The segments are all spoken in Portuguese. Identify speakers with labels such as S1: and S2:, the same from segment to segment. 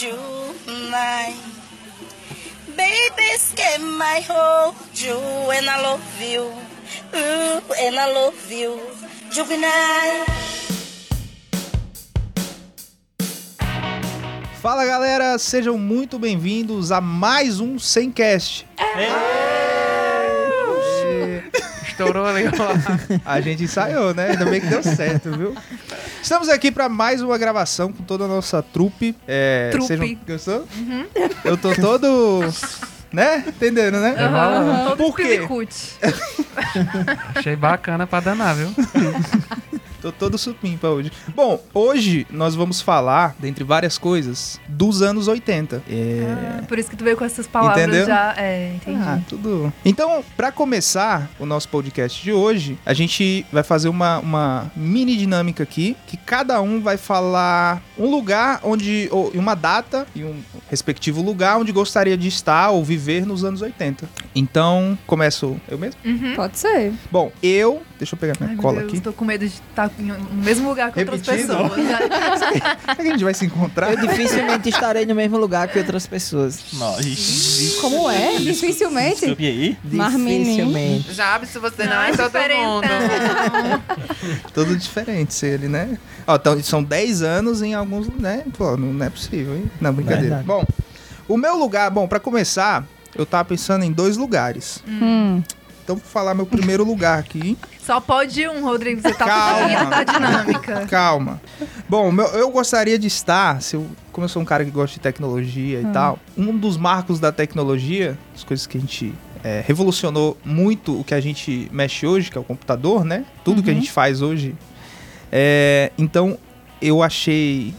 S1: you mine. Babies can my hold you and I love you. Ooh, and I love you. Juvenile.
S2: Fala galera, sejam muito bem-vindos a mais um Semcast.
S3: Estourou ali, ó.
S2: A gente ensaiou, né? Ainda bem que deu certo, viu? Estamos aqui para mais uma gravação com toda a nossa trupe. É,
S4: Trupe.
S2: Gostou? Eu tô todo. né? Entendendo, né?
S3: Aham.
S4: Todo
S2: Por quê?
S4: piricute.
S3: Achei bacana pra danar, viu?
S2: Tô todo supimpa hoje. Bom, hoje nós vamos falar, dentre várias coisas, dos anos 80. É.
S4: Ah, Por isso que tu veio com essas palavras
S2: Entendeu?
S4: já. É, entendi.
S2: Ah, tudo. Então, pra começar o nosso podcast de hoje, a gente vai fazer uma, uma mini dinâmica aqui, que cada um vai falar um lugar onde ou uma data e um respectivo lugar onde gostaria de estar ou viver nos anos 80. Então, começo eu mesmo?
S4: Uhum.
S5: Pode ser.
S2: Bom, eu, deixa eu pegar
S4: Ai,
S2: minha
S4: meu
S2: cola
S4: Deus,
S2: aqui.
S4: tô com medo de estar no mesmo lugar que outras
S2: Repetindo?
S4: pessoas. né?
S2: Será é que a gente vai se encontrar?
S6: Eu dificilmente estarei no mesmo lugar que outras pessoas.
S7: Nós.
S5: Como é? Dificilmente.
S7: E aí?
S5: Marminim.
S6: Dificilmente.
S3: Jabe, se você não, é todo
S4: diferentão.
S3: mundo.
S2: Todo diferente ele, né? Ó, então, são 10 anos em alguns, né? Pô, não, não é possível, hein? Não, brincadeira.
S6: Verdade.
S2: Bom, o meu lugar, bom, pra começar, eu tava pensando em dois lugares.
S5: Hum.
S2: Então vou falar meu primeiro lugar aqui.
S4: Só pode um, Rodrigo. Você tá
S2: Calma.
S4: fugindo da dinâmica.
S2: Calma. Bom, meu- eu gostaria de estar, se eu, como eu sou um cara que gosta de tecnologia e tal, um dos marcos da tecnologia, as coisas que a gente é, revolucionou muito o que a gente mexe hoje, que é o computador, né? Tudo que a gente faz hoje. É, então, eu achei.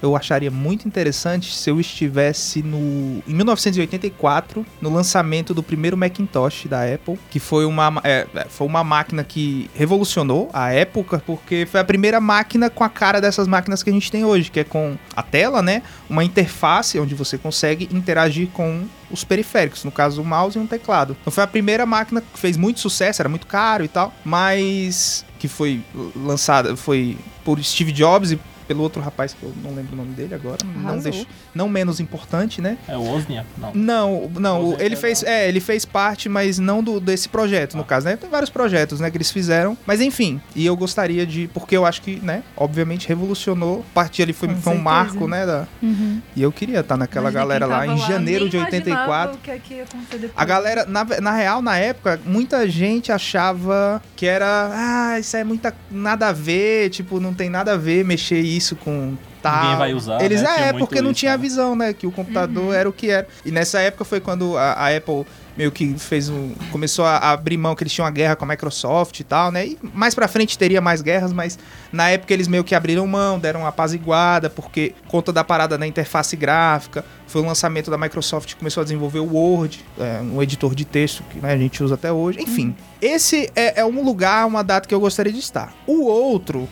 S2: Eu acharia muito interessante se eu estivesse no em 1984 no lançamento do primeiro Macintosh da Apple, que foi uma é, é, foi uma máquina que revolucionou a época porque foi a primeira máquina com a cara dessas máquinas que a gente tem hoje, que é com a tela, né, uma interface onde você consegue interagir com os periféricos, no caso o mouse e um teclado. Então foi a primeira máquina que fez muito sucesso, era muito caro e tal, mas que foi lançada, foi por Steve Jobs e pelo outro rapaz que eu não lembro o nome dele agora, não,
S5: Arrasou.
S2: deixo, não menos importante, né?
S7: É o Osnia? Não.
S2: Não, não,
S7: Ou
S2: o- ele
S7: Zé
S2: fez, é, ele fez parte, mas não do desse projeto, no
S7: Ah.
S2: caso, né? Tem vários projetos, né, que eles fizeram, mas enfim, e eu gostaria de, porque eu acho que, né, obviamente revolucionou, partir ali foi,
S4: Com
S2: foi um
S4: certeza.
S2: marco, né, da-
S5: Uhum.
S2: e eu queria estar naquela
S4: Imagina
S2: galera
S4: quem
S2: lá
S4: tava
S2: em janeiro
S4: nem
S2: de
S4: imaginava
S2: 84.
S4: O que é que ia acontecer depois.
S2: A galera, na, ve- na real, na época, muita gente achava que era. Ah, isso é muita. nada a ver, tipo, não tem nada a ver mexer isso com. Tá.
S7: Ninguém vai usar,
S2: Eles
S7: né?
S2: é,
S7: Tinha
S2: é
S7: muito
S2: porque não
S7: isso,
S2: tinha a
S7: né?
S2: visão, né? Que o computador era o que era. E nessa época foi quando a, a Apple meio que fez um. começou a abrir mão que eles tinham uma guerra com a Microsoft e tal, né? E mais pra frente teria mais guerras, mas na época eles meio que abriram mão, deram uma apaziguada, porque conta da parada na interface gráfica, foi o lançamento da Microsoft que começou a desenvolver o Word, é, um editor de texto que né, a gente usa até hoje. Enfim, esse é, é um lugar, uma data que eu gostaria de estar. O outro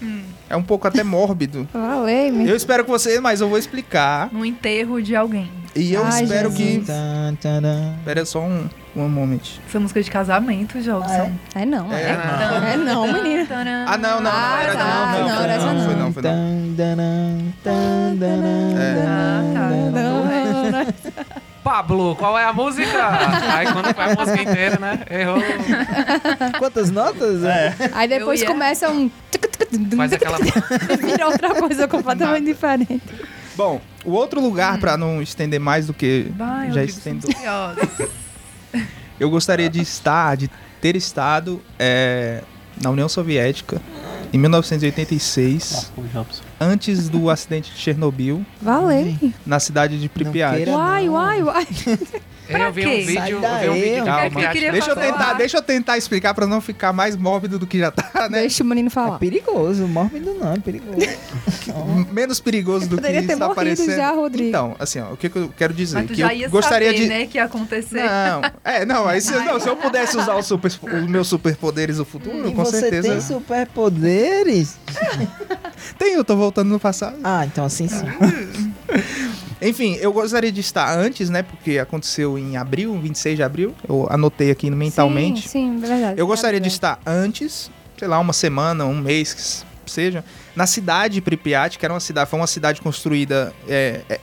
S2: é um pouco até mórbido.
S5: Falei, me
S2: Eu espero que você, mas eu vou explicar.
S4: No enterro de alguém.
S2: E eu
S5: Ai,
S2: espero
S5: Jesus.
S2: que.
S6: Tan, tan, tan.
S2: Espera só um, um momento.
S4: Foi música de casamento, Jobson.
S5: É não, é.
S4: Tanã,
S5: É não, menina.
S4: tanã.
S2: Ah, não, não, não,
S5: Ah,
S2: era
S5: tá.
S2: não, não,
S5: Não,
S2: foi
S5: era essa
S2: não, foi
S5: não.
S2: não, foi não.
S6: Tan, tanan, tan, tanan,
S4: Ah, tá.
S6: tanan.
S4: Não, não.
S3: Pablo, qual é a música? Aí quando vai a música inteira, né? Errou.
S6: Quantas notas? É.
S5: Aí depois
S4: Eu ia-
S5: começa um. tuc, tuc, tuc, dum,
S3: Faz
S5: tuc,
S3: aquela.
S5: tuc, Vira outra coisa completamente diferente.
S2: Bom, o outro lugar, pra não estender mais do que
S4: Vai,
S2: já
S4: Rodrigo,
S2: estendeu.
S4: são curiosos.
S2: Eu gostaria de estar, de ter estado é, na União Soviética em 1986,
S7: Marcou o Jobs.
S2: antes do acidente de Chernobyl,
S5: Valeu.
S2: na cidade de Pripyat.
S6: queira.
S5: Uai, uai, uai.
S3: Eu vi um
S4: quê?
S3: vídeo, eu
S6: Sai
S3: vi um
S6: daí,
S3: vídeo de
S2: Calma.
S3: Pripyat.
S4: queria
S2: Deixa eu
S4: falar.
S2: tentar, deixa eu tentar explicar pra não ficar mais mórbido do que já tá, né?
S5: Deixa o menino
S6: É
S5: falar.
S6: perigoso, mórbido não, é perigoso.
S2: Menos perigoso do que
S5: Poderia ter
S2: está
S5: morrido
S2: aparecendo.
S5: já, Rodrigo.
S2: Então, assim, ó, o que, que eu quero dizer?
S4: Mas tu
S2: que
S4: já
S2: eu
S4: ia
S2: gostaria
S4: saber,
S2: de
S4: né, que ia acontecer.
S2: Não, é, não, aí se, não, se eu pudesse usar os, super, os meus superpoderes do futuro,
S6: E
S5: Hum,
S2: com
S6: você
S2: certeza.
S6: tem superpoderes?
S2: Tem, eu tô voltando no passado.
S6: Ah, então assim sim.
S2: É. Enfim, eu gostaria de estar antes, né? Porque aconteceu em abril, 26 de abril. Eu anotei aqui mentalmente.
S5: Sim, sim, verdade.
S2: Eu gostaria de
S5: Verdade.
S2: estar antes, sei lá, uma semana, um mês, que s- seja, na cidade de Pripyat, que era uma cidade, foi uma cidade construída é, é,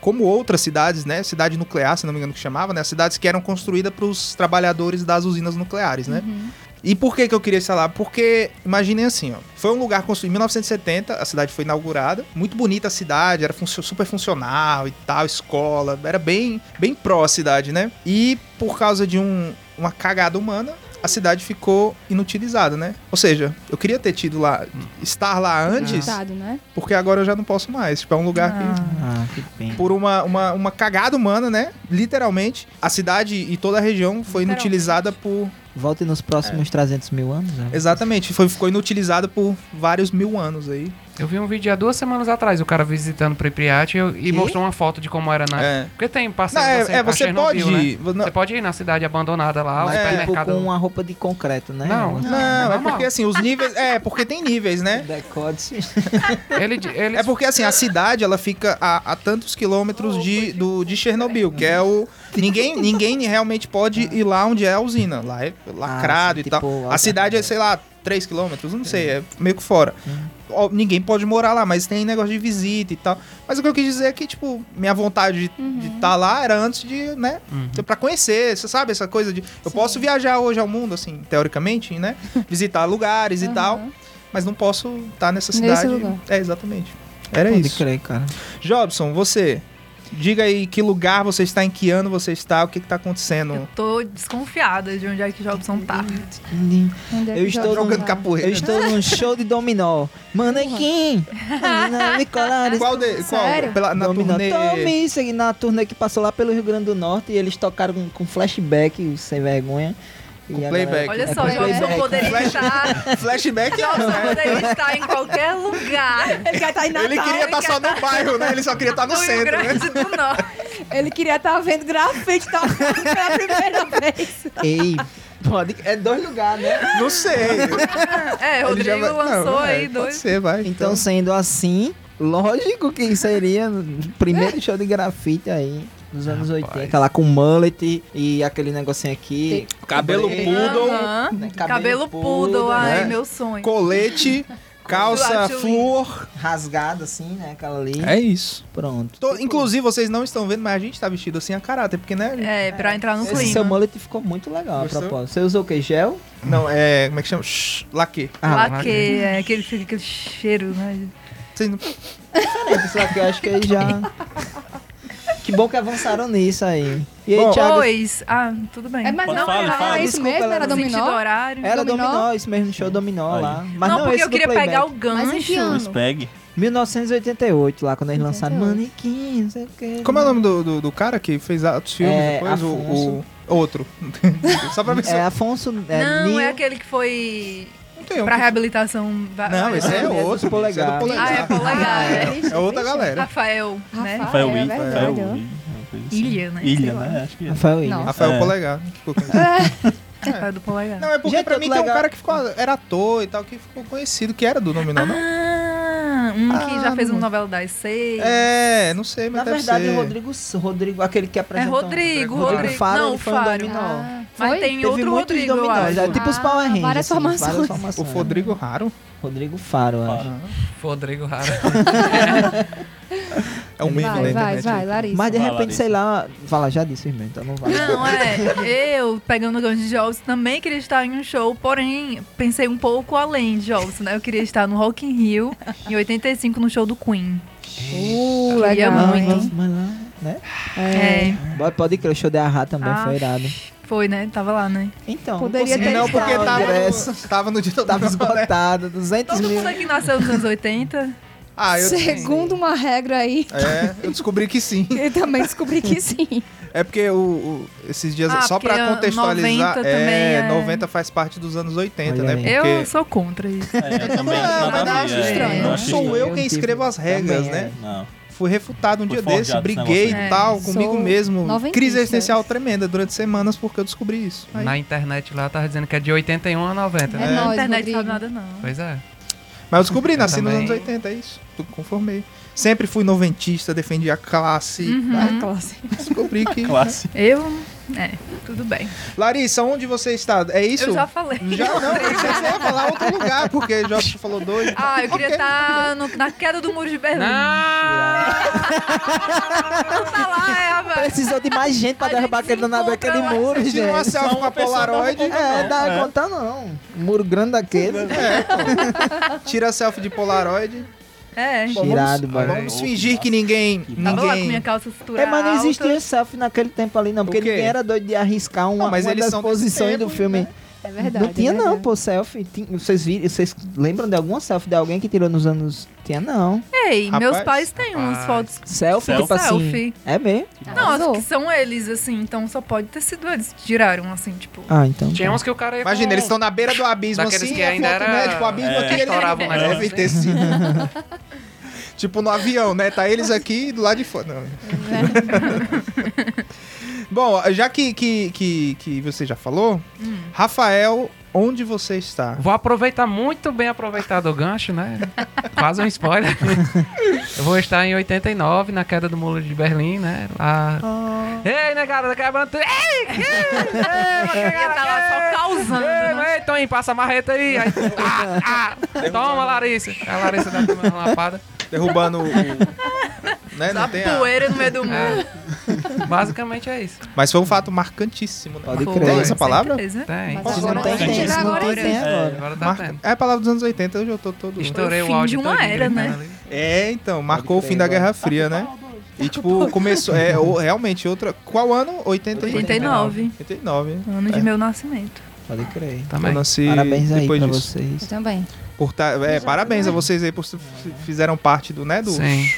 S2: como outras cidades, né? Cidade nuclear, se não me engano que chamava, né? Cidades que eram construídas para os trabalhadores das usinas nucleares, né?
S5: Uhum.
S2: E por que, que eu queria esse salário? Porque, imaginem assim, ó. Foi um lugar construído em 1970, a cidade foi inaugurada. Muito bonita a cidade, era funcio- super funcional e tal, escola. Era bem, bem pró a cidade, né? E por causa de um- uma cagada humana, a cidade ficou inutilizada, né? Ou seja, eu queria ter tido lá, estar lá antes,
S5: Coitado, né?
S2: porque agora eu já não posso mais. Tipo, é um lugar que
S6: Ah, que pena.
S2: por uma, uma, uma cagada humana, né? Literalmente, a cidade e toda a região foi
S4: Literalmente.
S2: inutilizada por.
S6: Volte nos próximos
S2: É.
S6: 300 mil anos. né?
S2: Exatamente, foi, ficou inutilizada por vários mil anos aí.
S3: Eu vi um vídeo há duas semanas atrás, o cara visitando Pripyat e, eu- e mostrou uma foto de como era na...
S2: É.
S3: Porque tem
S2: Não,
S3: parceiro...
S2: é, é, você pode.
S3: Né?
S2: vo- não-
S3: Você pode ir na cidade abandonada lá, o
S6: Mas
S2: É.
S6: tipo
S3: supermercado...
S6: com uma roupa de concreto, né?
S3: Não.
S6: Um
S2: Não, é
S3: normal.
S2: porque assim, os níveis. É, porque tem níveis, né?
S6: Decote.
S3: Ele, ele...
S2: É porque assim, a cidade ela fica a, a tantos quilômetros de, do, de Chernobyl, que é o. Ninguém, ninguém realmente pode ir lá onde é a usina. Lá é lacrado
S6: Ah,
S2: e
S6: tipo,
S2: tal. A cidade é, sei lá, 3 quilômetros, não sei, é meio que fora. Ó, ninguém pode morar lá, mas tem negócio de visita e tal. Mas o que eu quis dizer é que, tipo, minha vontade de
S5: Uhum.
S2: estar lá era antes de, né?
S6: Uhum.
S2: Pra conhecer, você sabe, essa coisa de. Eu posso viajar hoje ao mundo, assim, teoricamente, né? Visitar lugares e tal. Mas não posso estar nessa
S5: Nesse
S2: cidade.
S5: lugar.
S2: É, exatamente. Era
S6: Pode
S2: isso.
S6: crer, cara.
S2: Jobson, você. Diga aí que lugar você está, em que ano você está, o que, que tá acontecendo.
S4: Eu tô desconfiada de onde é que Jobson tá.
S5: Onde é
S6: Eu
S5: que
S6: estou
S5: Jobson
S6: jogando
S5: tá?
S6: Eu
S2: capoeira.
S6: estou num show de dominó. Manequim! Não, colares.
S2: Qual de, qual?
S5: Sério?
S2: Pela, na
S6: Dominó.
S2: turnê.
S6: Tome isso aqui na turnê que passou lá pelo Rio Grande do Norte e eles tocaram com, com flashback, sem vergonha. E
S2: Com
S6: a
S2: playback.
S4: Olha
S6: É
S4: só,
S6: com
S4: Jobson
S6: playback.
S4: poderia estar.
S2: Flashback é.
S4: Jobson poderia estar em qualquer lugar.
S5: Ele quer estar em Natal.
S2: Ele queria estar
S4: ele
S2: só no bairro, né? Ele só queria estar É, no
S4: do Rio
S2: centro, né?
S4: Grande do Norte.
S5: Ele queria estar vendo grafite tá? pela primeira vez.
S6: Ei, pode. É dois lugares, né?
S2: Não sei.
S4: É,
S2: Ele já
S4: Rodrigo
S2: vai- não,
S4: lançou
S2: é,
S4: aí
S2: pode
S4: dois.
S2: ser, vai.
S6: Então, sendo assim, lógico que seria o primeiro show de grafite aí. Dos anos 80, lá com mullet e aquele negocinho aqui.
S2: Cabelo poodle,
S4: Aham.
S6: né?
S4: Cabelo poodle, ai,
S2: né?
S4: meu sonho.
S2: colete, calça,
S4: Tudo
S2: flor.
S6: Rasgado assim, né? Aquela ali.
S2: É isso.
S6: Pronto.
S2: Tô- inclusive, vocês não estão vendo, mas a gente tá vestido assim a caráter, porque, né?
S4: É, pra entrar no
S6: Esse seu
S4: clima.
S6: mullet ficou muito legal,
S2: Gostou?
S6: a propósito. Você usou o que? Gel?
S2: Não, é. Como é que chama? Shhh, laque.
S6: Ah.
S4: Laque, é aquele, fica aquele cheiro, né?
S2: Vocês não-
S6: É, só que eu acho que aí já. Que bom que avançaram nisso aí. E aí,
S2: Bom,
S6: Thiago?
S4: Pois. Ah,
S5: tudo bem.
S8: É, mas
S7: Pode
S8: não,
S7: falar,
S8: era,
S7: fala.
S8: era isso
S5: Desculpa,
S8: mesmo,
S5: ela
S8: era
S5: não
S8: dominó.
S4: sentido horário.
S6: Era
S5: Dominó?
S6: dominó? isso mesmo, show dominó
S7: Aí.
S6: lá. Mas
S4: não,
S6: não,
S4: porque
S6: esse
S4: eu queria
S6: do playback.
S4: pegar o
S8: Mas em que
S4: gancho.
S8: ano?
S7: Os PEG.
S6: 1988, lá quando eles lançaram
S5: 88.
S6: Manequim, não sei o que.
S2: Como é o nome do, do, do cara que fez outros filmes
S6: É,
S2: depois? O, o- outro. Só pra ver se.
S6: É Afonso. É,
S4: não,
S6: Nil,
S4: é aquele que foi
S2: não tem um.
S4: pra reabilitação. va-
S2: Não, esse é
S6: É do
S2: outro. Esse é do
S6: polegar.
S4: Ah, é
S2: polegar.
S4: polegar. é.
S2: É outra galera.
S4: Rafael, né?
S5: Rafael.
S7: Rafael
S5: é
S7: Will.
S5: verdade,
S7: Rafael
S5: ó.
S7: Will, uma coisa assim.
S4: Ilha, né?
S7: Ilha,
S4: Sei lá.
S7: né? Acho que é.
S6: Rafael Williams.
S2: Rafael
S7: É.
S2: Polegar. Ficou conhecido.
S4: Rafael do Polegar.
S2: Não, é porque
S6: Gente,
S2: pra
S6: outro
S2: mim tem um
S6: legal.
S2: cara que ficou, era ator e tal, que ficou conhecido, que era do nome não, não?
S4: Ah, um que
S2: Ah,
S4: já fez
S2: não.
S4: uma novela das seis.
S2: É, não sei, mas
S6: Na
S2: deve
S6: verdade,
S2: ser.
S6: o Rodrigo, Rodrigo, aquele que
S4: É
S6: apresentou.
S4: Rodrigo,
S2: Rodrigo
S4: Rodrigo.
S6: Faro,
S4: não,
S6: ele
S4: o
S6: foi um
S4: Faro.
S6: dominó.
S5: Ah,
S4: Mas
S5: foi?
S4: tem
S6: Teve
S4: outro
S6: muitos
S4: Rodrigo, eu
S6: dominós, é
S4: acho. Ah,
S6: tipo os Power Rangers.
S5: várias
S6: assim,
S5: formações.
S6: várias
S2: O
S6: formações.
S2: Rodrigo Raro
S6: Rodrigo Faro, eu acho.
S3: Rodrigo Rara.
S2: é um meme da
S5: Vai, vai,
S2: internet.
S5: vai, Larissa.
S6: Mas de
S7: Vai,
S6: repente,
S7: Larissa.
S6: sei lá, fala, já disse, irmão, então não vai.
S4: Não, é. Eu, pegando o gancho de Jobson, também queria estar em um show, porém, pensei um pouco além de Jobson, né? Eu queria estar no Rock in Rio, em 85, no show do Queen.
S5: Uh,
S4: Queria
S5: legal,
S6: é
S4: muito.
S5: hein?
S6: Mas lá, né?
S5: É.
S6: Boy, Pode crer, o show da Arra também
S4: Ah.
S6: foi irado.
S4: Foi, né? Tava lá, né?
S6: Então,
S5: Poderia
S6: consegui
S5: ter
S2: Não,
S6: comprar
S2: porque
S6: o
S2: tava
S6: ingresso,
S2: no, tava no dia do
S6: tava esgotado, 200
S4: Todo
S6: mil.
S4: mundo é aqui nasceu nos anos 80.
S2: Ah, eu
S5: Segundo uma regra aí,
S8: um
S2: É, eu descobri que sim.
S5: eu também descobri que sim.
S2: É porque o, o- esses dias,
S4: Ah,
S2: só
S4: porque
S2: pra contextualizar,
S4: 90
S2: é,
S4: também é-
S2: 90 faz parte dos anos 80,
S6: Olha
S2: né?
S6: aí.
S4: Eu
S2: Porque
S4: sou contra isso.
S7: É, eu também
S2: Ah,
S7: acho
S2: mas
S7: nada a
S4: acho
S7: ver, é,
S4: estranho,
S7: eu
S4: né?
S7: acho
S2: sou eu
S7: estranho.
S2: quem escrevo as regras,
S6: Também,
S2: né?
S7: Não.
S2: Fui refutado um
S7: Foi
S2: dia
S7: forjado
S2: desse,
S7: esse
S2: briguei
S7: negócio
S4: aí.
S2: e tal,
S5: É,
S2: comigo
S5: sou
S2: mesmo.
S5: noventista.
S2: Crise existencial tremenda durante semanas porque eu descobri isso. Aí-
S3: Na internet lá tava dizendo que é de 81 a 90,
S5: É
S3: né?
S5: nóis,
S4: internet
S5: Rodrigo.
S4: sabe nada, não.
S3: Pois é.
S2: Mas eu descobri, nasci
S3: também.
S2: nos anos 80, é isso. Eu conformei. Sempre fui noventista, defendi a classe. Tá?
S4: Uhum.
S5: classe.
S2: Descobri que.
S7: Classe.
S4: Eu É, tudo bem.
S2: Larissa, onde você está? É isso?
S4: Eu já falei.
S2: Já não, eu pensei que você ia falar outro lugar, porque já falou dois.
S4: Ah, eu queria
S2: Ok. Ah,
S4: estar no- na queda do muro de Berlim.
S3: Ah, Não!
S4: Não tá lá, Eva.
S6: Precisou de mais gente pra
S4: A
S6: derrubar
S4: gente
S6: aquele
S4: se
S6: danado
S4: encontra
S6: daquele
S4: lá.
S6: muro, gente.
S2: Tirou uma selfie
S7: Só
S2: com a
S7: uma pessoa tá
S2: Polaroid.
S7: roubando.
S6: É, dá
S7: É.
S6: conta não. Muro grande daquele.
S2: É. Tira a selfie de Polaroid.
S4: É.
S2: Bom,
S6: Tirado,
S2: vamos,
S6: mano.
S2: vamos fingir que ninguém.
S3: Tá
S4: Tava lá com
S2: ninguém.
S4: minha calça cintura
S6: É, mas não
S4: alta.
S6: existia selfie naquele tempo ali, não. Porque
S2: O quê?
S6: ninguém era doido de arriscar uma,
S2: Não, mas
S6: uma
S2: eles
S6: das
S2: são desse
S6: posições
S2: tempo,
S6: do filme.
S8: É verdade.
S6: Não tinha
S8: é
S6: não,
S8: verdade.
S6: pô, selfie. Tinha- vocês, viram, vocês lembram de alguma selfie de alguém que tirou nos anos... Tinha não.
S4: Ei, meus
S2: Rapaz,
S4: pais têm umas
S3: rapaz.
S4: fotos
S6: Selfie,
S7: Selfie.
S6: tipo assim...
S4: Selfie.
S6: É mesmo?
S4: Não, acho
S8: Arrasou.
S4: que são eles, assim, então só pode ter sido eles que tiraram, assim, tipo.
S6: Ah, então...
S3: Tinha
S6: tá.
S3: uns que o cara ia
S2: Imagina,
S3: é com-
S2: eles estão na beira do abismo
S3: Daqueles
S2: assim,
S3: que
S2: a
S3: ainda
S2: foto,
S3: era-
S2: né? Tipo, o abismo
S7: É,
S2: aqui, ele
S3: estourava o negócio,
S2: deve
S3: né?
S2: ter sido. tipo no avião, né? Tá eles aqui e do lado de fora. Não. Bom, já que, que, que, que você já falou, Rafael, onde você está?
S3: Vou aproveitar muito bem aproveitado o gancho, né? Quase um spoiler. Eu vou estar em 89, na queda do Muro de Berlim, né? Lá.
S2: Ah.
S3: Ei, né, cara? Quebrando tudo. Ei! Ei!
S6: É,
S3: Ei,
S4: Ia tá lá só causando.
S3: Ei,
S4: né?
S3: mas, ei, Toninho, passa a marreta aí. Aí, ah, ah, toma, Larissa. A Larissa dá tomando uma lapada.
S2: Derrubando o. o- né? Não tem a-
S4: Poeira no meio do muro.
S3: É. Basicamente é isso.
S2: Mas foi um fato marcantíssimo, né?
S6: Pode
S4: Foi,
S6: crer.
S2: Tem essa palavra?
S4: Com certeza.
S3: Tem.
S8: Mas
S6: Se
S8: agora
S6: não tem,
S8: tem.
S6: tem. Se não
S4: Agora
S6: tem, tem
S4: existe.
S3: É,
S6: agora.
S3: agora tá
S2: Marca-
S3: tendo.
S2: É a palavra dos anos 80, hoje eu tô todo.
S3: Estourei
S4: Foi o
S3: o
S4: fim
S3: áudio
S4: de uma
S3: todinho
S4: era, né?
S3: gritando ali.
S2: É, então, marcou o
S6: crer,
S2: fim da
S6: agora.
S2: Guerra Fria, né? E tipo, começou. É, o- realmente, outra. Qual ano? 80 e-
S4: 89.
S2: 89. né?
S4: um Ano de meu nascimento.
S6: Pode crer.
S2: Eu
S3: Também.
S2: nasci
S6: Parabéns aí
S2: depois
S6: pra
S2: disso.
S6: vocês.
S8: Eu também.
S2: Por tá- é, parabéns a vocês aí por se- f- fizeram parte do, né, do,
S3: Sim.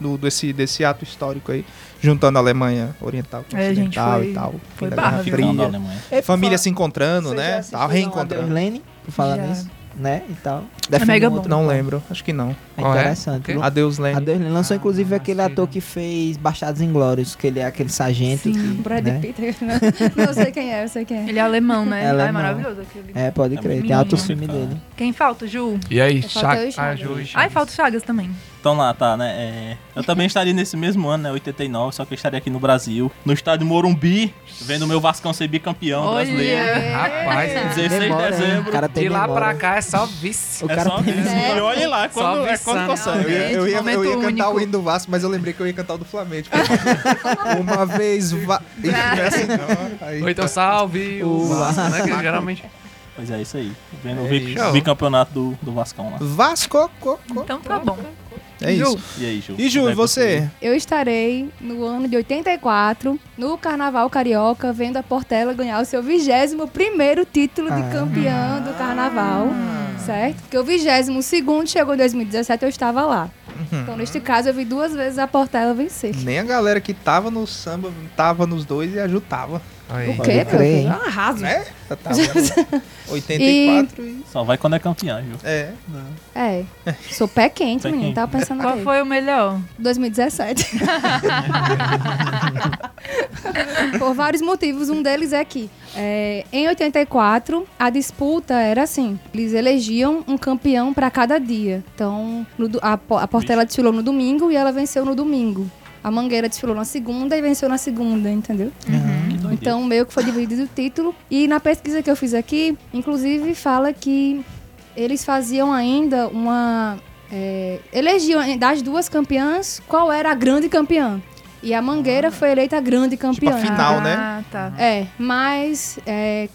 S2: do desse, desse ato histórico aí, juntando a Alemanha Oriental com
S4: É,
S2: Ocidental
S4: gente, foi-
S2: e tal.
S4: foi
S2: da
S4: barra,
S2: Guerra
S4: né? viu?
S7: Final da
S2: Fria.
S7: Alemanha.
S2: Família se encontrando,
S6: Vocês já
S2: né? Tal,
S6: assistiram Adeus
S2: reencontrando.
S6: Lane, por falar
S4: Já.
S6: nisso, né? E tal.
S4: mega bom.
S2: Não lembro, acho que não.
S6: É
S3: Qual é?
S6: interessante.
S3: Quê?
S2: Adeus, Lenny.
S6: Adeus Lane lançou
S3: Ah,
S6: inclusive aquele
S3: assistiram.
S6: ator que fez Baixados Inglórios, que ele é aquele sargento.
S4: Sim,
S6: que,
S8: Brad
S6: né?
S8: Pitt. Não, não sei quem é, eu sei quem é.
S4: Ele é alemão, né?
S6: É
S4: Ai,
S6: alemão.
S4: maravilhoso aquele.
S6: É, pode
S7: É
S6: crer.
S7: muito
S6: Tem alto
S4: bom.
S6: filme dele.
S4: Quem falta? Ju?
S3: E aí,
S8: falta eu e
S3: Chagas? Ah,
S8: Chagas.
S3: Ju e Chagas.
S4: Ai, falta o Chagas também.
S7: Então lá, tá, né? é, eu também estaria nesse mesmo ano, né? 89, só que eu estaria aqui no Brasil, no estádio Morumbi, vendo o meu Vascão ser bicampeão brasileiro.
S3: Rapaz,
S4: É.
S7: 16 de
S6: Memória, hein? O
S7: dezembro.
S6: cara tem
S3: De lá
S6: memória.
S3: pra cá é só vice.
S6: O
S7: É
S6: cara
S7: só
S6: tem
S7: isso.
S8: É.
S7: E olha lá,
S3: Só
S7: quando, é
S3: viçando.
S7: quando consegue.
S2: Eu ia, eu ia- eu ia
S4: Momento
S2: cantar o
S4: único.
S2: hino do Vasco, mas eu lembrei que eu ia cantar o do Flamengo. Tipo, uma vez. Va... Ih, não é assim, não. Aí-
S3: Ou então salve o Vasco, né? Que geralmente.
S7: Pois é, isso aí. Vendo
S2: É
S7: o bi-
S3: isso.
S7: bicampeonato do, do Vascão lá.
S2: Vasco, co, co.
S4: Então tá bom.
S2: É
S4: Ju,
S2: isso.
S7: E aí, Ju? é
S2: E Ju,
S7: Vai
S2: e você?
S8: Eu estarei no ano de 84, no Carnaval Carioca, vendo a Portela ganhar o seu 21º título de
S6: Ah.
S8: campeão do Carnaval, certo? Porque o 22º chegou em 2017, eu estava lá. Então, neste caso, eu vi duas vezes a Portela vencer.
S2: Nem a galera que tava no samba tava nos dois e a Ju tava.
S3: Aí.
S8: O quê, meu
S6: crer, hein?
S8: filho? É um arraso.
S2: Né? Ela Tava no 84 e...
S7: Só vai quando é campeão, Ju.
S2: É.
S8: É. Sou pé quente,
S7: Pé
S8: menino.
S7: quente.
S8: Tava pensando
S4: qual
S8: aí.
S4: foi o melhor?
S8: 2017. Por vários motivos, um deles é que é, em 84 a disputa era assim: eles elegiam um campeão para cada dia. Então no do- a, Po- a Portela desfilou no domingo e ela venceu no domingo. A Mangueira desfilou na segunda e venceu na segunda, entendeu?
S7: Que doideira.
S8: Então, meio que foi dividido o título. E na pesquisa que eu fiz aqui, inclusive, fala que eles faziam ainda uma. É, elegiam eh, das duas campeãs qual era a grande campeã. E a Mangueira foi eleita a grande campeã.
S2: Ah. a final. né?
S4: Ah, tá.
S8: É, mas é,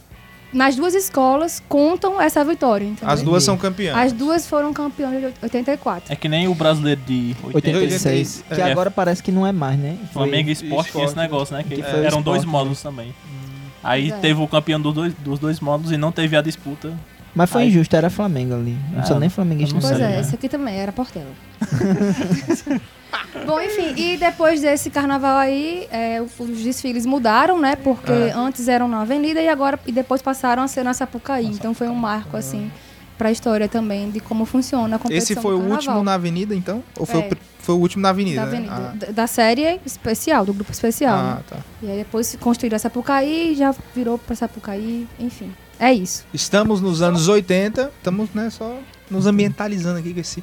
S8: nas duas escolas contam essa vitória, entendeu?
S2: As duas são campeãs.
S8: As duas foram campeãs de 84.
S7: É que nem o brasileiro de 86.
S6: 86. Que
S7: É.
S6: agora parece que não é mais, né? Foi-
S7: Flamengo e Sport tinha
S2: Esporte,
S7: esse negócio, né? Que
S6: que foi né? o
S7: eram dois
S6: Sport,
S7: módulos também.
S5: Hum.
S7: Aí
S8: Pois é.
S7: teve o campeão dos dois, dos dois módulos e não teve a disputa.
S6: Mas foi
S7: Aí-
S6: injusto, era Flamengo ali. Não sou
S7: Ah,
S6: nem flamenguista.
S7: eu não
S8: Pois
S7: sei,
S8: é,
S7: né?
S8: esse aqui também era Portela. Bom, enfim, e depois desse carnaval aí, é, o- os desfiles mudaram, né? Porque
S2: É.
S8: antes eram na Avenida e agora e depois passaram a ser na Sapucaí. então foi um marco assim pra história também de como funciona a
S2: é.
S8: competição
S2: Esse foi
S8: do
S2: o
S8: carnaval.
S2: último na Avenida, então? Ou foi,
S8: É.
S2: o, pr- foi o último na
S8: da,
S2: Avenida? né?
S8: avenida, da- da série especial, do grupo especial.
S2: Ah,
S8: né?
S2: ah, tá.
S8: E aí depois se construíram a Sapucaí e já virou pra Sapucaí, enfim. É isso.
S2: Estamos nos anos 80, estamos, né, só nos ambientalizando aqui com esse...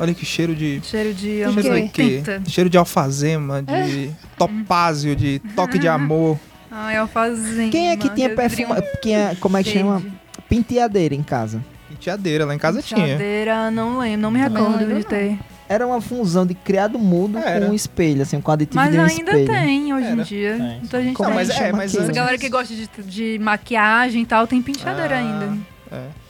S2: Olha que cheiro de...
S4: Cheiro de
S2: Cheiro
S4: anos
S2: de quê?
S4: 80. É. Ah.
S2: Cheiro de alfazema, de topázio, de toque de amor.
S4: Ai, alfazema.
S6: Quem é que tinha
S4: refri,
S6: perfume... Quem é, como é que chama?
S4: verde.
S6: Penteadeira em casa.
S2: Penteadeira, lá em casa tinha.
S4: Penteadeira, não lembro, não me
S5: Também não
S4: recordo
S5: lembro,
S4: de
S5: não.
S4: ter.
S6: Era uma função de criado mudo
S2: Ah, Era.
S6: com um espelho, assim, com aditivo
S4: Mas
S6: de um
S4: ainda
S6: espelho.
S4: tem hoje em
S2: Era.
S4: dia.
S7: Tem.
S4: Muita gente
S6: Como
S4: tem.
S2: mas é,
S6: chama
S2: mas
S6: aquilo?
S4: Essa galera que gosta de, de maquiagem e tal tem penteadeira
S2: Ah,
S4: ainda.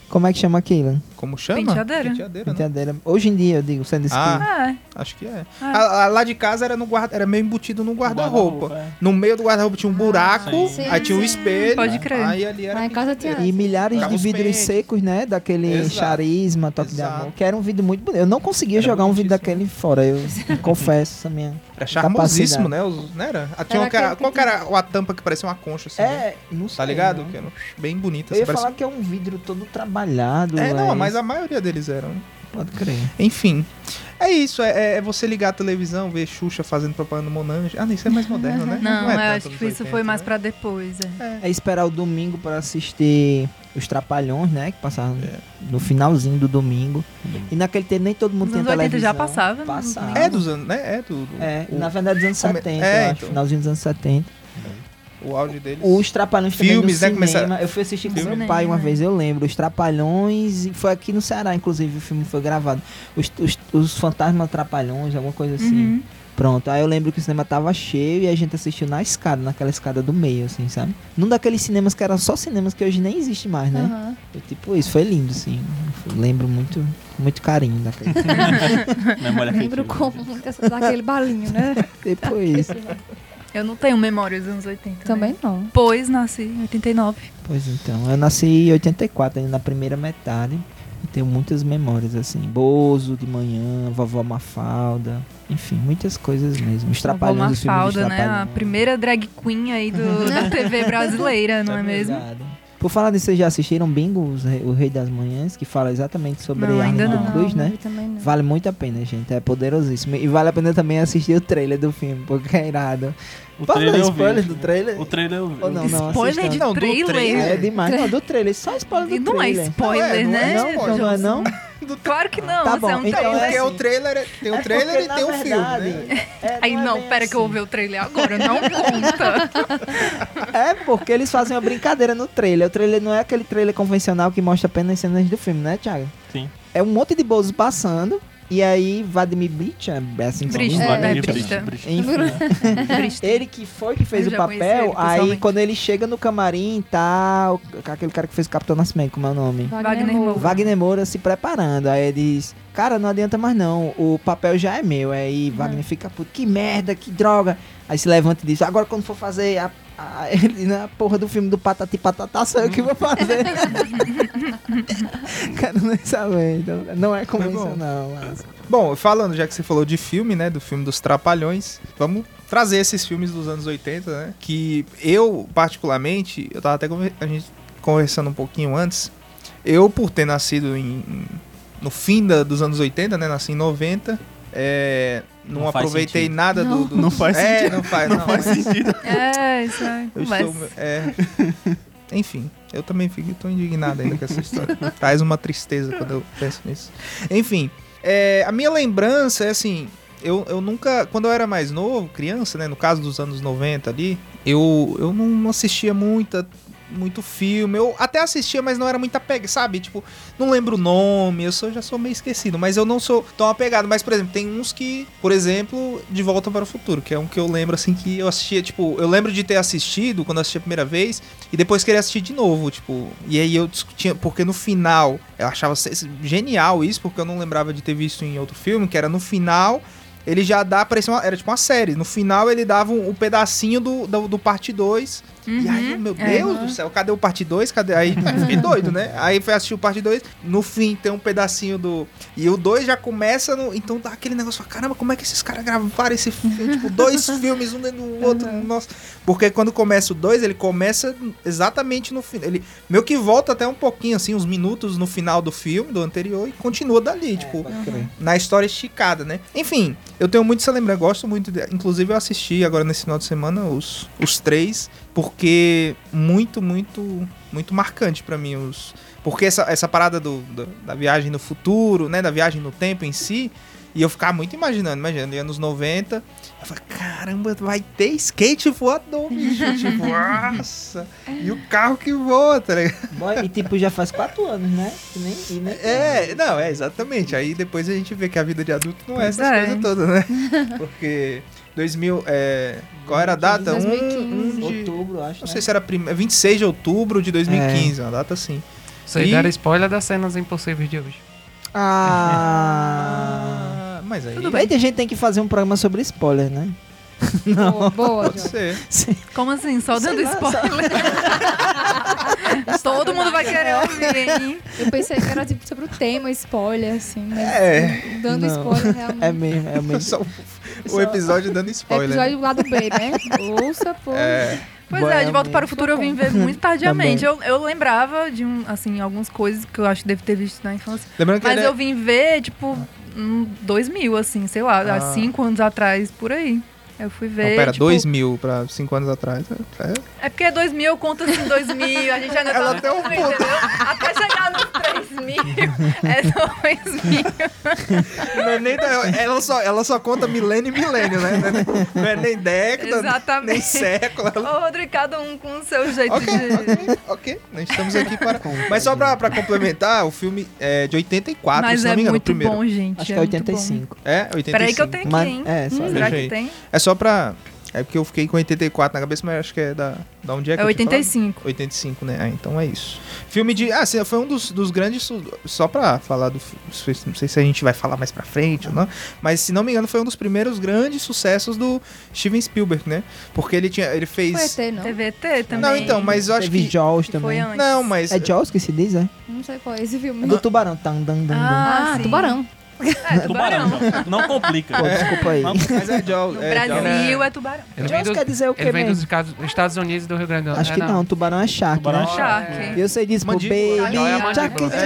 S6: Como é que chama aquilo?
S2: Como chama?
S4: Penteadeira.
S2: Penteadeira, né?
S6: Penteadeira. Hoje em dia, eu digo, sendo isso
S2: Ah.
S4: É.
S2: Acho que é. A- a- lá de casa era, no guarda, era meio embutido no guarda-roupa.
S7: Guarda-roupa, é.
S2: no meio do guarda-roupa tinha um buraco,
S7: sim.
S2: aí tinha um
S5: Sim.
S2: espelho.
S4: Ah, Pode crer.
S2: Aí ali era
S5: Lá em casa tinha.
S6: E milhares
S2: Ficava
S6: de
S2: os
S6: vidros
S2: pentes.
S6: secos, né? Daquele
S2: Exato.
S6: charisma, toque de
S2: Exato.
S6: amor. Que era um vidro muito bonito. Eu não conseguia
S2: Era
S6: jogar um vídeo
S2: bonitíssimo.
S6: daquele fora. Eu confesso essa minha.
S2: Era charmosíssimo, né? Os- não era? Ah, Tinha
S5: Era
S2: um cara-
S5: aquele que
S2: qual que era a tampa que parecia uma concha, assim? né?
S6: É, não sei.
S2: Tá ligado?
S6: não.
S2: Que era bem bonita.
S6: Eu ia
S2: assim,
S6: falar que é um vidro todo trabalhado.
S2: parecia- É, não, mas a maioria deles eram.
S6: Pode crer.
S2: Enfim. É isso, é, é você ligar a televisão, ver Xuxa fazendo propaganda do Monange. Ah, não, isso é mais moderno, né?
S4: Não,
S2: é
S4: eu
S2: tanto
S4: acho
S2: nos
S4: que isso
S2: 80,
S4: foi mais
S2: né?
S4: pra depois. é.
S6: É esperar o domingo pra assistir os Trapalhões, né? Que passavam
S2: É.
S6: no finalzinho do domingo. E naquele tempo nem todo
S4: Nos
S6: mundo tinha
S4: anos 80
S6: televisão.
S4: já passava, né?
S6: Passava.
S2: É dos anos, né? É do. do-
S6: É,
S2: o,
S6: na verdade dos anos
S2: Come-
S6: 70,
S2: é,
S6: eu acho,
S2: então.
S6: finalzinho dos anos 70.
S2: o áudio deles.
S6: Os Trapalhões também
S2: Filmes,
S6: no
S2: né, começaram-
S6: cinema. Eu fui assistir com
S4: Filme.
S6: meu pai uma vez, eu lembro. Os Trapalhões, e foi aqui no Ceará, inclusive, o filme foi gravado. Os, os, os Fantasmas Trapalhões, alguma coisa assim.
S4: Uhum.
S6: Pronto, aí eu lembro que o cinema tava cheio e a gente assistiu na escada, naquela escada do meio, assim, sabe? Num daqueles cinemas que eram só cinemas que hoje nem existe mais, né?
S5: Aham.
S6: E, tipo, isso foi lindo, assim. Eu lembro muito, muito carinho daquele cinema.
S7: Memória
S5: Lembro
S7: afetiva.
S5: como muitas- daquele balinho, né?
S6: tipo isso.
S4: Eu não tenho memória dos anos 80.
S5: Também não.
S4: Depois nasci em 89.
S6: Pois então, eu nasci em 84, ainda na primeira metade. E tenho muitas memórias, assim. Bozo de manhã, vovó Mafalda. Enfim, muitas coisas mesmo. Os Trapalhões, os filmes dos
S4: Mafalda, né? A
S6: Trapalhões.
S4: primeira drag queen aí do, da TV brasileira, não é mesmo?
S6: Verdade. Por falar disso, vocês já assistiram Bingo, os Re- o Rei das Manhãs, que fala exatamente sobre
S4: Não, ainda
S6: Arnaldo
S4: não.
S6: Cruz,
S5: não
S6: né?
S5: vi também não.
S6: Vale muito a pena, gente. É poderosíssimo. E vale a pena também assistir o trailer do filme, porque é irado.
S7: O
S6: Pode dar
S7: trailer eu
S6: spoiler
S7: vi.
S6: do trailer?
S7: O trailer eu vi.
S6: Ou não, não,
S4: Spoiler
S6: assistam.
S4: de
S2: Não, do
S4: trailer.
S2: trailer.
S6: É demais. Não, do trailer. Só spoiler do
S4: E não é
S6: trailer.
S4: spoiler,
S2: Não é,
S4: né?
S2: não é,
S6: Não, não, não é não?
S4: Claro que não,
S6: Tá
S4: isso é
S6: bom,
S4: um
S6: então
S4: trailer.
S2: Porque
S6: é assim.
S2: o trailer, tem o
S6: É
S2: trailer
S6: porque,
S2: e
S6: na
S2: tem o
S6: verdade,
S2: filme, né?
S6: é,
S4: Aí
S6: é
S4: não,
S6: bem
S4: pera que eu vou
S6: assim.
S4: ver o trailer agora, não conta.
S6: É porque eles fazem uma brincadeira no trailer. O trailer não é aquele trailer convencional que mostra apenas cenas do filme, né, Thiago?
S7: Sim.
S6: É um monte de bozos passando. E aí, Vladimir Blitch, é assim que se
S4: Brista,
S6: fala?
S5: né,
S7: Vladimir
S4: Brista.
S7: Brista.
S6: Enfim, ele que foi que fez
S4: Eu
S6: o
S4: já conheci ele
S6: papel, aí
S4: pessoalmente.
S6: quando ele chega no camarim e tal, aquele cara que fez o Capitão Nascimento, como é o nome?
S4: Wagner Moura.
S6: Wagner Moura se preparando. Aí ele diz: Cara, não adianta mais não, o papel já é meu. Aí Wagner fica puto: Que merda, que droga. Aí se levanta e diz: Agora quando for fazer a, a, ele na porra do filme do Patati Patatá, sou eu que vou fazer. Quero nem saber. Então, não é convencional. Mas...
S2: Bom, falando, já que você falou de filme, né? Do filme dos Trapalhões, vamos trazer esses filmes dos anos 80, né? Que eu, particularmente, eu tava até conver- a gente conversando um pouquinho antes. Eu, por ter nascido em- em- no fim da- dos anos 80, né? Nasci em 90. é, não,
S7: Não faz
S2: aproveitei
S7: sentido.
S2: nada do, do-
S7: Não faz
S2: é,
S7: sentido.
S2: não faz, não,
S7: Faz
S2: é.
S7: sentido.
S4: É, isso é.
S2: Eu
S4: conversa.
S2: estou, é. Enfim, eu também fico tô indignado ainda com essa história. Traz uma tristeza quando eu penso nisso. Enfim, é, a minha lembrança é assim. Eu, eu nunca, quando eu era mais novo, criança, né? No caso dos anos 90 ali, eu, eu não assistia muita, muito filme. Eu até assistia, mas não era muito apegado, sabe? Tipo, não lembro o nome, eu sou, já sou meio esquecido, mas eu não sou tão apegado. Mas, por exemplo, tem uns que, por exemplo, De Volta para o Futuro, que é um que eu lembro, assim, que eu assistia, tipo, eu lembro de ter assistido quando eu assisti a primeira vez e depois queria assistir de novo, tipo, e aí eu discutia, porque no final, eu achava se- genial isso, porque eu não lembrava de ter visto em outro filme, que era no final. Ele já dá, parecia uma, era tipo uma série. No final ele dava um, um pedacinho do, do, do parte 2 e aí,
S4: Uhum.
S2: meu
S4: É.
S2: Deus do céu, cadê o parte 2? Cadê? Aí fiquei doido, né? Aí fui assistir o parte 2. No fim tem um pedacinho do. E o 2 já começa no. Então dá aquele negócio, fala, caramba, como é que esses caras gravaram esse filme? tipo, dois filmes, um dentro do outro. Nossa. Porque quando começa o 2, ele começa exatamente no final. Ele meio que volta até um pouquinho, assim, uns minutos no final do filme, do anterior, e continua dali, tipo
S6: É, Pode crer.
S2: na história esticada, né? Enfim, eu tenho muito essa lembrança, gosto muito. de- inclusive, eu assisti agora nesse final de semana os, os três, porque muito, muito, muito marcante pra mim. Os, porque essa, essa parada do, do- da viagem no futuro, né? Da viagem no tempo em si. E eu ficava muito imaginando, imaginando, anos 90. Eu falei, caramba, vai ter skate voador, bicho. tipo, nossa.
S4: É.
S2: E o carro que voa, tá ligado?
S6: Boy, e tipo, já faz quatro anos, né? Que nem, e nem-
S2: É, não, é exatamente. Aí depois a gente vê que a vida de adulto não é
S4: Pois
S2: essas
S4: é.
S2: coisas todas, né? Porque 2000, é, qual era a data?
S5: 2015.
S2: Um, um de,
S6: Outubro, acho.
S2: não
S6: né?
S2: sei se era é prime- 26 de outubro de 2015, uma data assim.
S3: Isso aí
S2: E-
S3: deram spoiler das cenas impossíveis de hoje.
S6: Ah.
S2: Ah, mas aí
S4: Tudo bem.
S6: Aí tem gente que tem que fazer um programa sobre spoiler, né?
S5: Boa, boa,
S2: pode
S5: João.
S2: ser.
S4: Como assim? Só
S6: Sei
S4: dando
S6: lá,
S4: spoiler? Todo mundo vai querer ouvir, hein?
S5: Eu pensei que era tipo sobre o tema, spoiler, assim, né?
S2: É,
S5: Dando
S6: não.
S5: spoiler realmente.
S6: É mesmo, é mesmo.
S2: só o- o episódio dando
S5: É
S2: spoiler.
S5: episódio do lado B, né? Ouça, pô.
S2: É,
S4: Pois
S6: Boa,
S4: é, de volta
S6: amei.
S4: para o futuro eu vim ver muito tardiamente. Eu, eu lembrava de um, assim, algumas coisas que eu acho que devo ter visto na infância.
S2: lembrando que
S4: Mas
S2: ele é-
S4: eu vim ver, tipo, em 2000, assim, sei lá, há
S2: Ah.
S4: cinco anos atrás, por aí. Eu fui ver.
S2: Não, pera,
S4: tipo,
S2: 2000 pra 5 anos atrás. É,
S4: É porque 2000 eu conto assim, 2000, a gente ainda tá
S2: Ela
S4: no
S2: tem um
S4: futuro,
S2: ponto.
S4: entendeu? Até chegar nos 3000, é 2000.
S2: Não é nem da- ela, só, ela só conta milênio e milênio, né? Não é nem, não é nem década,
S4: Exatamente.
S2: nem século. Ela-
S4: Ô, Rodrigo, cada um com o seu jeito
S2: Ok,
S4: de...
S2: ok, ok. Nós estamos aqui para. Mas só pra, pra complementar, o filme é de 84,
S4: Mas
S2: se não
S4: é
S2: me engano, o
S4: muito
S2: primeiro.
S4: bom, gente.
S6: Acho que é
S4: muito bom.
S6: 85.
S2: É, 85.
S4: Peraí que eu tenho aqui,
S6: Mas,
S4: hein?
S6: é, só.
S4: Hum, será
S2: Veja aí.
S4: que tem?
S2: É só pra. É porque eu fiquei com 84 na cabeça, mas acho que é da, da onde é que
S4: É
S2: eu tinha falado?
S4: 85.
S2: 85, né? Ah, então é isso. Filme de. Ah, sim, foi um dos, dos grandes. su- Só pra falar do. fi- Não sei se a gente vai falar mais pra frente ou não. Mas se não me engano, foi um dos primeiros grandes sucessos do Steven Spielberg, né? Porque ele tinha. Ele
S5: Não
S2: fez.
S5: foi ET, não.
S4: TVT também.
S2: Não, então, mas eu acho
S6: Teve
S2: que.
S6: Jaws
S4: Que foi
S6: também.
S4: antes.
S2: Não, mas.
S6: É Jaws que se diz, é?
S5: Não sei qual é esse
S6: É
S5: filme.
S6: do tubarão. Tan, dan, dan, dan.
S5: Ah,
S4: sim.
S5: Tubarão.
S4: É, tubarão.
S7: Tubarão, João. Não complica.
S6: Pô, desculpa aí.
S7: Vamos-
S2: Mas é Jaws.
S4: No
S2: é
S4: Brasil
S2: Jaws.
S4: é tubarão.
S3: Ele vem,
S6: Jaws
S3: dos,
S6: quer dizer o
S3: ele vem
S6: que
S3: dos
S6: mesmo?
S3: Estados- Estados Unidos e do Rio Grande do Norte.
S6: Acho que
S3: É,
S6: não. Tubarão é shark,
S7: Tubarão
S6: né?
S7: é
S4: Shark.
S6: E eu sei disso, pô. Baby
S2: Mandíbula.
S3: Jaws é a
S6: shark.
S3: mandíbula.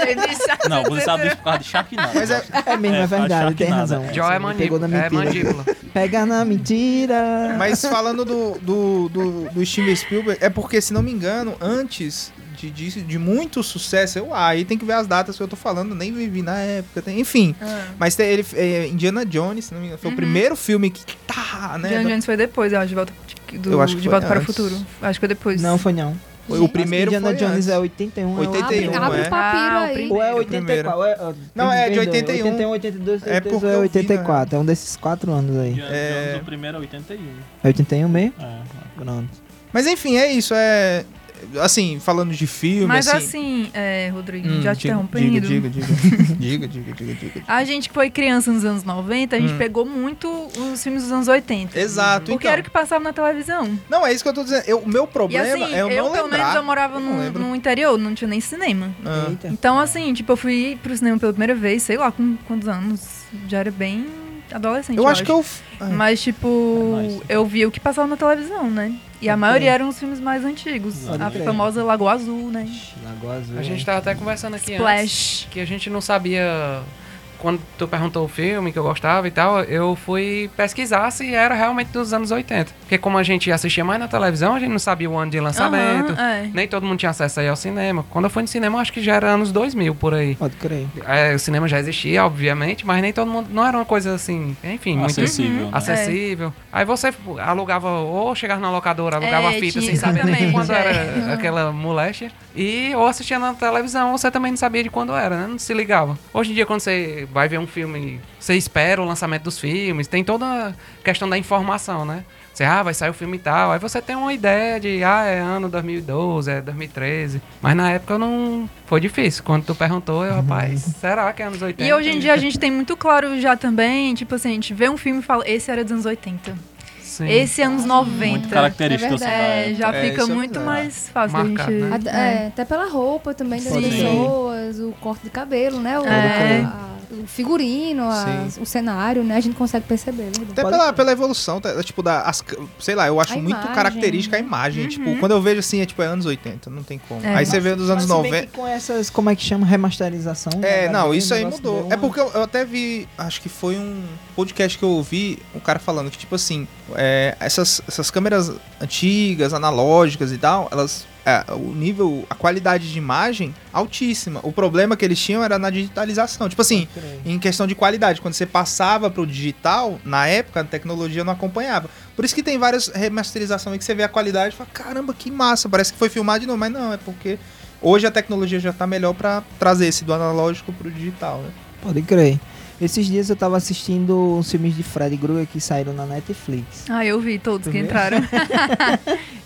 S4: é
S7: Não, você sabe disso por causa de Sharknado.
S2: Mas é-
S6: É mesmo, é,
S7: É,
S6: verdade.
S7: Sharknado,
S6: Tem razão.
S7: é.
S3: Jaws é
S6: Você me Pegou
S3: mandíbula.
S6: na
S3: É
S6: mentira.
S3: mandíbula.
S6: Pega na mentira.
S2: Mas falando do, do, do, do Steven Spielberg, é porque, se não me engano, antes de, de, de muito sucesso, eu, ah, aí tem que ver as datas que eu tô falando, nem vivi na época, tem- enfim.
S4: Ah.
S2: Mas tem, ele, é, Indiana Jones, se não me engano, foi o primeiro filme que tá, né?
S4: Uhum. Indiana
S2: do-
S4: Jones foi depois, eu acho, de volta, do,
S2: Eu acho que
S4: de
S2: foi
S4: volta para o
S2: antes.
S4: futuro. Acho que foi depois.
S6: Não foi não.
S2: foi o primeiro
S6: Indiana
S2: foi
S6: Jones
S2: antes.
S6: é 81. é
S2: 81,
S5: Abre, abre
S2: é.
S5: o papiro
S4: Ah, o
S5: aí.
S4: primeiro.
S6: Ou é
S2: o primeiro.
S6: 84? ou é- ó,
S2: Não, é de
S6: perdoe,
S2: 81.
S6: 81, 82,
S2: É
S6: 82
S2: porque
S6: é
S2: eu vi, né?
S6: 84. É um desses quatro anos aí.
S7: Indiana
S2: É.
S7: Jones, o primeiro é 81.
S6: É 81 mesmo?
S7: É.
S6: Pronto.
S2: Mas enfim, é isso. É. Assim, falando de filme.
S4: Mas
S2: assim,
S4: assim, é, Rodrigo,
S2: Hum,
S4: já te
S2: diga-
S4: interrompendo.
S2: Diga, diga, diga. diga, diga, diga, diga.
S4: A gente que foi criança nos anos 90, a gente
S2: Hum.
S4: pegou muito os filmes dos anos 80.
S2: Exato,
S4: Porque
S2: então.
S4: era o que passava na televisão.
S2: Não, é isso que eu tô dizendo. Eu- o meu
S4: E
S2: problema
S4: assim,
S2: é eu,
S4: eu
S2: não
S4: pelo menos eu
S2: lembrar.
S4: morava
S2: não
S4: no,
S2: lembro.
S4: no interior, não tinha nem cinema.
S2: Ah,
S6: Eita.
S4: Então, assim, tipo, eu fui pro cinema pela primeira vez, sei lá com quantos anos. Já era bem adolescente.
S2: eu acho que eu. Ah.
S4: Mas, tipo,
S7: É nóis.
S4: eu vi o que passava na televisão, né? E a maioria eram os filmes mais antigos.
S7: Pode
S4: a
S6: crer.
S4: famosa Lagoa Azul, né?
S6: Lagoa Azul.
S3: A gente tava até conversando aqui antes.
S4: Splash.
S3: que a gente não sabia. Quando tu perguntou o filme que eu gostava e tal, eu fui pesquisar se era realmente dos anos 80. Porque como a gente assistia mais na televisão, a gente não sabia o ano de lançamento.
S4: Aham, é.
S3: Nem todo mundo tinha acesso aí ao cinema. Quando eu fui no cinema, eu acho que já era anos 2000 por aí.
S6: Pode crer.
S3: É, o cinema já existia, obviamente, mas nem todo mundo. Não era uma coisa assim, enfim, muito
S7: Acessível, né?
S3: acessível. Aí você alugava, ou chegava na locadora, alugava
S4: É,
S3: a fita
S4: tinha,
S3: sem saber nem
S4: exatamente,
S3: quando
S4: é.
S3: era aquela moléstia. E ou assistia na televisão, você também não sabia de quando era, né? Não se ligava. Hoje em dia, quando você vai ver um filme, você espera o lançamento dos filmes, tem toda a questão da informação, né? Você, ah, vai sair o filme e tal. Aí você tem uma ideia de, ah, é ano 2012, é 2013. Mas na época eu não. Foi difícil. Quando tu perguntou, eu, rapaz,
S2: Uhum.
S3: será que é anos 80?
S4: E hoje em dia a gente tem muito claro já também, tipo assim, a gente vê um filme e fala, esse era dos anos 80,
S3: Sim.
S4: esse é anos 90.
S7: Muito característico
S5: É
S7: assim da
S4: É,
S7: época.
S4: já
S2: É,
S4: fica
S2: isso é
S4: muito
S2: verdade.
S4: mais fácil
S3: Marcado,
S4: a gente...
S3: né?
S5: Até, é, até pela roupa também das
S7: Sim.
S5: pessoas, o corte de cabelo, né? O,
S4: É.
S5: a- o figurino, a- o cenário, né? A gente consegue perceber, é verdade.
S2: Até pela, pela evolução, tá, tipo, da, as c- sei lá, eu acho
S5: A
S2: muito
S5: imagem,
S2: característica a imagem. Tipo, quando eu vejo assim, é tipo, é anos 80, não tem como.
S4: É.
S2: Aí você vê dos anos
S6: Mas se bem
S2: 90.
S6: que com essas, como é que chama? Remasterização.
S2: É,
S6: né,
S2: não,
S6: HD,
S2: isso aí
S6: o negócio
S2: mudou.
S6: deu
S2: É
S6: uma-
S2: porque eu, eu até vi, acho que foi um podcast que eu ouvi, um cara falando que, tipo assim, é, essas, essas câmeras antigas, analógicas e tal, elas. é, o nível, a qualidade de imagem altíssima. O problema que eles tinham era na digitalização. Tipo assim, em questão de qualidade, quando você passava pro digital, na época a tecnologia não acompanhava. Por isso que tem várias remasterizações aí que você vê a qualidade e fala, caramba, que massa, parece que foi filmado de novo, mas não, é porque hoje a tecnologia já tá melhor pra trazer esse do analógico pro digital, né?
S6: Pode crer. Esses dias eu tava assistindo uns filmes de Fred Krueger que saíram na Netflix.
S4: Ah, eu vi todos
S6: Tu
S4: que
S6: viu?
S4: entraram.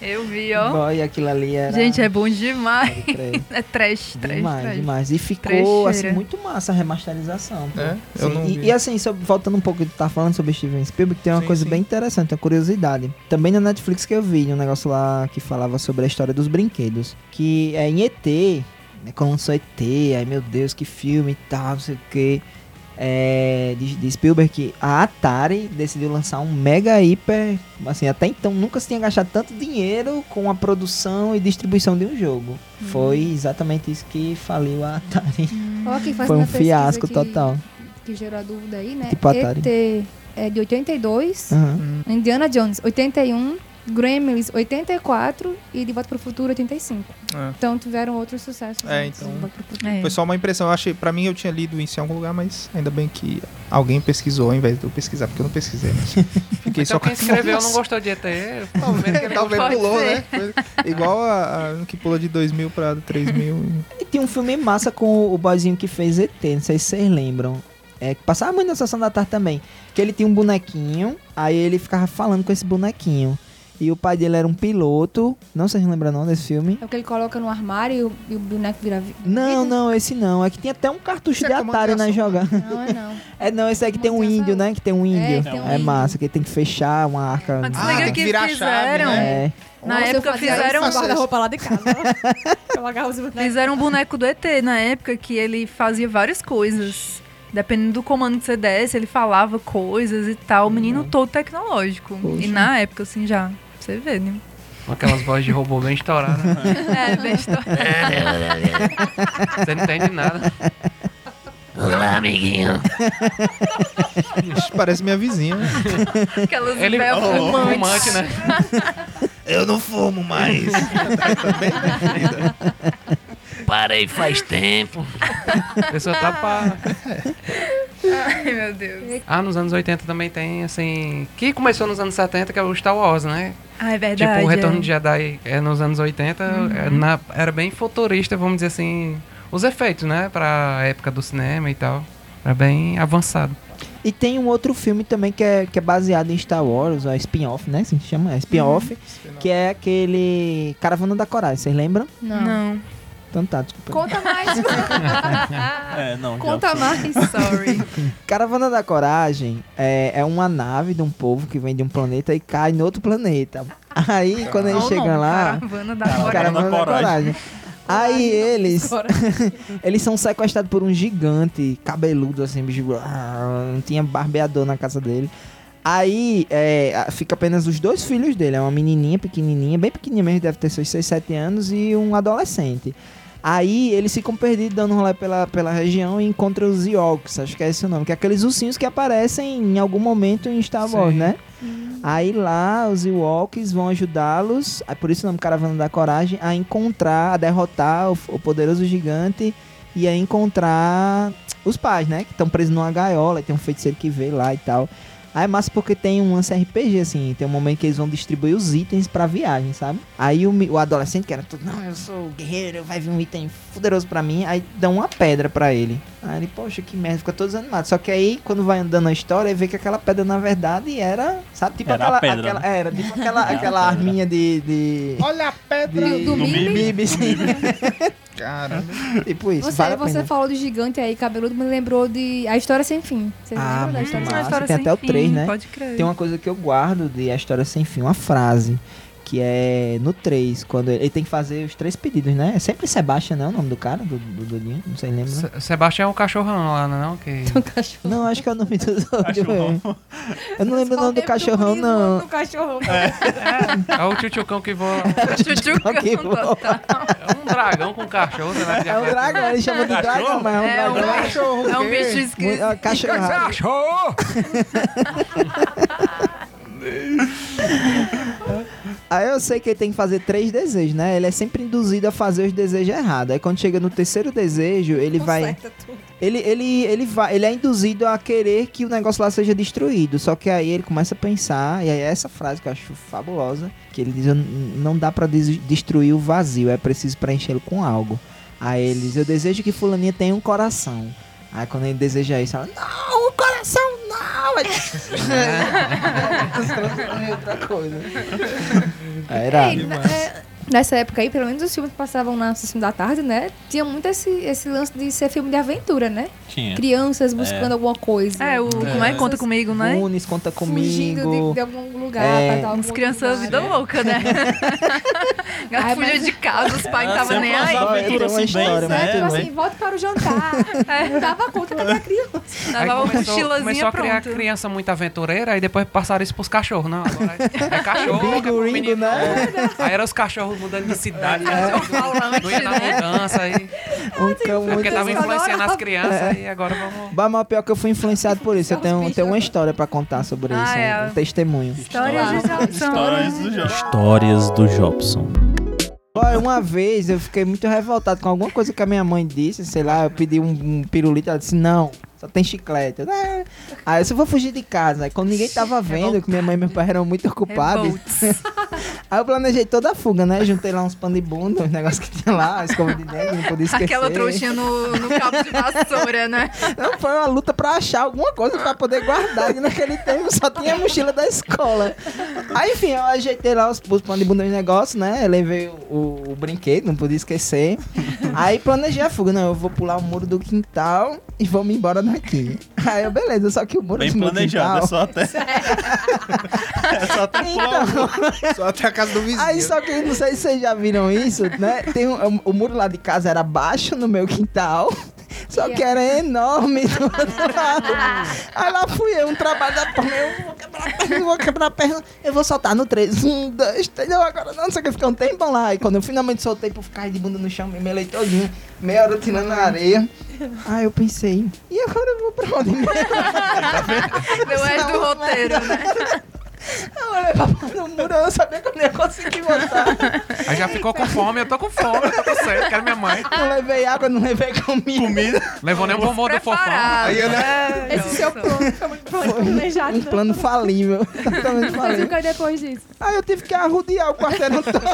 S4: eu vi, ó.
S6: Boy, aquilo ali era...
S4: Gente, é bom demais.
S6: Pode crer.
S4: É trash, trash,
S6: Demais,
S4: trash.
S6: demais. E ficou
S4: Trecheira.
S6: assim, muito massa a remasterização. pô.
S2: É, eu
S6: Sim,
S2: não
S6: e,
S2: vi.
S6: e assim, só voltando um pouco do que tu tá falando sobre Steven Spielberg, tem uma
S2: Sim,
S6: coisa
S2: sim.
S6: bem interessante, uma curiosidade. Também na Netflix que eu vi, um negócio lá que falava sobre a história dos brinquedos. Que é em ET, né, quando lançou ET, ai meu Deus, que filme e tal, não sei o que. É, de, de Spielberg que a Atari decidiu lançar um mega hiper, assim, até então nunca se tinha gastado tanto dinheiro com a produção e distribuição de um jogo. Foi exatamente isso que faliu a Atari.
S5: Ó, quem Uhum. faz
S6: Foi um
S5: uma pesquisa
S6: fiasco
S5: que-
S6: total.
S5: Que gerou a dúvida aí, né?
S6: Tipo Atari. Ah.
S5: ET é de 82,
S6: Aham.
S5: Indiana Jones 81, Gremlins 84 e De Volta pro Futuro 85.
S2: É.
S5: Então tiveram outros sucessos.
S2: É,
S5: antes do
S2: então-
S5: De Volta pro Futuro.
S4: É.
S2: Foi só uma impressão. Eu achei, pra mim eu tinha lido isso em algum lugar, mas ainda bem que alguém pesquisou ao invés de eu pesquisar, porque eu não pesquisei. Né? Fiquei
S3: Então
S2: só com
S3: quem escreveu não
S2: informação.
S3: gostou de ET.
S2: Talvez,
S3: tá
S2: talvez
S4: Pode
S2: pulou,
S4: ser.
S2: né? Coisa- Igual a, a que pula de 2 mil pra 3 mil.
S6: E tem um filme massa com o boyzinho que fez ET, não sei se vocês lembram. É, que passava muito na sessão da tarde também. Que ele tinha um bonequinho, aí ele ficava falando com esse bonequinho. E o pai dele era um piloto. Não sei se lembram não desse filme.
S5: É o que ele coloca no armário e o, e o boneco vira. vi-
S6: Não, não, esse não. É que tinha até um cartucho
S2: Isso é
S6: de
S2: comando
S6: Atari
S2: de
S6: na
S2: ação.
S6: jogada.
S5: Não, é não.
S6: É não, esse é que tem um
S5: Comando de
S6: índio,
S5: ação.
S6: né? Que tem um índio.
S5: É, tem um
S6: É
S5: índio.
S6: massa, que ele tem que fechar uma arca.
S4: Mas
S2: Ah,
S4: desliga
S2: tem que
S4: que
S2: virar a chave,
S4: fizeram.
S2: né?
S6: É.
S4: Na
S5: Nossa, eu
S4: época
S5: fazia isso,
S4: fizeram-
S5: eu guardava roupa lá de casa. eu largava os bonecos.
S4: Fizeram um boneco do ET na época que ele fazia várias coisas. Dependendo do comando que você desse, ele falava coisas e tal. O menino todo tecnológico.
S6: Poxa.
S4: E na época, assim, já. Você vê, né?
S3: Com aquelas vozes de robô bem estouradas. né?
S4: É, bem
S3: Você não entende nada.
S8: Olá, amiguinho.
S2: Ixi, Parece minha vizinha. né?
S4: Aquelas
S3: Ele é
S4: véu fumantes.
S3: fumante, né?
S2: Eu não fumo mais. Também, né? Ainda.
S8: Parei faz tempo.
S3: A pessoa tá pra...
S4: Ai, meu Deus.
S3: Ah, nos anos 80 também tem, assim... Que começou nos anos 70, que é o Star Wars, né?
S4: Ah, é verdade.
S3: tipo, o Retorno
S4: é. Uhum.
S3: de Jedi é nos anos 80. é na- era bem futurista, vamos dizer assim... Os efeitos, né? Pra época do cinema e tal. Era bem avançado.
S6: E tem um outro filme também que é, que é baseado em Star Wars, ó, spin-off, né? Assim que se chama, é spin-off. Que é aquele Caravana da Coragem, vocês lembram?
S5: Não.
S4: Não,
S6: Então tá, desculpa.
S5: Conta mais,
S7: É, não, já
S5: conta
S7: foi.
S5: mais.
S4: sorry.
S6: Caravana da Coragem é, é uma nave de um povo que vem de um planeta e cai no outro planeta. Aí, quando eles
S4: Olha o
S6: chegam
S4: nome,
S6: lá,
S4: Caravana da
S7: Caravana.
S4: Coragem.
S6: Caravana da
S7: Coragem.
S6: Coragem. Aí eles, eles são sequestrados por um gigante cabeludo, assim, bicho. ah, Não tinha barbeador na casa dele. Aí é, a- fica apenas os dois filhos dele. É uma menininha pequenininha, bem pequenininha mesmo, deve ter seus 6, 7 anos, e um adolescente. Aí eles ficam perdidos dando rolê pela, pela região e encontram os Yorks, acho que é esse o nome, que é aqueles ursinhos que aparecem em algum momento em Star Wars,
S3: Sim.
S6: né? Aí lá os Ewoks vão ajudá-los, aí por isso o nome Caravana da Coragem, a encontrar, a derrotar o, o poderoso gigante e a encontrar os pais, né? Que estão presos numa gaiola, e tem um feiticeiro que vê lá e tal. Aí é massa porque tem um lance RPG, assim, tem um momento que eles vão distribuir os itens pra viagem, sabe? Aí o, mi- o adolescente que era tudo, não, eu sou guerreiro, vai vir um item poderoso pra mim, aí dão uma pedra pra ele. Aí ele, poxa, que merda, fica todo desanimado. Só que aí, quando vai andando a história, ele vê que aquela pedra, na verdade, era, sabe, tipo
S7: Era a
S6: aquela.
S7: pedra,
S6: aquela
S7: né?
S6: Era, tipo aquela,
S7: Era a
S6: aquela
S7: pedra.
S6: arminha de. de...
S2: Olha a pedra.
S6: de-
S5: Do Mimbi?
S6: Mimbi, sim.
S2: Cara,
S6: tipo isso,
S5: Você,
S6: vale a
S5: você
S6: pena.
S5: falou do gigante aí, cabeludo, me lembrou de A História Sem Fim. Você
S6: Ah,
S5: lembra da
S6: muito
S5: História Sem
S6: massa.
S5: Fim?
S6: tem até o três, né?
S4: Pode crer.
S6: Tem uma coisa que eu guardo de A História Sem Fim, uma frase. Que é no 3, quando ele, ele tem que fazer os três pedidos, né? É sempre Sebastião, né? O nome do cara, do, do Dudinho, não sei, lembra?
S4: Uhum.
S6: né?
S3: Se- Sebastião é o cachorrão lá, não é? não? Que...
S5: Do cachorro.
S6: Não, acho que é o nome do é.
S7: Cachorrão.
S6: Eu não lembro o nome do cachorrão, não.
S5: Do cachorrão.
S3: É o tchutchucão que voa...
S4: Tchutchucão
S6: Ok, bom.
S4: total.
S3: É um dragão com cachorro, sei lá. que
S6: É um
S3: diabo
S6: dragão, ele chama de dragão,
S7: Cachorro?
S6: mas é
S4: É
S6: um
S4: um
S6: dragão.
S2: cachorro.
S4: É um
S2: quê?
S4: bicho esquisito.
S6: Muito- ó, Cachorrado.
S3: Cachorro!
S6: Aí eu sei que ele tem que fazer três desejos, né? Ele é sempre induzido a fazer os desejos errados. Aí quando chega no terceiro desejo, ele vai.
S1: Conserta tudo.
S6: Ele, ele, ele vai. Ele é induzido a querer que o negócio lá seja destruído. Só que aí ele começa a pensar, e aí é essa frase que eu acho fabulosa, que ele diz: "Eu n- não dá pra des- destruir o vazio, é preciso preenchê-lo com algo. Aí ele diz, eu desejo que fulaninha tenha um coração. Aí quando ele deseja isso, ela, não, o coração não! Aí- Transforma em outra coisa. Aí era.
S5: Ei, na- é, nessa época aí, pelo menos os filmes que passavam na sessão da tarde, né? Tinha muito esse, esse lance de ser filme de aventura, né?
S7: Tinha.
S5: Crianças buscando alguma coisa.
S4: É, o como é conta comigo, né?
S6: Unis, conta
S5: Fugindo de,
S6: comigo.
S5: de algum Tipo lugar
S6: É.
S5: pra dar
S4: As
S5: alguma
S4: crianças
S5: oportunidade.
S4: vida louca, né?
S5: Ai,
S4: Ela fugiu
S5: mas-
S4: de casa, os pais não estavam nem aí.
S6: usava- Tem
S7: aventura
S6: uma
S7: assim bem,
S6: história,
S5: É,
S7: né?
S5: tipo
S7: bem-
S5: assim, volta para o jantar.
S4: É.
S5: Não dava conta da minha criança.
S3: Aí
S4: Levava uma
S3: começou
S4: mochilazinha
S3: a criar
S4: pronta.
S3: criança muito aventureira, aí depois passaram isso pros cachorros. Não, agora é, é cachorro. que é pro
S6: Bingo,
S3: menino. é.
S6: ringo, né?
S3: Aí eram os cachorros mudando de
S4: É.
S3: cidade. né? Não ia na
S4: né?
S3: mudança aí. é
S6: Um cão
S3: Porque
S6: muito
S3: tava influenciando as crianças e agora vamos.
S6: Bah, mas pior que eu fui influenciado por isso. Eu
S5: São os
S6: tenho,
S5: bichos
S6: tenho uma
S5: agora.
S6: história pra contar sobre
S4: Ah,
S6: isso. um-
S4: é.
S6: Um testemunho.
S4: Histórias de Jobson.
S7: Histórias do Jobson. Histórias do Jobson.
S6: Olha, uma vez eu fiquei muito revoltado com alguma coisa que a minha mãe disse. Sei lá, eu pedi um, um pirulito. Ela disse: Não, só tem chiclete. Eu, "Ah". Aí eu só vou fugir de casa. Aí Quando ninguém tava vendo, que minha mãe e meu pai eram muito ocupados.
S4: é Revolts.
S6: Aí eu planejei toda a fuga, né? Juntei lá uns pano de bunda, os negócios que tinha lá, a escova de dente, não podia esquecer.
S4: Aquela trouxinha no, no cabo de vassoura, né?
S6: Não, foi uma luta pra achar alguma coisa pra poder guardar. E naquele tempo só tinha a mochila da escola. Aí, enfim, eu ajeitei lá os, os panos de bunda de negócio, né? Eu levei o, o- o brinquedo, não podia esquecer. Aí planejei a fuga. Não, eu vou pular o muro do quintal e vou me embora daqui. Aí eu, beleza, só que o muro
S7: Bem
S6: do meu
S7: planejado, é
S6: quintal-
S7: só até. é só até pular.
S6: Então,
S2: Só até a casa do vizinho.
S6: Aí só que não sei se vocês já viram isso, né? Tem um- um- o muro lá de casa era baixo no meu quintal. Só que era enorme do outro lado. Aí lá fui eu, um trabalho da porra. Eu vou quebrar a perna, eu vou quebrar a perna. Eu vou soltar no 3. Um, dois, três. Eu agora não sei o que. Fiquei um tempão lá. E quando eu finalmente soltei por ficar de bunda no chão, me melei todinho. Meia hora tirando na areia. Aí eu pensei, e agora eu vou pra onde mesmo?
S4: Não é do roteiro, né?
S6: Eu olhei pra porra do muro, eu não sabia que eu não ia conseguir voltar.
S3: Aí já ficou com fome, eu tô com fome, eu tô com sede, quero minha mãe.
S6: Não levei água, não levei comida.
S3: Levou nem um pomô do fofão.
S4: Preparado.
S2: Aí eu,
S4: né?
S5: Esse seu plano foi muito planejado.
S6: Um plano falível. Totalmente
S5: Mas o
S6: falível.
S5: que é depois disso?
S6: Aí eu tive que arrodear o quarteirão todo.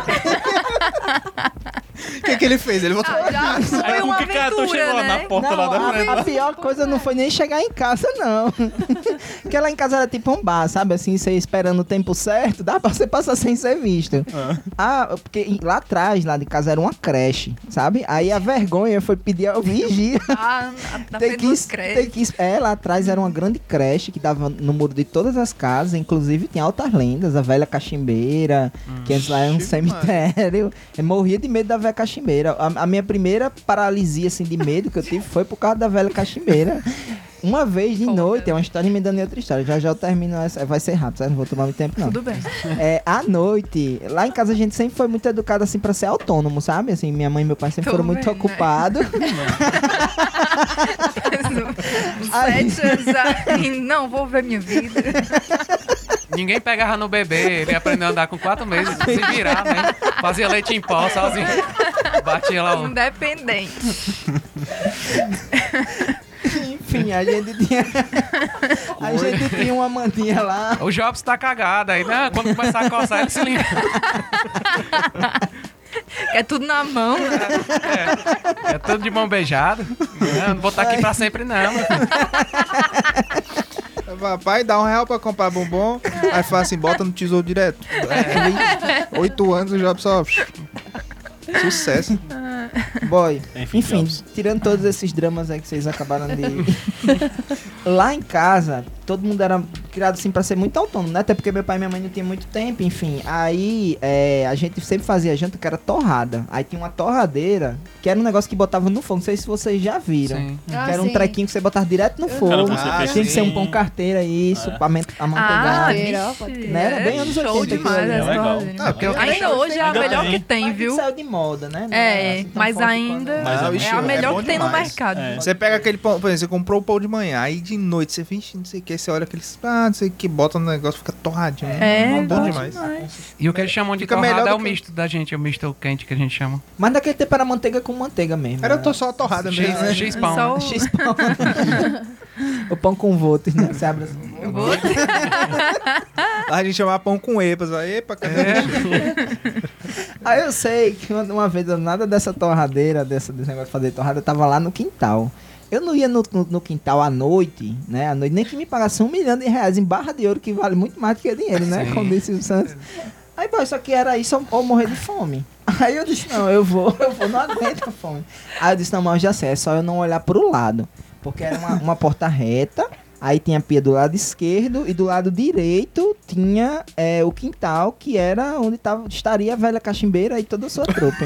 S2: O que, que ele fez? Ele voltou.
S4: Ah, já foi
S7: Aí o
S4: uma
S7: que cara
S4: aventura,
S7: chegou lá
S4: né?
S7: na porta lá da frente.
S6: a, a pior coisa não foi nem chegar em casa, não. Porque lá em casa era tipo um bar, sabe? Assim, você esperando o tempo certo, dá pra você passar sem ser visto.
S5: É.
S6: Ah, porque em- lá atrás, lá de casa, era uma creche, sabe? Aí a vergonha foi pedir ao vigia.
S4: Ah, na
S6: Tem
S4: frente
S6: que,
S4: dos
S6: tem
S4: créditos.
S6: que, é, lá atrás era uma grande creche que dava no muro de todas as casas, inclusive tinha altas lendas, a velha cachimbeira, que antes lá era um
S2: Ixi,
S6: cemitério. Eu morria de medo da velha cachimbeira. A, a minha primeira paralisia assim, de medo que eu tive foi por causa da velha cachimbeira. Uma vez de
S4: Foda.
S6: noite, é uma história emendando em outra história. Já já eu termino essa. Vai ser rápido, sabe? Não vou tomar muito tempo, não.
S4: Tudo bem.
S6: É, à noite, lá em casa a gente sempre foi muito educado assim pra ser autônomo, sabe? Assim, minha mãe e meu pai sempre
S4: Tô
S6: foram muito
S4: vendo, né?
S6: ocupados.
S4: Sete anos assim, não vou ver minha vida.
S3: Ninguém pegava no bebê, ele aprendeu a andar com quatro meses, se virar, né? Fazia leite em pó sozinho. Batia lá um- o.
S4: Independente.
S6: Enfim, a gente tinha. a gente tinha uma mantinha lá.
S3: O Jobs tá cagado aí, né? Quando começar a coçar, ele se limpa.
S4: É tudo na mão.
S3: É tudo de mão beijada. Não, não vou estar aqui pra sempre, não. meu filho.
S2: Papai, dá um real pra comprar bombom. Aí fala assim, bota no tesouro direto. É. Oito anos o Job só... Sucesso.
S6: Boy.
S7: Enfim,
S6: Enfim,
S7: Jobs.
S6: tirando todos esses dramas aí que vocês acabaram de. lá em casa, todo mundo era criado assim pra ser muito autônomo, né? Até porque meu pai e minha mãe não tinham muito tempo, enfim. Aí é, a gente sempre fazia janta que era torrada. Aí tinha uma torradeira, que era um negócio que botava no fogo. Não sei se vocês já viram.
S3: Sim.
S6: Que
S5: Ah,
S6: era um
S5: sim.
S6: trequinho que você botava direto no
S7: Cara,
S6: fogo.
S7: você
S2: Ah,
S7: fez
S6: Tinha que ser um
S7: assim.
S6: pão carteira, isso,
S7: É.
S6: a men-
S5: Ah,
S6: amanteigado.
S5: Madeira,
S4: Ah, vixe,
S5: ó, pode-
S6: Né? Era bem anos
S4: Show
S6: 80 aquilo
S4: demais né?
S6: ali,
S7: é
S4: as
S7: legal.
S4: torres.
S2: Ah, porque eu-
S4: Ainda hoje é a
S7: Ainda
S4: melhor
S7: tem.
S4: que tem,
S6: Mas
S4: viu?
S6: Saiu de moda, né? Não
S4: É,
S6: assim tão
S4: mas
S6: forte
S4: ainda
S6: quanto-
S7: Mas é
S4: é a
S2: bom
S4: melhor que tem no
S2: demais.
S4: mercado.
S7: É.
S2: Você pega aquele pão, por exemplo, você comprou o pão de manhã, aí de noite você, vixe, não sei o que, aí você olha aqueles, ah, Ah, não sei o que, bota no negócio, fica torradinho.
S4: É,
S2: Hum, bom
S4: bom
S2: demais.
S3: E o que eles chamam de
S2: Fica
S3: torrada
S2: melhor
S3: é
S2: do
S3: o
S2: que-
S3: misto da gente, é o misto quente que a gente chama.
S6: Mas naquele tempo era manteiga com manteiga mesmo.
S2: Era tô só a torrada
S3: X-
S2: mesmo. né?
S3: X-Pão.
S4: É Só o-
S6: X-pão. o pão com voto, né? Você abre assim.
S2: Lá a gente chamava pão com epas. Aí, epa, cadê?
S6: Aí Ah, eu sei que uma, uma vez nada dessa torradeira, dessa, desse negócio de fazer torrada, eu tava lá no quintal. Eu não ia no, no- no quintal à noite, né? À noite, nem que me pagasse um milhão de reais em barra de ouro, que vale muito mais do que dinheiro, né?
S3: Sim.
S6: Como disse o Santos. Aí, pô, isso aqui era isso ou morrer de fome. Aí eu disse, não, eu vou, eu vou, não aguento a fome. Aí eu disse, não, mas eu já sei, é só eu não olhar pro lado. Porque era uma, uma porta reta, aí tinha a pia do lado esquerdo e do lado direito tinha é, o quintal, que era onde tava, estaria a velha cachimbeira e toda a sua tropa.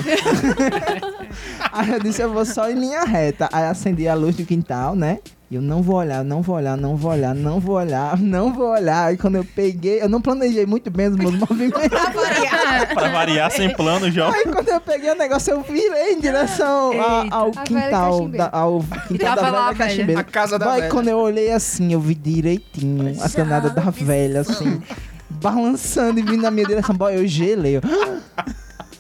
S6: aí eu disse, eu vou só em linha reta. Aí acendi a luz do quintal, né? E eu não vou olhar, não vou olhar, não vou olhar, não vou olhar, não vou olhar. Aí quando eu peguei, eu não planejei muito bem os meus movimentos.
S7: É, Pra variar sem plano já.
S6: Aí quando eu peguei o negócio, eu virei em direção a-
S4: Eita.
S6: ao
S5: velha
S6: quintal.
S5: cachimbeira.
S6: da- ao
S4: E
S6: quintal
S4: tava
S6: da
S4: lá a
S6: velha
S4: velha.
S6: cachimbeira.
S2: A casa da
S6: Vai,
S2: velha.
S6: quando eu olhei assim, eu vi direitinho a danada da velha, assim, balançando e vindo na minha direção. Boy, eu gelei. eu-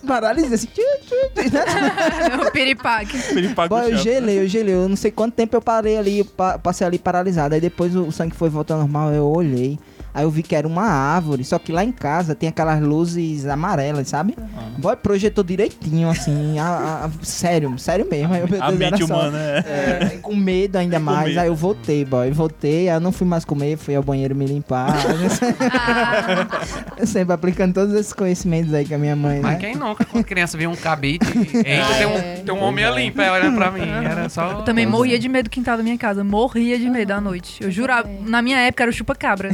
S6: Paralisei assim. tchu, tchu, tchu, né?
S4: o piripaque.
S7: Ele paga
S6: Boy,
S7: o
S6: eu
S7: chefe.
S6: gelei, eu gelei. Eu não sei quanto tempo eu parei ali, eu pa- passei ali paralisado. Aí depois o sangue foi voltando ao normal, eu olhei. Aí eu vi que era uma árvore, só que lá em casa tem aquelas luzes amarelas, sabe?
S7: Ah.
S6: Boy, projetou direitinho, assim, a- a- sério, sério mesmo. Aí eu, meu
S7: A
S6: Deus, era
S7: mente
S6: só-
S7: humana, é.
S6: é, com medo ainda
S7: Com
S6: mais.
S7: medo.
S6: Aí eu voltei, boy. Voltei, aí eu não fui mais comer, fui ao banheiro me limpar.
S4: Ah.
S6: Eu Sempre aplicando todos esses conhecimentos aí que a minha mãe.
S3: Mas
S4: é
S6: né?
S3: quem nunca, quando criança, viu um cabide? Eita, tem um, tem um homem ali em pé olhando pra mim. Era só.
S4: Eu também morria de medo do quintal da minha casa. Morria de medo à noite. Eu jurava.
S5: também.
S4: Na minha época era o chupa-cabra.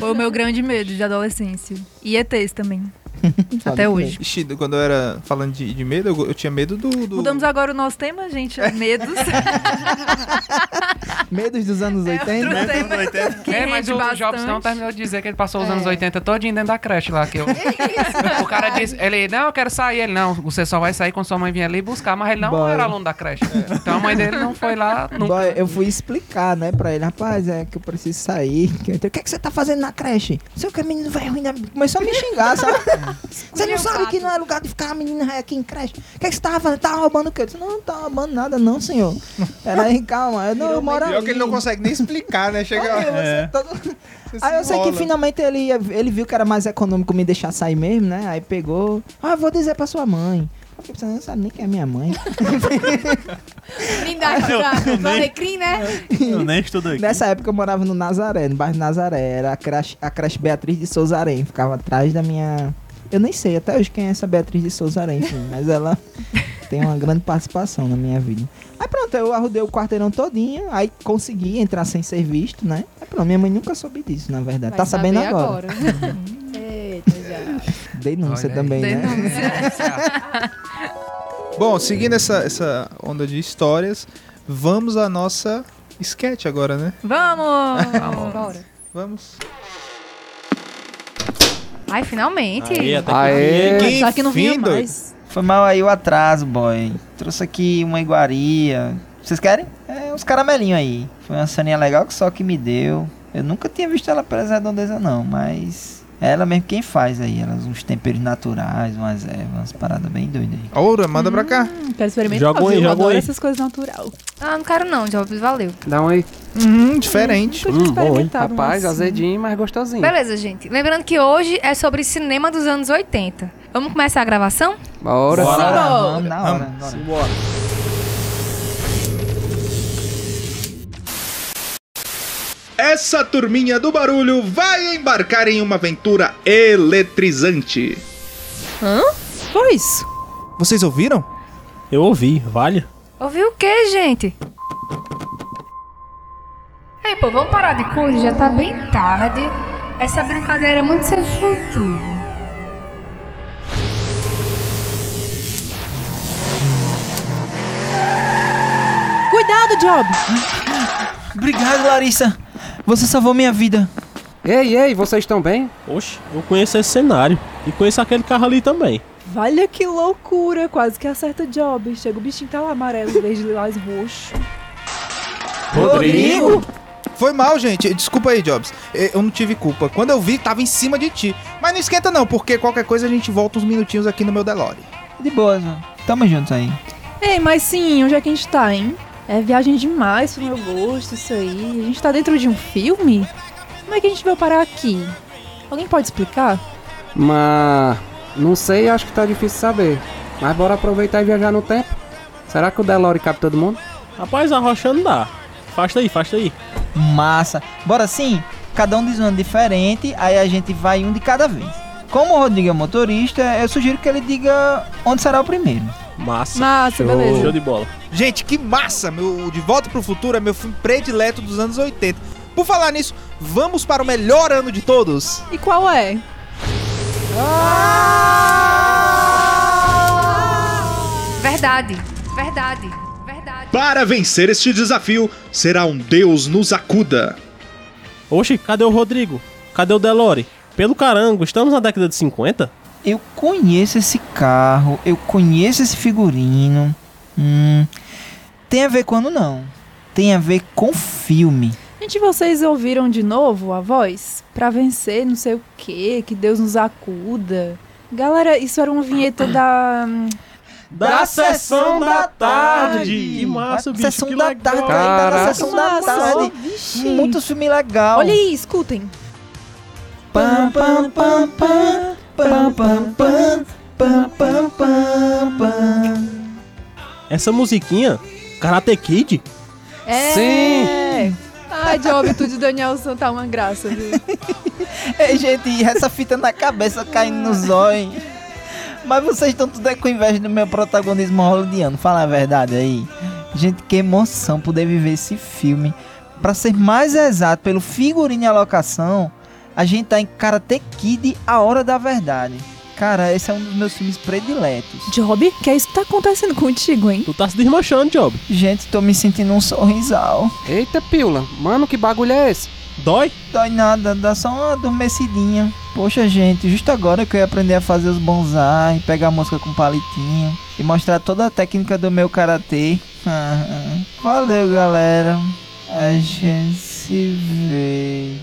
S4: Foi o meu grande medo de adolescência. E ETs também.
S6: Sabe
S4: tá Até
S6: que-
S4: hoje.
S2: Ixi, quando eu era falando de, de medo, eu, eu tinha medo do. do-
S4: Mudamos agora o nosso tema, gente. É Medos.
S6: Medos dos anos
S4: É,
S6: 80.
S4: outro tema. Que
S3: É, mas
S4: rende
S3: o
S4: bastante.
S3: Jobs não terminou de dizer que ele passou os
S5: É.
S3: anos 80 todinho dentro da creche lá. Que eu- o cara disse, ele, não, eu quero sair. Ele, não, você só vai sair quando sua mãe vier ali buscar. Mas ele não
S6: Boy.
S3: era aluno da creche. Então a mãe dele não foi lá nunca.
S6: Boy, eu fui explicar, né, pra ele, rapaz, é que eu preciso sair. que eu entrei- O que, é que você tá fazendo na creche? Seu que é menino vai ruim da. Começou a me xingar, sabe? Você não sabe que não é lugar de ficar a menina aqui em creche. O que, é que você tava fazendo? Tá roubando o quê? Eu disse, não, não tava roubando nada, não, senhor. Peraí, calma. Eu não, eu moro
S2: Pior que ele não
S6: ali.
S2: consegue nem explicar, né? Chega.
S6: Olha, você tá
S7: É.
S6: todo-
S2: você se
S6: Aí eu sei que
S2: enrola.
S6: finalmente ele, ele viu que era mais econômico me deixar sair mesmo, né? Aí pegou. Ah, vou dizer pra sua mãe. Porque Você não sabe nem quem é minha mãe.
S5: Linda, ajuda. Alecrim, né?
S7: Eu nem estudo aqui.
S6: Nessa época eu morava no Nazaré, no bairro do Nazaré. Era a creche, a creche Beatriz de Souza Arém. Ficava atrás da minha. Eu nem sei até hoje quem é essa Beatriz de Souza Arém, enfim, mas ela tem uma grande participação na minha vida. Aí pronto, eu arrudei o quarteirão todinho, aí consegui entrar sem ser visto, né? Aí pronto, minha mãe nunca soube disso, na verdade.
S5: Vai
S6: tá sabendo
S5: saber
S6: agora.
S5: Eita, já.
S6: Denúncia
S3: Olha aí.
S6: também, né?
S2: Bom, seguindo essa, essa onda de histórias, vamos à nossa sketch agora, né?
S4: Vamos!
S5: Bora.
S2: Vamos.
S5: Ai, finalmente.
S7: Aí, é até que
S4: Tá
S6: Aê.
S7: enfim.
S5: É, Só que não vinha
S2: Enfim, doido.
S5: mais.
S6: Foi mal aí o atraso, boy. Trouxe aqui uma iguaria. Vocês querem? É, uns caramelinhos aí. Foi uma saninha legal que só que me deu. Eu nunca tinha visto ela pelas redondezas, não, mas. É ela mesmo quem faz aí. Elas, uns temperos naturais, umas ervas, umas paradas bem doidas aí.
S2: Aura, manda pra cá.
S4: Quero experimentar.
S7: Joga um aí,
S4: viu?
S7: joga
S4: Eu
S7: um
S4: adoro
S7: aí.
S4: essas coisas natural.
S5: Ah, não quero não, Jobs. Valeu.
S3: Dá um aí.
S2: Hum, diferente.
S4: Nunca tinha experimentado.
S3: Rapaz,
S5: né?
S4: nossa.
S3: azedinho, mas gostosinho.
S5: Beleza, gente. Lembrando que hoje é sobre cinema dos anos 80. Vamos começar a gravação?
S3: Bora.
S6: Vamos na hora. na hora.
S2: Essa turminha do barulho vai embarcar em uma aventura eletrizante.
S4: Foi isso.
S2: Vocês ouviram?
S7: Eu ouvi, vale?
S5: Ouviu o que, gente? Ei, pô, vamos parar de coisa, já tá bem tarde. Essa brincadeira é muito sem sentido.
S4: Cuidado, Jobs!
S6: Obrigado, Larissa. Você salvou minha vida.
S9: Ei, ei, vocês estão bem?
S7: Oxe, eu conheço esse cenário. E conheço aquele carro ali também.
S10: Olha que loucura, quase que acerta job. Chega o bichinho tá lá amarelo em vez de lilás roxo.
S6: Rodrigo?
S2: Foi mal, gente. Desculpa aí, Jobs. Eh, Eu não tive culpa. Quando eu vi, tava em cima de ti. Mas não esquenta não, porque qualquer coisa a gente volta uns minutinhos aqui no meu Delore.
S6: De boa, mano. Tamo junto aí.
S4: Ei, mas sim, onde é que a gente tá, hein? É viagem demais pro meu gosto, isso aí. A gente tá dentro de um filme? Como é que a gente veio parar aqui? Alguém pode explicar?
S3: Mas não sei, acho que tá difícil saber. Mas bora aproveitar e viajar no tempo. Será que o Delore cabe todo mundo?
S7: Rapaz, arrochando dá. Afasta aí, afasta aí.
S6: Massa. Bora sim? Cada um diz um ano diferente, aí a gente vai um de cada vez. Como o Rodrigo é motorista, eu sugiro que ele diga onde será o primeiro.
S7: Massa.
S4: Massa, beleza.
S7: Show de bola.
S2: Gente, que massa! Meu De Volta pro Futuro é meu filme predileto dos anos 80. Por falar nisso, vamos para o melhor ano de todos.
S4: E qual é?
S11: Verdade, verdade, verdade.
S12: Para vencer este desafio, será um Deus nos acuda.
S7: Oxi, cadê o Rodrigo? Cadê o Delore? Pelo carango, estamos na década de 50?
S6: Eu conheço esse carro, eu conheço esse figurino. Hum. Tem a ver com ano, não. Tem a ver com filme.
S4: Gente, vocês ouviram de novo a voz? Pra vencer, não sei o quê, que Deus nos acuda. Galera, isso era uma vinheta da.
S6: Da sessão da tarde.
S7: Que massa, bicho.
S6: sessão
S7: que
S6: da
S7: legal.
S6: tarde, tá na
S3: Caraca.
S6: sessão da
S4: Massa,
S6: tarde.
S4: vixe.
S6: Muito filme legal.
S4: Olha aí, escutem.
S6: Pam, pam, pam, pam, pam, pam, pam, pam, pam, pam, pam.
S7: Essa musiquinha, Karate Kid,
S4: É.
S3: Sim.
S4: Ai, de óbito de Daniel Santa é uma graça, viu?
S6: Ei, gente, essa fita na cabeça caindo no zóio. Mas vocês estão tudo é com inveja do meu protagonismo hollywoodiano. Fala a verdade aí. Gente, que emoção poder viver esse filme. Pra ser mais exato, pelo figurino e a locação, a gente tá em Karate Kid A Hora da Verdade. Cara, esse é um dos meus filmes prediletos.
S4: Job, que é isso que tá acontecendo contigo, hein?
S7: tu tá se desmanchando, Job.
S6: Gente, tô me sentindo um sorrisal.
S3: Eita, pila. Mano, que bagulho é esse?
S7: Dói?
S6: Dói nada, dá só uma adormecidinha. Poxa, gente, justo agora que eu ia aprender a fazer os bonsai, pegar a mosca com palitinho e mostrar toda a técnica do meu karatê. Valeu, galera. A gente se vê.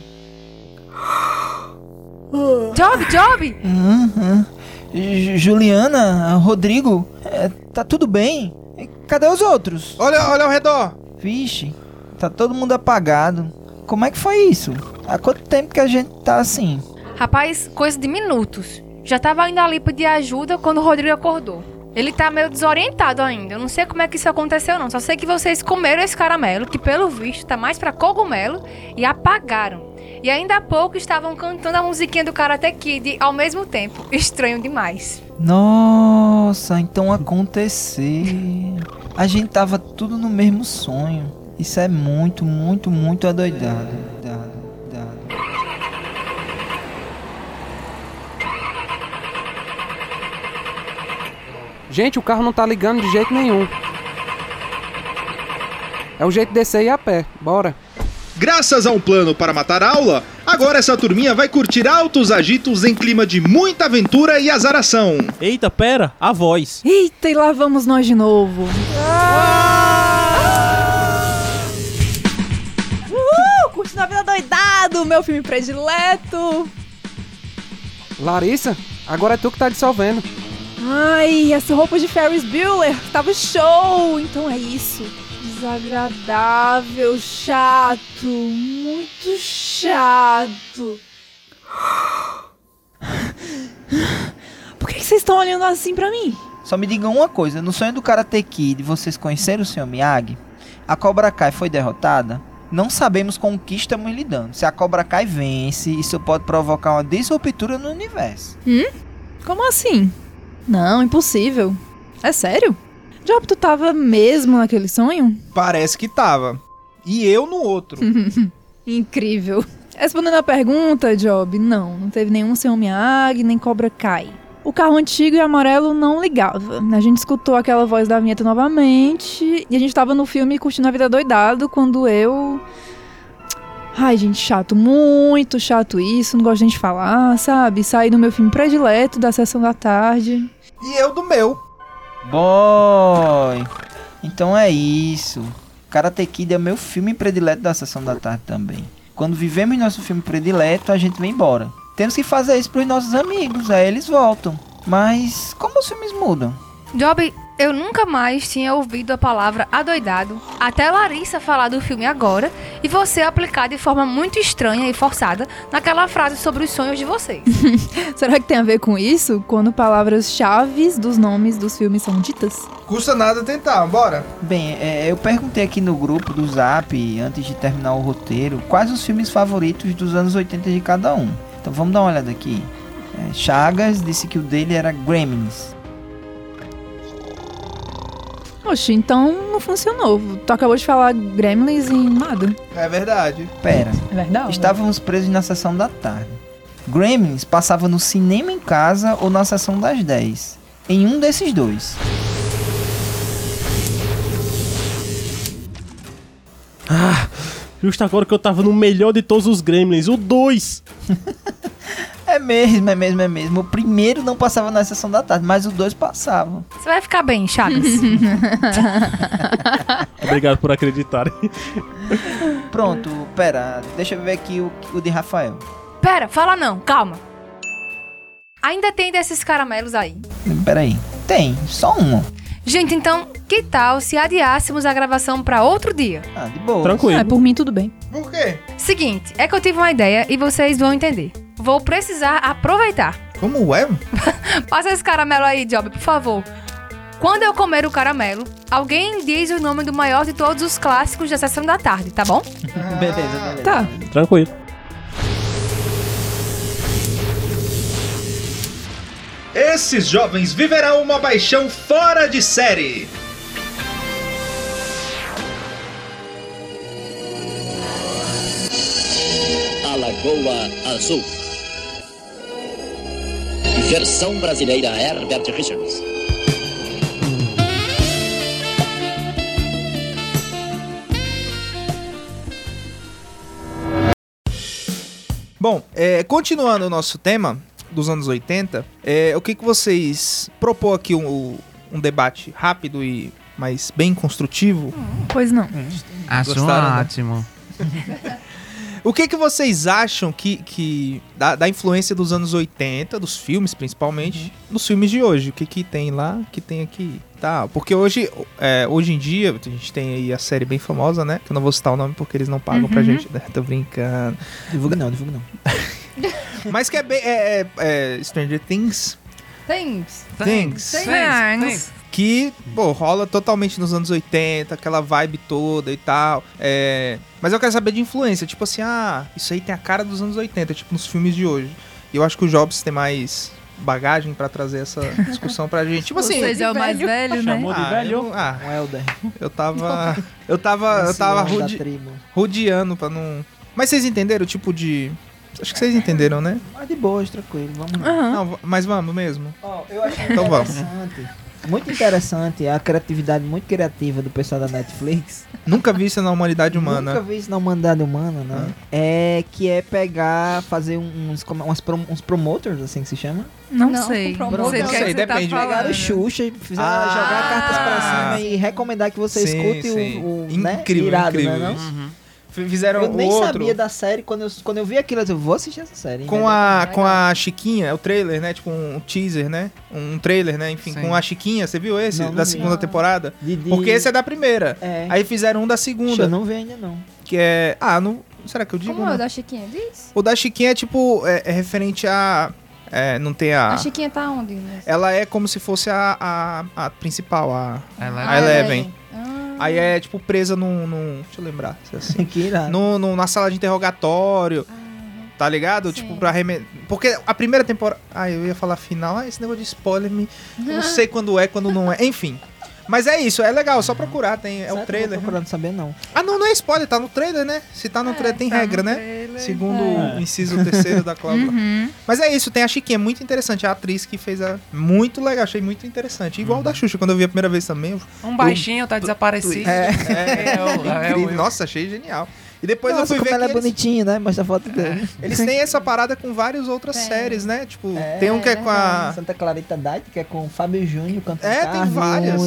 S13: Job, Job!
S6: Aham. Ju- Juliana, Rodrigo, é, tá tudo bem? Cadê os outros?
S2: Olha, olha ao redor.
S6: Vixe, tá todo mundo apagado. Como é que foi isso? Há quanto tempo que a gente tá assim?
S5: Rapaz, coisa de minutos. Já tava indo ali pedir ajuda quando o Rodrigo acordou. Ele tá meio desorientado ainda. Eu não sei como é que isso aconteceu, não. Só sei que vocês comeram esse caramelo, que pelo visto tá mais pra cogumelo, e apagaram. E ainda há pouco estavam cantando a musiquinha do Karate Kid ao mesmo tempo. Estranho demais.
S6: Nossa, então aconteceu. A gente tava tudo no mesmo sonho. Isso é muito, muito, muito adoidado. Dado, dado.
S3: Gente, o carro não tá ligando de jeito nenhum. É o jeito de descer e ir a pé. Bora.
S12: Graças a um plano para matar a aula, agora essa turminha vai curtir altos agitos em clima de muita aventura e azaração.
S7: Eita, pera, a voz.
S4: Eita, e lá vamos nós de novo. Ah! Uhul, curtindo a vida doidado, meu filme predileto.
S3: Larissa, agora é tu que tá dissolvendo.
S4: Ai, essa roupa de Ferris Bueller tava show. Então é isso. Desagradável, chato, muito chato. Por que que vocês estão olhando assim pra mim?
S6: Só me digam uma coisa: no sonho do Karate Kid, vocês conheceram o Sr. Miyagi? A Cobra Kai foi derrotada? Não sabemos com o que estamos lidando. Se a Cobra Kai vence, isso pode provocar uma disruptura no universo.
S4: Como assim? Não, impossível. É sério? Job, tu tava mesmo naquele sonho?
S2: Parece que tava. E eu no outro.
S4: Incrível. Respondendo a pergunta, Job, não, não teve nenhum Senhor Miyagi, nem Cobra Kai. O carro antigo e amarelo não ligava. A gente escutou aquela voz da vinheta novamente e a gente tava no filme curtindo a vida doidado quando eu. Ai, gente, chato, muito chato isso, não gosto de gente falar, sabe? Saí do meu filme predileto, da sessão da tarde.
S2: E eu do meu.
S6: Boy! Então é isso. Karate Kid é meu filme predileto da sessão da tarde também. Quando vivemos nosso filme predileto, a gente vem embora. Temos que fazer isso pros nossos amigos, aí eles voltam. Mas como os filmes mudam?
S14: Job, eu nunca mais tinha ouvido a palavra adoidado, até Larissa falar do filme agora, e você aplicar de forma muito estranha e forçada naquela frase sobre os sonhos de vocês.
S10: Será que tem a ver com isso? Quando palavras-chave dos nomes dos filmes são ditas?
S2: Custa nada tentar, bora.
S6: Bem, é, eu perguntei aqui no grupo do Zap, antes de terminar o roteiro, quais os filmes favoritos dos anos 80 de cada um. Então vamos dar uma olhada aqui. É, Chagas disse que o dele era Gremlins.
S10: Oxe, então não funcionou. Tu acabou de falar Gremlins e nada.
S2: É verdade.
S6: Pera.
S10: É verdade?
S6: Estávamos presos na sessão da tarde. Gremlins passava no cinema em casa ou na sessão das 10. Em um desses dois.
S7: Ah, justo agora que eu tava no melhor de todos os Gremlins, o 2.
S6: É mesmo, é mesmo, é mesmo. O primeiro não passava na sessão da tarde, mas os dois passavam.
S14: Você vai ficar bem, Chagas.
S7: Obrigado por acreditarem.
S6: Pronto, pera, deixa eu ver aqui o, o de Rafael.
S14: Pera, fala não, calma. Ainda tem desses caramelos aí.
S6: Pera aí. Tem, só uma.
S14: Gente, então, que tal se adiássemos a gravação pra outro dia?
S6: Ah, de boa.
S7: Tranquilo.
S10: Ah, por mim tudo bem.
S2: Por quê?
S14: Seguinte, é que eu tive uma ideia e vocês vão entender. Vou precisar aproveitar.
S2: Como é?
S14: Passa esse caramelo aí, Job, por favor. Quando eu comer o caramelo, alguém diz o nome do maior de todos os clássicos da sessão da tarde, tá bom?
S6: Ah, Beleza, beleza.
S10: Tá.
S7: Tranquilo.
S15: Esses jovens viverão uma paixão fora de série.
S16: A Lagoa Azul. Versão brasileira Herbert Richards.
S2: Bom, é, continuando o nosso tema dos anos 80, é, o que, que vocês propor aqui um, um debate rápido e mas bem construtivo?
S10: Pois não.
S3: Acho
S2: Gostaram, né?
S3: ótimo.
S2: O que, que vocês acham que, que da, da influência dos anos 80, dos filmes principalmente, nos filmes de hoje? O que, que tem lá, o que tem aqui e tal? Porque hoje, é, hoje em dia, a gente tem aí a série bem famosa, né? Que eu não vou citar o nome porque eles não pagam pra
S6: Uhum.
S2: gente, né? Tô brincando.
S6: Divulga não, divulga não.
S2: Mas que é bem. É, é- é Stranger Things.
S5: Thanks.
S2: Thanks. Que, pô, rola totalmente nos anos 80, aquela vibe toda e tal. É, Mas eu quero saber de influência. Tipo assim, ah, isso aí tem a cara dos anos 80, tipo nos filmes de hoje. E eu acho que o Jobs tem mais bagagem pra trazer essa discussão pra gente. Tipo assim.
S4: Ou seja, é o mais
S7: tá
S4: velho, né?
S2: ah, Eu, ah,
S6: Um Elder.
S2: eu tava. Eu tava. Ah, Eu tava
S6: Ancião é da
S2: rudi-
S6: tribo.
S2: rodeando pra não. Mas vocês entenderam o tipo de. Acho que vocês entenderam, né?
S6: Mas de boas, tranquilo, vamos lá.
S2: Não, v- mas vamos mesmo.
S6: eu achei
S2: Então vamos.
S6: interessante. Muito interessante a criatividade muito criativa do pessoal da Netflix.
S2: Nunca vi isso na humanidade humana. Ah.
S6: Nunca vi isso na humanidade humana, né? É que é pegar, fazer um, uns, como- umas prom- uns promoters, assim que se chama.
S4: Não,
S5: Não,
S4: sei. Não
S5: com
S4: sei do
S2: promoção.
S4: que, é que
S2: Sei,
S4: você tá
S2: depende.
S6: Pegaram
S4: falando.
S6: o Xuxa e fizeram
S2: Ah,
S6: jogar cartas
S2: tá.
S6: pra cima e recomendar que você
S2: Sim,
S6: escute
S2: sim.
S6: o, o né?
S2: Incrível,
S6: Irado,
S2: incrível.
S6: né, não?
S2: isso. F- Fizeram
S6: Eu nem
S2: outro
S6: sabia da série, quando eu, quando eu vi aquilo, eu disse, eu vou assistir essa série.
S2: com
S6: né?
S2: a com a Chiquinha, é o trailer, né? Tipo um teaser, né? Um trailer, né? Enfim,
S3: Sim.
S2: com a Chiquinha, você viu esse
S6: Não, não
S2: da
S6: vi.
S2: segunda temporada?
S6: De- de-
S2: Porque esse é da primeira.
S6: É.
S2: Aí fizeram um da
S6: Puxa, eu
S2: segunda,
S6: não vi ainda, não.
S2: que é ah, não, será que eu digo?
S5: Como é o
S2: não?
S5: da Chiquinha? Diz.
S2: O da Chiquinha é tipo é, é referente a é, não tem
S6: Ah.
S2: a
S5: A Chiquinha tá onde? né?
S2: ela é como se fosse a, a, a principal, a,
S3: Ela
S2: a
S5: Ah,
S2: Eleven.
S5: Ah.
S2: Aí é tipo presa num. num deixa eu lembrar. se é assim.
S6: Que irado.
S2: no, no- na sala de interrogatório. Tá ligado? Tipo, pra remen... Porque a primeira temporada. Ah, eu ia falar final. Ah, esse negócio de spoiler me. Eu não sei quando é, quando não é. Enfim. Mas é isso, é legal, só procurar. Tem, é
S6: Sério,
S2: o trailer.
S6: Não tô procurando saber, não.
S2: Ah, não, não é spoiler, tá no trailer, né? Se tá no trailer, é. tem regra, né? Segundo o inciso terceiro da cláusula. Mas é isso, tem a Chiquinha, muito interessante. A atriz que fez a. Muito legal, achei muito interessante. Igual o da Xuxa, quando eu vi a primeira vez também. eu-
S3: Um baixinho tá desaparecido.
S2: É.
S3: É, o- é o-
S2: Incrível. Nossa, achei genial. E depois
S6: Nossa,
S2: eu fui
S6: como
S2: ver
S6: ela
S2: que
S6: é
S2: eles-
S6: bonitinha, né? Mostra a foto dele.
S2: Eles têm essa parada com várias outras séries, né? Tipo, tem um que é com a.
S6: Santa Clarita Diet, que é com o Fábio Júnior, cantando
S2: É, tem várias.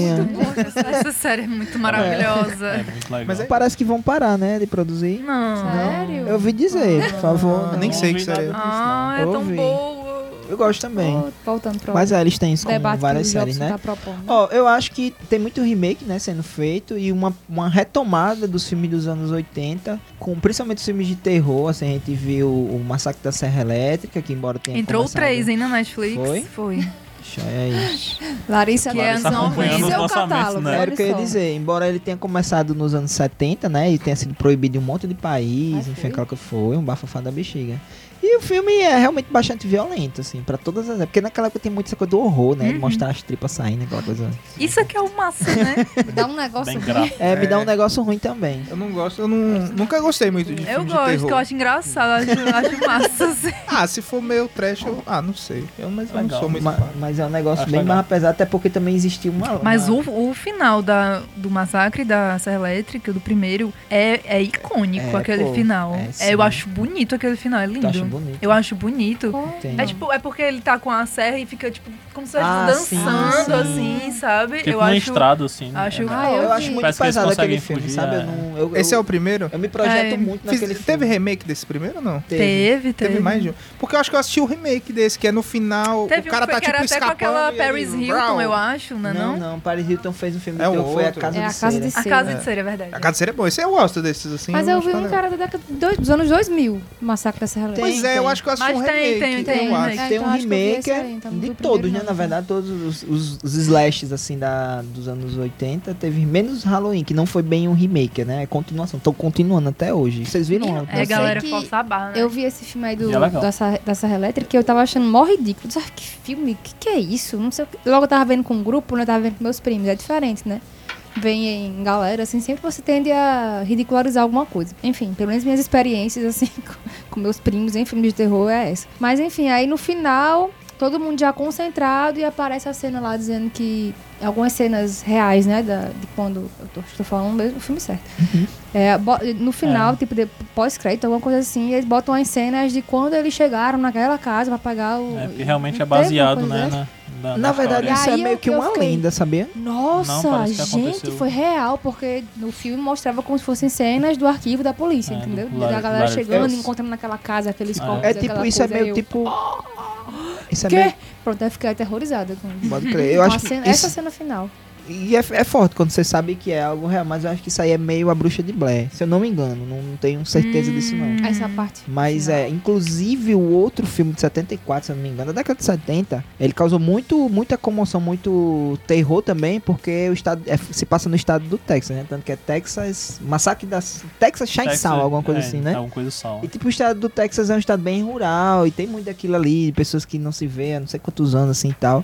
S4: Essa série é muito maravilhosa.
S7: É
S2: é-
S6: Mas parece que vão parar, né, de produzir.
S4: Não. Sério?
S6: Eu ouvi dizer, por favor.
S2: Ah. nem sei que série é.
S4: Ah, é tão boa.
S6: Eu gosto também.
S5: Voltando pro
S6: Mas é, eles têm isso como
S5: debate que
S6: várias
S5: o
S6: séries,
S5: Jobson
S6: né?
S5: tá propondo.
S6: Ó, eu acho que tem muito remake, né, sendo feito e uma, uma retomada dos filmes dos anos 80, com principalmente os filmes de terror, assim, a gente viu o Massacre da Serra Elétrica, que embora tenha
S4: Entrou
S6: começado-
S4: três, hein, na Netflix?
S6: Foi?
S4: Foi.
S6: Deixa eu- é isso.
S5: Larissa
S4: Que é anos 90.
S5: Esse é o catálogo.
S14: né?
S6: Era o que eu ia
S5: olha só.
S6: dizer, embora ele tenha começado nos anos 70, né, e tenha sido proibido em um monte de país, enfim, claro que foi, um bafafá da bexiga. E o filme é realmente bastante violento, assim, pra todas as... Porque naquela época tem muito essa coisa do horror, né, de mostrar as tripas saindo, aquela coisa...
S4: Isso aqui é o massa, né?
S5: Dá um negócio
S6: É, me dá um negócio ruim também.
S2: Eu não gosto, eu não, nunca gostei muito de
S4: Eu
S2: filme de
S4: gosto,
S2: terror.
S4: que eu acho engraçado, eu acho, acho massa. Assim.
S2: Ah, se for meio trash, eu. Ah, não sei. Eu, mas eu não
S6: Legal.
S2: sou muito.
S6: Ma-
S2: fã.
S6: mas, é um negócio
S2: Acho
S6: bem
S2: legal.
S6: mais pesado, até porque também existiu uma.
S4: Mas
S6: uma-
S4: o, o final da, do massacre da Serra Elétrica, do primeiro, é, é icônico
S6: É,
S4: aquele
S6: pô,
S4: final.
S6: é,
S4: É, eu
S6: sim.
S4: acho bonito aquele final, é lindo.
S6: acha bonito?
S4: Eu acho bonito.
S6: Entendo.
S4: É tipo, é porque ele tá com a serra e fica, tipo, como se fosse
S6: Ah,
S4: dançando,
S6: sim, sim.
S4: assim, sabe?
S7: Tipo
S4: eu
S7: uma
S4: acho.
S7: estrada, assim. né?
S4: Acho
S7: É,
S4: Ah,
S6: eu
S4: eu
S6: acho
S4: vi.
S6: muito
S7: Parece que eles
S6: pesado aquele
S7: conseguem
S6: filme,
S7: fugir,
S6: sabe?
S7: é.
S6: Eu não, eu,
S2: Esse é
S6: eu-
S2: o primeiro?
S6: Eu me projeto
S4: É.
S6: muito
S2: Fiz-
S6: naquele
S2: Teve remake desse primeiro ou não?
S4: Teve, teve.
S2: mais de um. Porque eu acho que eu assisti o remake desse, que é no final.
S4: Teve
S2: o cara
S4: um que
S2: tá
S4: foi- que
S2: tipo
S4: era até com
S2: escapando.
S4: aquela
S2: e ele-
S4: Paris Hilton,
S2: Brau.
S4: eu acho, não é não?
S6: Não, não, Paris Hilton fez um filme
S2: É
S6: de
S2: o
S6: terror, foi A
S2: outro.
S6: Casa
S5: É
S6: de
S5: A Casa
S6: Cera.
S5: de
S4: A Casa de Cera, é verdade.
S2: A casa seria boa. Esse eu gosto desses, assim.
S5: Mas eu vi
S2: gosto
S5: um
S2: tanto.
S5: cara da década dos- dos anos 2000, Massacre da Serra Elétrica.
S2: Pois é, eu acho que eu assisti
S4: Mas
S2: um
S4: tem,
S2: remake.
S4: tem, tem,
S2: eu acho.
S4: remake.
S6: Tem
S5: É, então
S6: um
S5: acho que eu vi
S6: remake
S5: esse aí, então,
S6: de
S5: do
S6: todos,
S5: primeiro
S6: né?
S5: não.
S6: Na verdade, todos os, os, os slashes, assim, da, dos anos 80. Teve menos Halloween, que não foi bem um remake, né? É continuação. Estão continuando até hoje. Vocês viram?
S4: É, galera,
S5: que
S4: força a barra, né?
S5: Eu vi esse filme aí do,
S6: E é legal.
S5: da, Serra- da Serra Elétrica que eu tava achando mó ridículo. Sabe que filme? Que que é isso? Não sei o que. Logo eu tava vendo com um grupo, né? Tava vendo com meus primos. É diferente, né? Vem em galera, assim, sempre você tende a ridicularizar alguma coisa. Enfim, pelo menos minhas experiências, assim, com- com meus primos em filmes de terror é essa. Mas enfim, aí no final, todo mundo já concentrado e aparece a cena lá dizendo que. Algumas cenas reais, né? Da, de quando. Eu tô, estou falando mesmo o filme certo.
S7: Uhum.
S5: É, bo- no final, tipo, de- pós-crédito, alguma coisa assim, eles botam as cenas de quando eles chegaram naquela casa pra pagar o.
S7: É, porque realmente é
S5: Não teve
S7: baseado,
S5: uma
S7: né?
S5: coisa assim.
S7: Na, na-
S6: Na verdade,
S7: história.
S6: isso é
S5: Aí
S6: meio
S5: eu-
S6: que
S5: eu
S6: uma
S5: fiquei-
S6: lenda, sabia?
S7: Não,
S5: Nossa,
S7: parece que
S5: gente,
S7: aconteceu.
S5: foi real, porque no filme mostrava como se fossem cenas do arquivo da polícia,
S7: É,
S5: entendeu?
S6: do
S5: da
S6: Larry-
S5: galera
S6: Larry
S5: chegando,
S6: Fitz.
S5: encontrando naquela casa, aqueles
S6: É.
S5: corpos.
S6: É tipo,
S5: aquela
S6: isso é
S5: coisa,
S6: meio
S5: eu,
S6: tipo- Isso é
S5: Quê?
S6: meio...
S5: Pronto, eu fiquei aterrorizada com
S6: Pode crer. É, Eu
S5: com
S6: acho
S5: a
S6: que
S5: cena-
S6: isso-
S5: Essa cena final.
S6: E é, é forte quando você sabe que é algo real, mas eu acho que isso aí é meio a bruxa de Blair, se eu não me engano. Não, não tenho certeza disso, não.
S5: Essa parte.
S6: Mas é, inclusive o outro filme de 74, se eu não me engano, da década de 70, ele causou muito, muita comoção, muito terror também, porque o estado é, se passa no estado do Texas, né? Tanto que é Texas, massacre das Texas Chainsaw,
S7: Texas-
S6: tá alguma coisa
S7: é,
S6: assim, né?
S7: Alguma coisa sal.
S6: E tipo, o estado do Texas é um estado bem rural e tem muito daquilo ali, de pessoas que não se vê há não sei quantos anos assim e tal.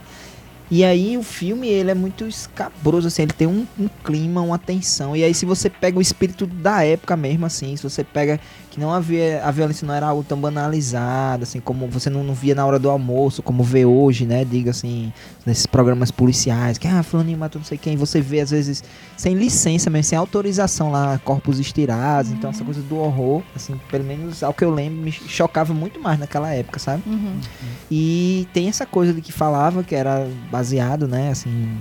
S6: E aí o filme, ele é muito escabroso, assim, ele tem um, um clima, uma tensão. E aí se você pega o espírito da época mesmo, assim, se você pega que não havia, a violência não era algo tão banalizada, assim, como você não, não via na hora do almoço, como vê hoje, né, diga assim, nesses programas policiais, que, ah, fulaninho matou não sei quem, você vê às vezes sem licença mesmo, sem autorização lá, corpos estirados, então essa coisa do horror, assim, pelo menos ao que eu lembro, me chocava muito mais naquela época, sabe? E tem essa coisa de que falava que era baseado, né, assim,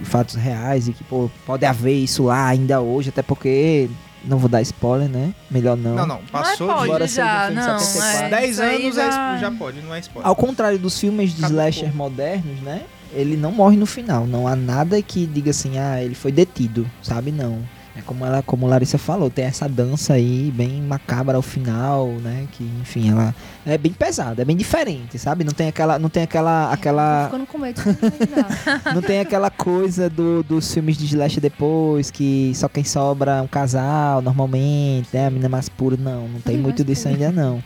S6: em fatos reais e que, pô, pode haver isso lá ainda hoje, até porque não vou dar spoiler, né? Melhor não.
S2: Não, não. Passou
S4: é pode
S2: de.
S6: Embora
S4: já,
S6: seja um filme de
S4: não.
S6: 74.
S4: é,
S2: 10
S4: isso aí
S2: anos é
S4: já...
S2: expo- já pode, não é spoiler.
S6: Ao contrário dos filmes de
S2: Acabou.
S6: slasher modernos, né? Ele não morre no final. Não há nada que diga assim, ah, ele foi detido, sabe? Não. É como ela, como Larissa falou, tem essa dança aí bem macabra ao final, né? Que, enfim, ela é bem pesada, é bem diferente, sabe? Não tem aquela, não tem aquela,
S5: É, Tô
S6: aquela,
S5: ficando com medo. de imaginar.
S6: não tem aquela coisa do, dos filmes de slasher depois que só quem sobra é um casal, normalmente, né? A mina mais pura, não. Não tem muito disso ainda, não.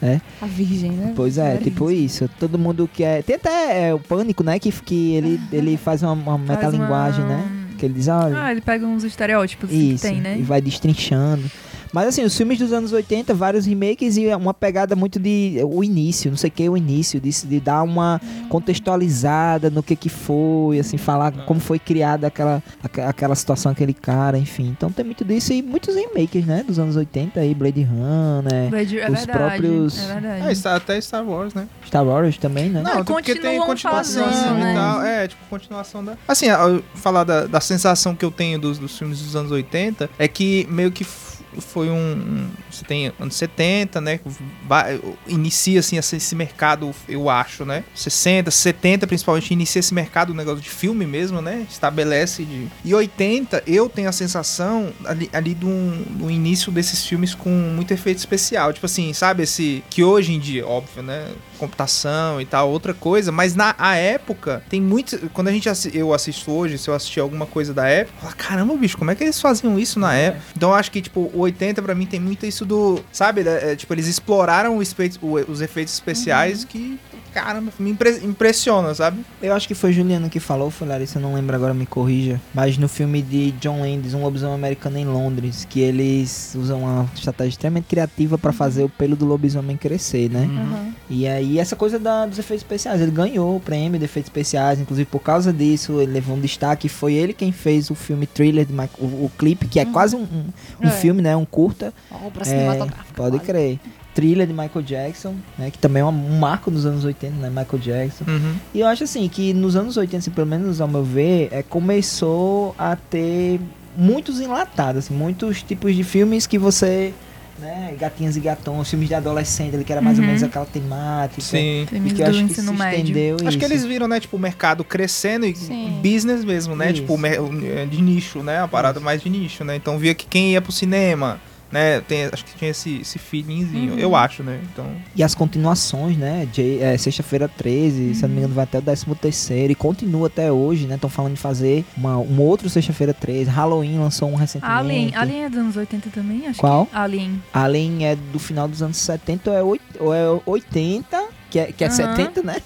S6: Né?
S5: A virgem, né?
S6: Pois é,
S5: Era
S6: tipo isso. Todo mundo que é. Tem até é, o pânico, né? Que, que ele, ele faz uma, uma metalinguagem, né? Que ele diz, olha.
S4: Ah, ele pega uns estereótipos assim,
S6: isso.
S4: que é tem, né?
S6: E vai destrinchando. Mas assim, os filmes dos anos 80, vários remakes e uma pegada muito de o início, não sei o que, o início, de, de dar uma
S4: Hum.
S6: contextualizada no que que foi, assim, falar como foi criada aquela, aque- aquela situação, aquele cara, enfim. Então tem muito disso e muitos remakes, né, dos anos 80 aí, Blade Runner,
S4: Blade- é
S6: os
S4: verdade,
S6: próprios Ah,
S4: é verdade.
S2: É, Star- até Star Wars, né?
S6: Star Wars também,
S4: É.
S6: né?
S2: Não, tipo, porque tem
S4: continuam
S2: continuação
S4: fazendo, né?
S2: e tal. É, tipo, continuação da. Assim, a- falar da, da sensação que eu tenho dos, dos filmes dos anos 80 é que meio que f- foi um. um- Você tem anos 70, né? Vai- Inicia assim esse esse mercado, eu acho, né? 60, 70 principalmente, inicia esse mercado, o negócio de filme mesmo, né? Estabelece de. E 80, eu tenho a sensação ali, ali um, do, do início desses filmes com muito efeito especial. Tipo assim, sabe? Esse. Que hoje em dia, óbvio, né? Computação e tal, outra coisa. Mas na a época, tem muito. Quando a gente assi- eu assisto hoje, se eu assistir alguma coisa da época, eu falo, caramba, bicho, como é que eles faziam isso na época? Então eu acho que, tipo, o 80 pra mim tem muito isso do. Sabe? da- é, tipo, eles exploraram o espe- o- os efeitos especiais que. Caramba, me impre- impressiona, sabe?
S6: Eu acho que foi Juliano que falou, foi Larissa, eu não lembro agora, me corrija. Mas no filme de John Landis, Um Lobisomem Americano em Londres, que eles usam uma estratégia extremamente criativa pra fazer o pelo do lobisomem crescer, né? E aí, essa coisa da- dos efeitos especiais, ele ganhou o prêmio de efeitos especiais, inclusive por causa disso, ele levou um destaque. Foi ele quem fez o filme thriller, de Ma- o, o clipe, que é quase um, um, um
S17: É.
S6: filme, né? Um curta.
S17: Obra
S6: É,
S5: tá
S17: cinematográfica,
S6: Pode crer. Trilha de Michael Jackson, né? Que também é um marco nos anos 80, né? Michael Jackson.
S2: Uhum.
S6: E eu acho assim que nos anos 80, assim, pelo menos ao meu ver, é, começou a ter muitos enlatados, assim, muitos tipos de filmes que você. Né, gatinhas e gatões, filmes de adolescente, ele que era mais
S2: Uhum.
S6: ou menos aquela temática.
S2: Sim.
S6: E que eu acho que se estendeu
S2: Acho que
S6: isso.
S2: eles viram, né, tipo, o mercado crescendo e business mesmo, né?
S6: Isso.
S2: Tipo, o mer- o- é, de nicho, né? A parada mais de nicho, né? Então via que quem ia pro cinema, né? tem- acho que tinha esse, esse feelingzinho,
S6: Uhum.
S2: eu acho, né? Então.
S6: E as continuações, né? J- é, Sexta-feira 13, se eu não me engano, vai até o 13 e continua até hoje, né? Estão falando de fazer uma, um outro Sexta-feira 13. Halloween lançou um recentemente.
S4: Alien, Alien é dos anos 80 também, acho
S6: Qual?
S4: que. Alien.
S6: Alien é do final dos anos 70 ou é, oit- ou é 80, que é, que é
S4: Aham.
S6: 70, né?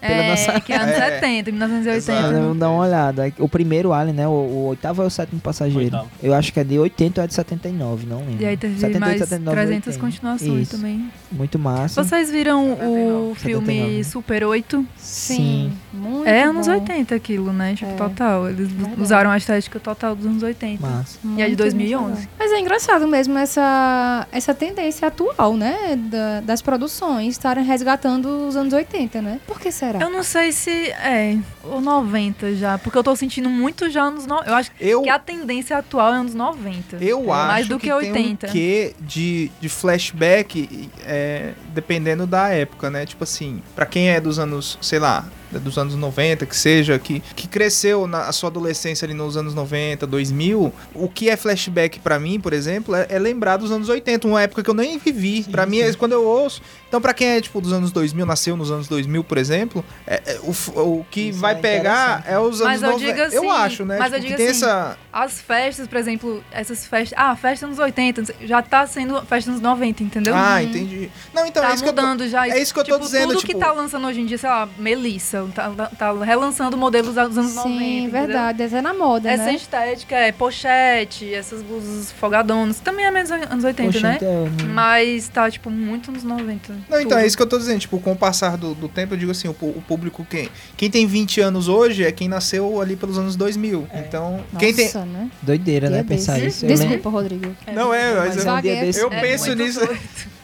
S4: é, que é anos 70, 1980.
S6: Não, dá uma olhada. O primeiro Alien, né? O, o oitavo é o sétimo passageiro.
S4: Oitavo.
S6: Eu acho que é de 80 ou é de 79, não lembro.
S4: E aí teve
S6: 78,
S4: mais
S6: 79,
S4: 300
S6: 80.
S4: continuações
S6: Isso.
S4: também.
S6: Muito massa.
S4: Vocês viram o
S6: 79,
S4: filme
S6: 79, né?
S4: Super 8?
S6: Sim.
S5: Muito
S4: é anos
S5: bom.
S4: 80 aquilo, né? Tipo,
S5: É.
S4: total. Eles
S5: Verdade.
S4: usaram a estética total dos anos 80.
S6: Massa.
S4: E a de
S5: Muito,
S4: 2011.
S5: muito bom. Mas é engraçado mesmo essa, essa tendência atual, né? da- das produções estarem resgatando os anos 80, né? Por que será?
S4: Eu não sei se é ou 90 já, porque eu tô sentindo muito já anos no... Eu acho que a tendência atual é anos 90.
S2: Eu acho
S4: É. mais do que,
S2: que, tem um
S4: 80.
S2: quê de, de flashback, é, dependendo da época, né? Tipo assim, pra quem é dos anos, sei lá, dos anos 90, que seja, que, que cresceu na sua adolescência ali nos anos 90, 2000, o que é flashback pra mim, por exemplo, é, é lembrar dos anos 80, uma época que eu nem vivi. Pra mim, é quando eu ouço... Então, pra quem é, tipo, dos anos 2000, nasceu nos anos 2000, por exemplo, é- é o, f- o que vai pegar é os anos
S4: mas eu
S2: 90.
S4: digo assim,
S2: acho, né?
S4: Mas
S2: Tipo,
S4: eu digo
S2: que tem
S4: assim,
S2: essa...
S4: as festas, por exemplo, essas festas, ah, festa nos 80, não sei, já tá sendo festa nos 90, entendeu?
S2: Ah, entendi. Não, então
S4: tá
S2: é isso que eu tô-
S4: mudando já.
S2: é isso que eu tô
S4: tipo,
S2: dizendo,
S4: Tudo
S2: tipo-
S4: que tá lançando hoje em dia, sei lá, Melissa, tá, tá relançando modelos dos anos 90.
S5: Sim,
S4: entendeu?
S5: verdade. Essa é na moda,
S4: Essa
S5: né?
S4: estética é pochete, essas blusas folgadonas, também é menos anos 80,
S2: Poxa,
S4: né?
S2: então, né?
S4: Mas tá, tipo, muito nos 90.
S2: Não, então é isso que eu tô dizendo. Tipo, com o passar do, do tempo, eu digo assim, o, pu- o público quem... Quem tem 20 anos hoje é quem nasceu ali pelos anos 2000.
S6: É.
S2: Então, quem tem...
S5: Nossa, né?
S6: Doideira, né?
S5: Dia desse.
S6: Pensar isso. Eu lembro-
S5: Desculpa, Rodrigo.
S2: Não é, mas,
S6: Mas
S2: eu,
S6: é um dia
S2: eu
S6: desse- é
S2: penso
S6: muito
S2: nisso.
S6: Tipo,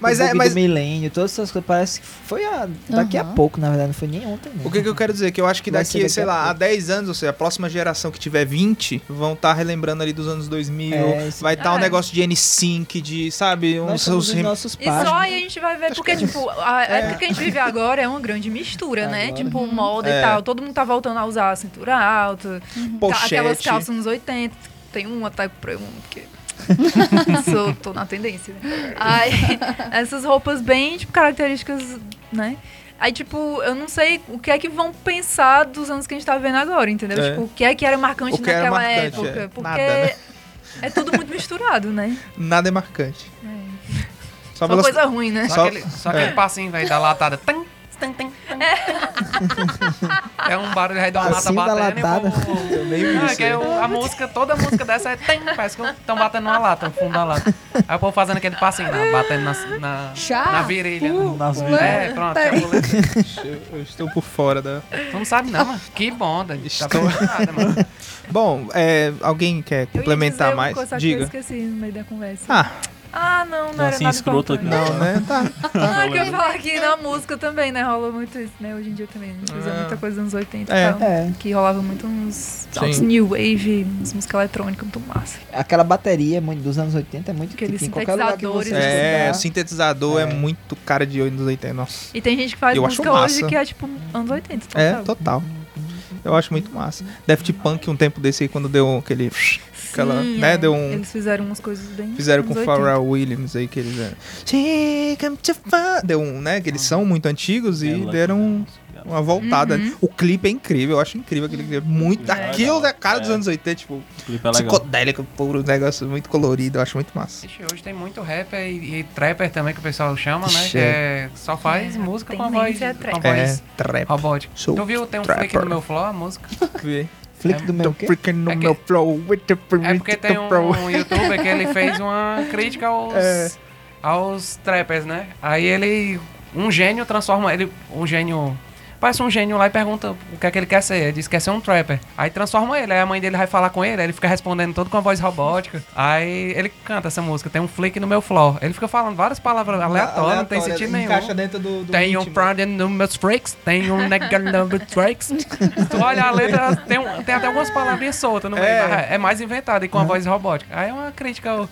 S2: mas
S6: mas
S2: é,
S6: é,
S2: mas
S6: do milênio, todas essas coisas, parece que foi a- daqui a
S2: Aham.
S6: pouco, na verdade, não foi nem ontem. Né?
S2: O que, que eu quero dizer? Que eu acho que
S6: Vai ser
S2: daqui,
S6: daqui
S2: sei
S6: a
S2: lá, há 10 anos, ou seja, a próxima geração que tiver 20, vão estar relembrando ali dos anos 2000.
S6: É, isso-
S2: vai estar um
S4: É.
S2: negócio de N5, de, sabe, uns...
S6: somos
S2: uns
S6: os
S2: rem-
S6: nossos
S4: E só aí a gente vai ver, porque, tipo, a época que a gente vive agora é uma grande mistura, né? Tipo, moda
S2: É.
S4: e tal. Todo mundo tá voltando a usar a cintura alta, ca- aquelas
S2: Pochete.
S4: calças nos 80. Tem um ataque pra um, porque. Sou, tô na tendência. né? Aí, essas roupas bem, tipo, características, né? Aí, tipo, eu não sei o que é que vão pensar dos anos que a gente tá vivendo agora, entendeu?
S2: É.
S4: Tipo, o que é que era marcante
S2: O que era
S4: naquela
S2: marcante,
S4: época.
S2: é.
S4: Porque
S2: Nada, né?
S4: é tudo muito misturado, né?
S2: Nada é marcante.
S4: Só
S2: veloc-
S4: coisa ruim, né?
S3: Só,
S2: Só-
S3: aquele, só
S2: é.
S3: aquele passinho, velho, da latada. Tan,
S4: É.
S3: É um barulho aí da uma lata
S6: Assim da
S3: batendo.
S6: latada.
S3: e eu vou-
S6: Meio
S3: Ah,
S6: isso,
S3: que é
S6: né?
S3: o- a música, toda música dessa é. Tem, parece que estão batendo uma lata, no fundo da lata. Aí o povo fazendo aquele passinho, né, batendo na, na,
S5: Chá,
S3: na virilha. né?
S2: Nas
S3: É,
S2: virilhas.
S3: pronto.
S2: Tá.
S3: chapuleta.
S2: Eu, eu estou por fora da.
S3: Tu não sabe não, mano. Que bonda. Tá nada, mano.
S2: Bom, é, alguém quer complementar mais?
S4: Coisa Que eu
S2: Diga.
S4: esqueci no meio da conversa.
S2: Ah.
S4: Ah, não, não era nada importante.
S2: assim, Não, né? Tá.
S4: Ah, que eu ia falar que na música também, né? Rolou muito isso, né? Hoje em dia também. A gente usa
S10: Ah.
S4: muita coisa nos 80
S6: É.
S4: e tal.
S6: É.
S4: Que rolava muito uns,
S6: Sim.
S4: uns new wave, uns música eletrônica muito massa.
S6: Aquela bateria muito- dos anos 80 é muito
S4: Aqueles
S6: tipo, em qualquer lugar que você
S4: sintetizadores,
S2: É,
S6: escutar.
S2: o sintetizador é. muito cara de 80. Nossa.
S4: E tem gente que faz
S2: Eu acho
S4: música
S2: massa.
S4: hoje que é tipo anos 80. Total.
S2: É, total. Eu acho muito massa. Daft Punk, um tempo desse aí, quando deu aquele. aquela,
S4: Sim,
S2: né?
S4: é.
S2: Deu um.
S4: Eles fizeram umas coisas bem.
S2: Fizeram com
S4: anos
S2: o
S4: 80.
S2: Pharrell Williams aí, que eles. é, Chega to fun- Deu um, né?
S15: Ah.
S2: Que eles são muito antigos
S7: É
S15: É,
S2: e deram um- uma voltada.
S15: Uhum.
S2: O clipe é incrível, eu acho incrível aquele clipe. Muito.
S15: É legal.
S2: Aquilo da cara dos
S15: É.
S2: anos 80, tipo.
S15: clipe é legal.
S2: psicodélico, puro, um negócio muito colorido, eu acho muito massa.
S3: Ixi, Hoje tem muito rapper e, e trapper também que o pessoal chama, né?
S2: Ixi.
S3: Que é, só faz
S4: É,
S3: música com a
S4: tendência
S3: voz.
S4: é
S3: com a
S4: trap.
S2: É,
S3: voz.
S2: trap.
S3: Robótico.
S2: Sou
S3: tu viu, tem um
S2: trapper.
S3: flick no meu flow, a música?
S2: é
S6: Flick do meu quê?
S2: Freaking no meu flow.
S3: É porque tem um, youtuber que ele fez uma crítica aos,
S2: É.
S3: aos trappers, né? Aí ele. Um gênio transforma. Ele. Um gênio. Parece um gênio lá e pergunta o que é que ele quer ser. Ele diz que quer ser um trapper. Aí transforma ele. Aí a mãe dele vai falar com ele. Aí ele fica respondendo todo com a voz robótica. Aí ele canta essa música. Tem um flick no meu flow. Ele fica falando várias palavras aleatórias, não tem sentido nenhum.
S2: Encaixa dentro do, do
S3: Tem um
S2: ritmo.
S3: Pride no meus freaks, tem um Nega no meus freaks. Tu olha a letra, tem, um- tem até algumas palavrinhas soltas no meio,
S2: É.
S3: mas é mais inventada e com a voz robótica. Aí é uma crítica. ao-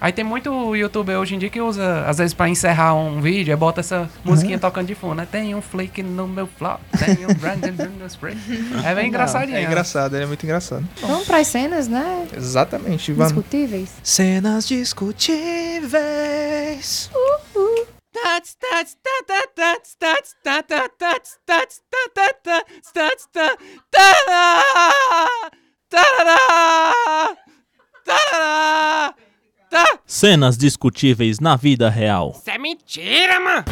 S3: Aí tem muito youtuber hoje em dia que usa, às vezes, pra encerrar um vídeo, aí bota essa musiquinha tocando de fundo, né? Tem um flake no meu flop, tem um Brandon no meus freaks. É bem engraçadinho.
S2: É engraçado, ele é muito engraçado.
S5: Vamos pras cenas, né?
S2: Exatamente, vamos.
S5: Discutíveis.
S2: Cenas discutíveis.
S17: Tats, tats, tá, tá, tats, tats, tá, tá, tats, tats, tá, tá, tá, tats, tá, tá, tarará, tarará, tá.
S7: Cenas discutíveis na vida real.
S3: Isso é mentira, mano!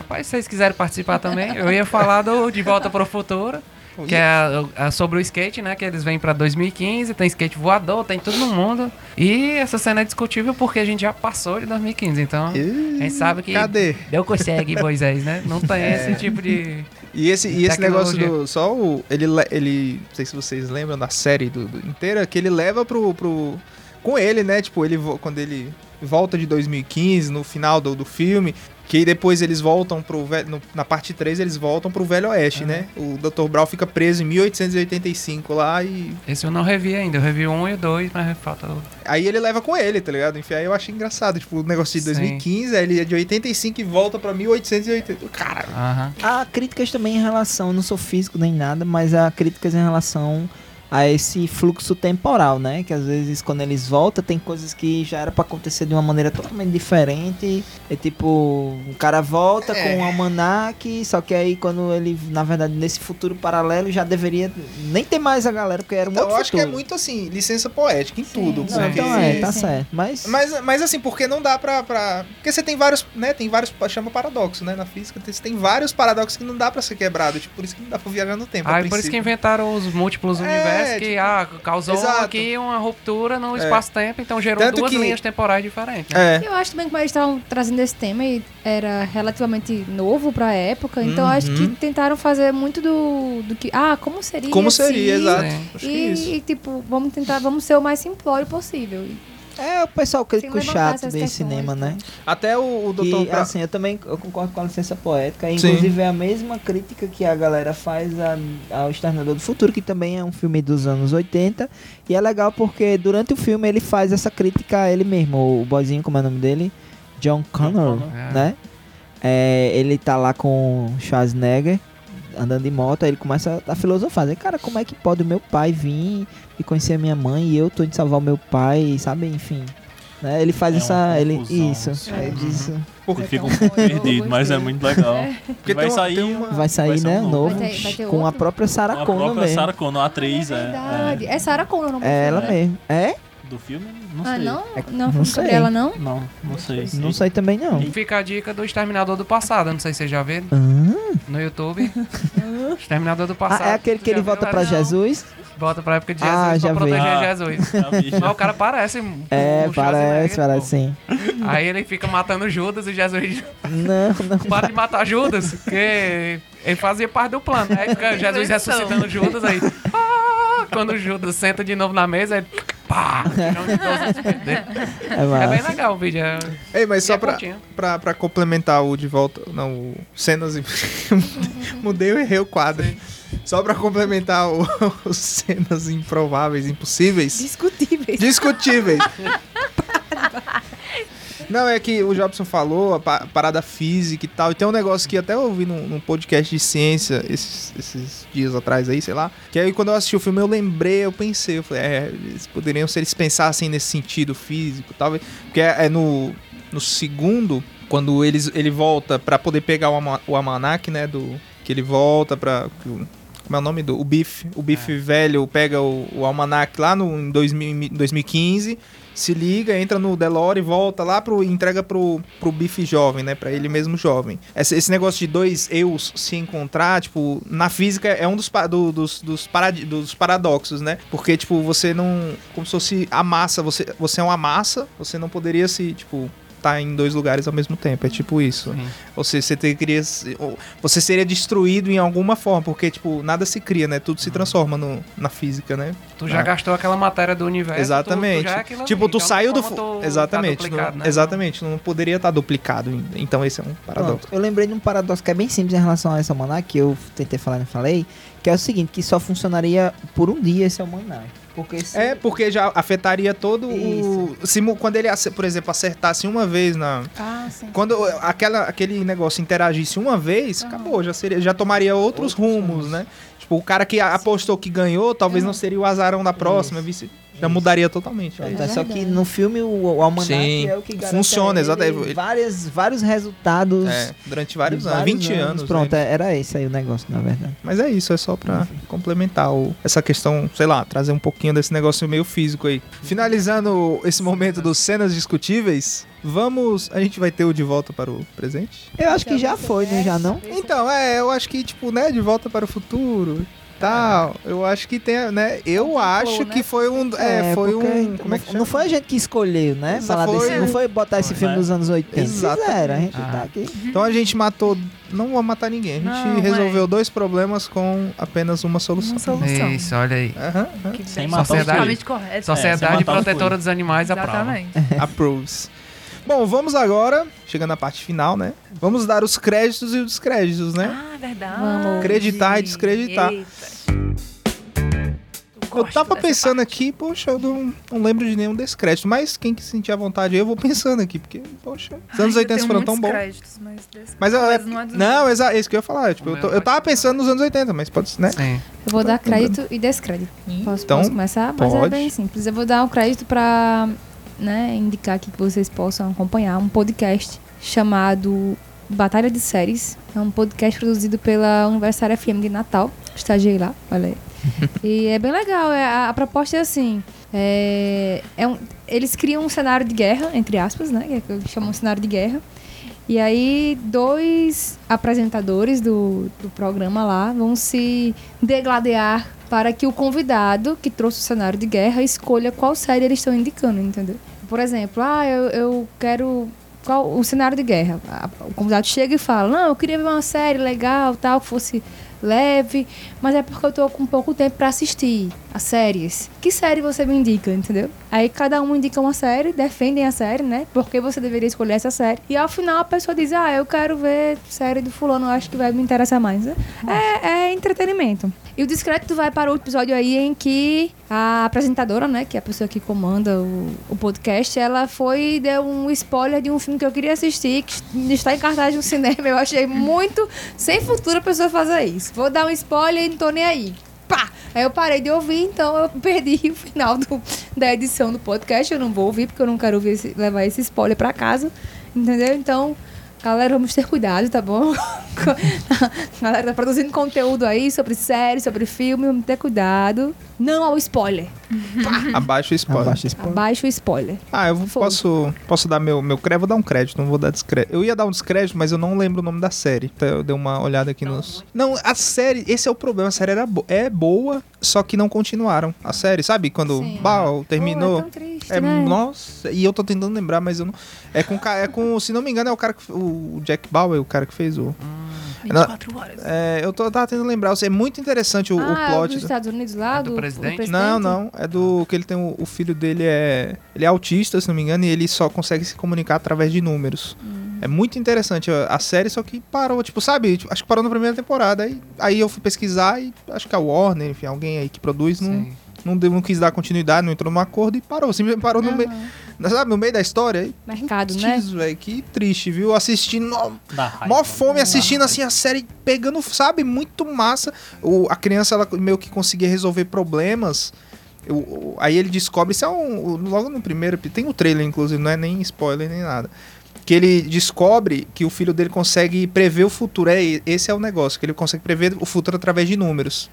S3: Rapaz, se vocês quiserem participar também, eu ia falar do De Volta pro Futuro, que é a- a- sobre o skate, né? Que eles vêm pra 2015, tem skate voador, tem tudo no mundo. E essa cena é discutível porque a gente já passou de 2015, então a gente sabe que...
S2: cadê?
S3: Não consegue, Moisés, né? Não tem
S2: É.
S3: esse tipo de...
S2: E esse, e esse negócio
S3: Tecnologia.
S2: do. Só o. Ele, le- ele. Não sei se vocês lembram da série do, do- inteira, que ele leva pro, pro. Com ele, né? Tipo, ele vo- quando ele volta de 2015, no final do, do filme. Que depois eles voltam pro. ve- no- na parte 3, eles voltam pro Velho Oeste, né? O Dr. Brown fica preso em 1885 lá e.
S3: Esse eu não revi ainda, eu revi o 1 e o 2, mas falta o...
S2: Aí ele leva com ele, tá ligado? Enfim, aí eu achei engraçado. Tipo, o negócio de
S3: Sim.
S2: 2015, aí ele é de 85 e volta pra 1880. Caralho.
S3: Aham.
S6: Há críticas também em relação, não sou físico nem nada, mas há críticas em relação a esse fluxo temporal, né? Que às vezes quando eles voltam tem coisas que já era pra acontecer de uma maneira totalmente diferente. É tipo, o cara volta
S2: É.
S6: com um almanac, só que aí quando ele, na verdade, nesse futuro paralelo já deveria nem ter mais a galera, porque era um
S2: Então,
S6: outro
S2: eu acho que é
S6: futuro.
S2: muito assim, licença poética em tudo.
S6: Não, então é, tá certo. Mas...
S2: mas. Mas assim, porque não dá pra, pra- Porque você tem vários. né Tem vários. Chama paradoxo, né? Na física, tem- você tem vários paradoxos que não dá pra ser quebrado. Tipo, por isso que não dá pra viajar no tempo. a
S3: Ah, e por isso
S2: princípio.
S3: que inventaram os
S6: É,
S3: múltiplos universos que
S6: tipo,
S3: ah, causou
S2: exato.
S3: aqui uma ruptura no
S2: É.
S3: espaço-tempo, então gerou
S2: Tanto
S3: duas
S2: que-
S3: linhas temporais diferentes.
S6: É.
S2: É,
S3: né?
S5: Eu acho também que eles estavam trazendo esse tema e era relativamente novo pra época, então
S2: Uhum.
S5: acho que tentaram fazer muito do, do que. Ah, como seria?
S2: Como
S5: se-
S2: seria, exato. Acho que é isso.
S5: assim, né? E, e, tipo, vamos tentar, vamos ser o mais simplório possível.
S6: É, o pessoal crítico
S5: levantar
S6: chato
S5: essas
S6: desse
S5: questões,
S6: cinema, né?
S2: Até o, Dr.
S6: E,
S2: Bra-
S6: assim, eu também eu concordo com a licença poética. e,
S2: Sim.
S6: Inclusive, é a mesma crítica que a galera faz a- ao Externador do Futuro, que também é um filme dos anos 80. E é legal porque durante o filme ele faz essa crítica a ele mesmo. O boizinho, como é o nome dele? John Connor,
S3: Connor.
S6: né? É, ele tá lá com o Schwarzenegger andando de moto, aí ele começa a filosofar. Dizer, Cara, como é que pode o meu pai vir e conhecer a minha mãe e eu tô indo salvar o meu pai, sabe? Enfim. né? Ele faz
S7: É uma
S6: essa. Ele,
S7: confusão,
S6: isso.
S7: assim.
S6: É disso.
S7: Porque fica um pouco perdido, mas é muito legal.
S6: Porque
S7: vai
S6: tem uma-
S7: sair
S6: tem uma- Vai sair,
S7: vai sair
S6: né?
S7: um
S6: Novo.
S7: novo.
S5: Vai ter- vai ter
S6: com a
S5: outro?
S6: própria
S7: A
S6: Sarah Connor
S7: própria
S6: mesmo.
S7: Sarah Connor, a atriz, é.
S5: Verdade. É, Sarah Connor, não
S6: É ela
S5: né?
S6: mesmo. É?
S7: é. Do filme? Não sei.
S5: Ah, não?
S6: É-
S5: Não, não sobre ela, não?
S7: Não, não sei.
S6: Não sei também, não.
S3: E fica a dica do Exterminador do Passado, não sei se vocês já viram.
S6: Hã?
S3: no YouTube. Exterminador do Passado.
S6: Ah, é aquele
S3: Tu
S6: que
S3: já
S6: ele
S3: viu
S6: volta
S3: lá?
S6: pra
S3: Não.
S6: Jesus?
S3: Volta pra época de Jesus
S6: Ah, já
S3: pra
S6: vi.
S3: proteger
S6: Ah,
S3: Jesus.
S6: já vi, já
S3: Mas o
S6: vi.
S3: cara parece. um-
S6: É,
S3: um
S6: parece, parece sim.
S3: Schwarzenegger. Aí ele fica matando Judas e Jesus.
S6: Não, é não.
S3: Para de matar Judas, porque ele fazia parte do plano. Aí fica Jesus
S6: Invenção.
S3: ressuscitando Judas aí. ah, Quando o Judas senta de novo na mesa, ele. Pá! tira um de todos os pés dele. É, bem
S2: massa.
S3: legal o vídeo. é-
S2: Ei, mas
S3: e
S2: só
S3: é
S2: pra,
S3: curtinho.
S2: pra, pra complementar o de volta. Não, o cenas e. Mudei eu errei o quadro. Só pra complementar o- os cenas improváveis, impossíveis.
S18: Discutíveis.
S2: Discutíveis. Não, é que o Jobson falou, a pa- parada física e tal. E tem um negócio que até eu ouvi num, num podcast de ciência esses, esses dias atrás aí, sei lá. Que aí quando eu assisti o filme eu lembrei, eu pensei, eu falei, é, eles poderiam, se eles pensassem nesse sentido físico, talvez. Porque é, é no, no segundo, quando eles, ele volta pra poder pegar o, ama, o almanac, né? Do, que ele volta pra. que o- como é o nome do? O Biff. O Biff velho pega o, o almanac lá no, em 2000 e mi- 2015, se liga, entra no Delore e volta lá pro. e entrega pro, pro Biff jovem, né? Pra ele mesmo jovem. Esse, esse negócio de dois eus se encontrar, tipo, na física é um dos, pa- do- dos, dos, parad, dos paradoxos, né? Porque, tipo, você não. Como se fosse a massa, você, você é uma massa, você não poderia se, tipo tá em dois lugares ao mesmo tempo. É tipo isso. Ou seja, você teria. ou Você seria destruído em alguma forma, porque, tipo, nada se cria, né? Tudo
S3: Uhum.
S2: se transforma no, na física, né?
S3: Tu já
S2: Na-
S3: gastou aquela matéria do universo.
S2: Exatamente.
S3: Tu, tu já é aquilo
S2: tipo,
S3: ali,
S2: tu
S3: então
S2: saiu do.
S3: como
S2: fu-
S3: tu tá
S2: exatamente.
S3: duplicado,
S2: não,
S3: né?
S2: Exatamente. Não poderia estar duplicado ainda. Então esse é um paradoxo.
S6: Pronto, eu lembrei de um paradoxo que é bem simples em relação a esse almanac, que eu tentei falar e não falei, que é o seguinte, que só funcionaria por um dia esse almanac. Porque se-
S2: É, porque já afetaria todo o. Se, mu- quando ele, ace- por exemplo, acertasse uma vez na.
S18: Ah, sim.
S2: Quando eh, aquela, aquele negócio interagisse uma vez, acabou, já, seria, já tomaria outros, rumos, né? Tipo, o cara que a- apostou que ganhou, talvez não seria o azarão da próxima, vice- já mudaria totalmente.
S6: Pronto, é só que no filme o, o almanac
S2: Sim,
S6: é o que garante
S2: funciona,
S6: a ele
S2: exatamente.
S6: Várias, vários resultados.
S2: É, durante
S6: de
S2: vários anos, 20 anos,
S6: Pronto, é,
S2: né?
S6: era esse aí o negócio, na verdade.
S2: Mas é isso, é só pra complementar o- essa questão, sei lá, trazer um pouquinho desse negócio meio físico aí. Finalizando esse momento dos cenas discutíveis, vamos. A gente vai ter o de volta para o presente?
S6: Eu acho que já foi, né? Já não?
S2: Então, é, eu acho que, tipo, né, de volta para o futuro. Tal, eu acho que tem, né? Eu acho que foi um. É, foi
S6: porque
S2: um.
S6: não- não, foi a gente que escolheu, né?
S2: Não
S6: Falar
S2: foi-
S6: desse, não foi botar esse filme
S2: É.
S6: dos anos 80.
S2: Exatamente.
S6: Fizeram, a gente
S2: Ah.
S6: tá aqui.
S2: Então a gente matou. Não vou matar ninguém. A gente
S6: Não,
S2: resolveu dois problemas com apenas é. uma solução.
S3: Isso, olha aí.
S2: Sem
S3: bem.
S2: matar os
S3: Sociedade,
S2: coelhos. É, sem
S3: Sociedade
S2: matar os
S3: Protetora
S2: coelhos.
S3: dos Animais aprova.
S2: É. Approves. Bom, vamos agora, chegando à parte final, né? Vamos dar os créditos e os descréditos, né?
S4: Ah, verdade.
S2: Creditar e descreditar.
S4: Eita.
S2: Eu tava pensando aqui, poxa, eu não, não lembro de nenhum descrédito, mas quem que sentir à vontade, eu vou pensando aqui, porque, poxa, os anos
S4: Ai, eu
S2: 80
S4: tenho
S2: foram tão
S4: muitos
S2: bons.
S4: créditos, mas desse-
S2: Mas eu,
S4: talvez
S2: não,
S4: é
S2: é
S4: dos-
S2: não exa- é isso que eu ia falar. Tipo, eu, tô- eu tava pensando nos anos 80, mas pode ser, né?
S3: Sim.
S5: Eu vou dar crédito e descrédito. Posso,
S2: Então,
S5: posso começar? Mas é
S2: pode.
S5: bem simples. Eu vou dar um crédito para né, indicar aqui que vocês possam acompanhar um podcast chamado Batalha de Séries. É um podcast produzido pela Universitária FM de Natal. Estagiei lá, olha aí. E é bem legal. é- a, a proposta é assim. é- é um- eles criam um cenário de guerra, entre aspas, né? Que é o que chamam de cenário de guerra. E aí, dois apresentadores do, do programa lá vão se degladear para que o convidado que trouxe o cenário de guerra escolha qual série eles estão indicando, entendeu? Por exemplo, ah, eu, eu quero. Qual o cenário de guerra? A- O convidado chega e fala: Não, eu queria ver uma série legal, tal, que fosse leve, mas é porque eu tô com pouco tempo pra assistir as séries. Que série você me indica, entendeu? Aí cada um indica uma série, defendem a série, né? Porque você deveria escolher essa série. E ao final a pessoa diz: Ah, eu quero ver série do fulano, eu acho que vai me interessar mais. né? É, é entretenimento. E o discreto vai para o episódio aí em que a apresentadora, né, que é a pessoa que comanda o, o podcast, ela foi e deu um spoiler de um filme que eu queria assistir, que está em cartaz no cinema. Eu achei muito sem futuro a pessoa fazer isso. Vou dar um spoiler e não tô nem aí. Pá! Aí eu parei de ouvir, então eu perdi o final do- da edição do podcast. Eu não vou ouvir, porque eu não quero ouvir esse- levar esse spoiler pra casa. Entendeu? Então, galera, vamos ter cuidado, tá bom? A galera tá produzindo conteúdo aí sobre série, sobre filme, vamos ter cuidado. Não ao spoiler.
S2: Abaixo o spoiler.
S6: Abaixa o spoiler.
S5: Abaixa o spoiler.
S2: Ah, eu vou- posso, posso dar meu, meu crédito? Vou dar um crédito, não vou dar descrédito. Eu ia dar um descrédito, mas eu não lembro o nome da série. Então eu dei uma olhada aqui nos. Não, a série, esse é o problema. A série era bo- é boa, só que não continuaram. A série, sabe? Quando Bal terminou.
S5: Oh, é tão triste,
S2: É,
S5: né?
S2: Nossa, e eu tô tentando lembrar, mas eu não. É com, o ca- é com se não me engano, é o cara que. O Jack Bauer, o cara que fez o.
S5: Hum.
S4: 24 horas.
S2: É, eu tô, eu tava tentando lembrar. É muito interessante o, o
S5: ah,
S2: plot.
S5: dos Estados Unidos lá? do,
S2: Não, não. É do que ele tem. O, o filho dele é. Ele é autista, se não me engano, e ele só consegue se comunicar através de números. É muito interessante a, a série, só que parou, tipo, sabe? Tipo, acho que parou na primeira temporada. Aí, aí eu fui pesquisar e acho que a Warner, enfim, alguém aí que produz, não, não, deu, não quis dar continuidade, não entrou num acordo e parou. Simplesmente parou no meio. Sabe, no meio da história. aí,
S5: Mercado, né?
S2: Jeez, velho, que triste, viu? Assistindo. ó, Mó fome assistindo assim a série pegando, sabe? Muito massa. O, a criança, ela meio que conseguia resolver problemas. O- o- aí ele descobre, isso é um. o- Logo no primeiro, epi- tem o trailer, inclusive, não é nem spoiler nem nada. Que ele descobre que o filho dele consegue prever o futuro. É, e- esse é o negócio, que ele consegue prever o futuro através de números.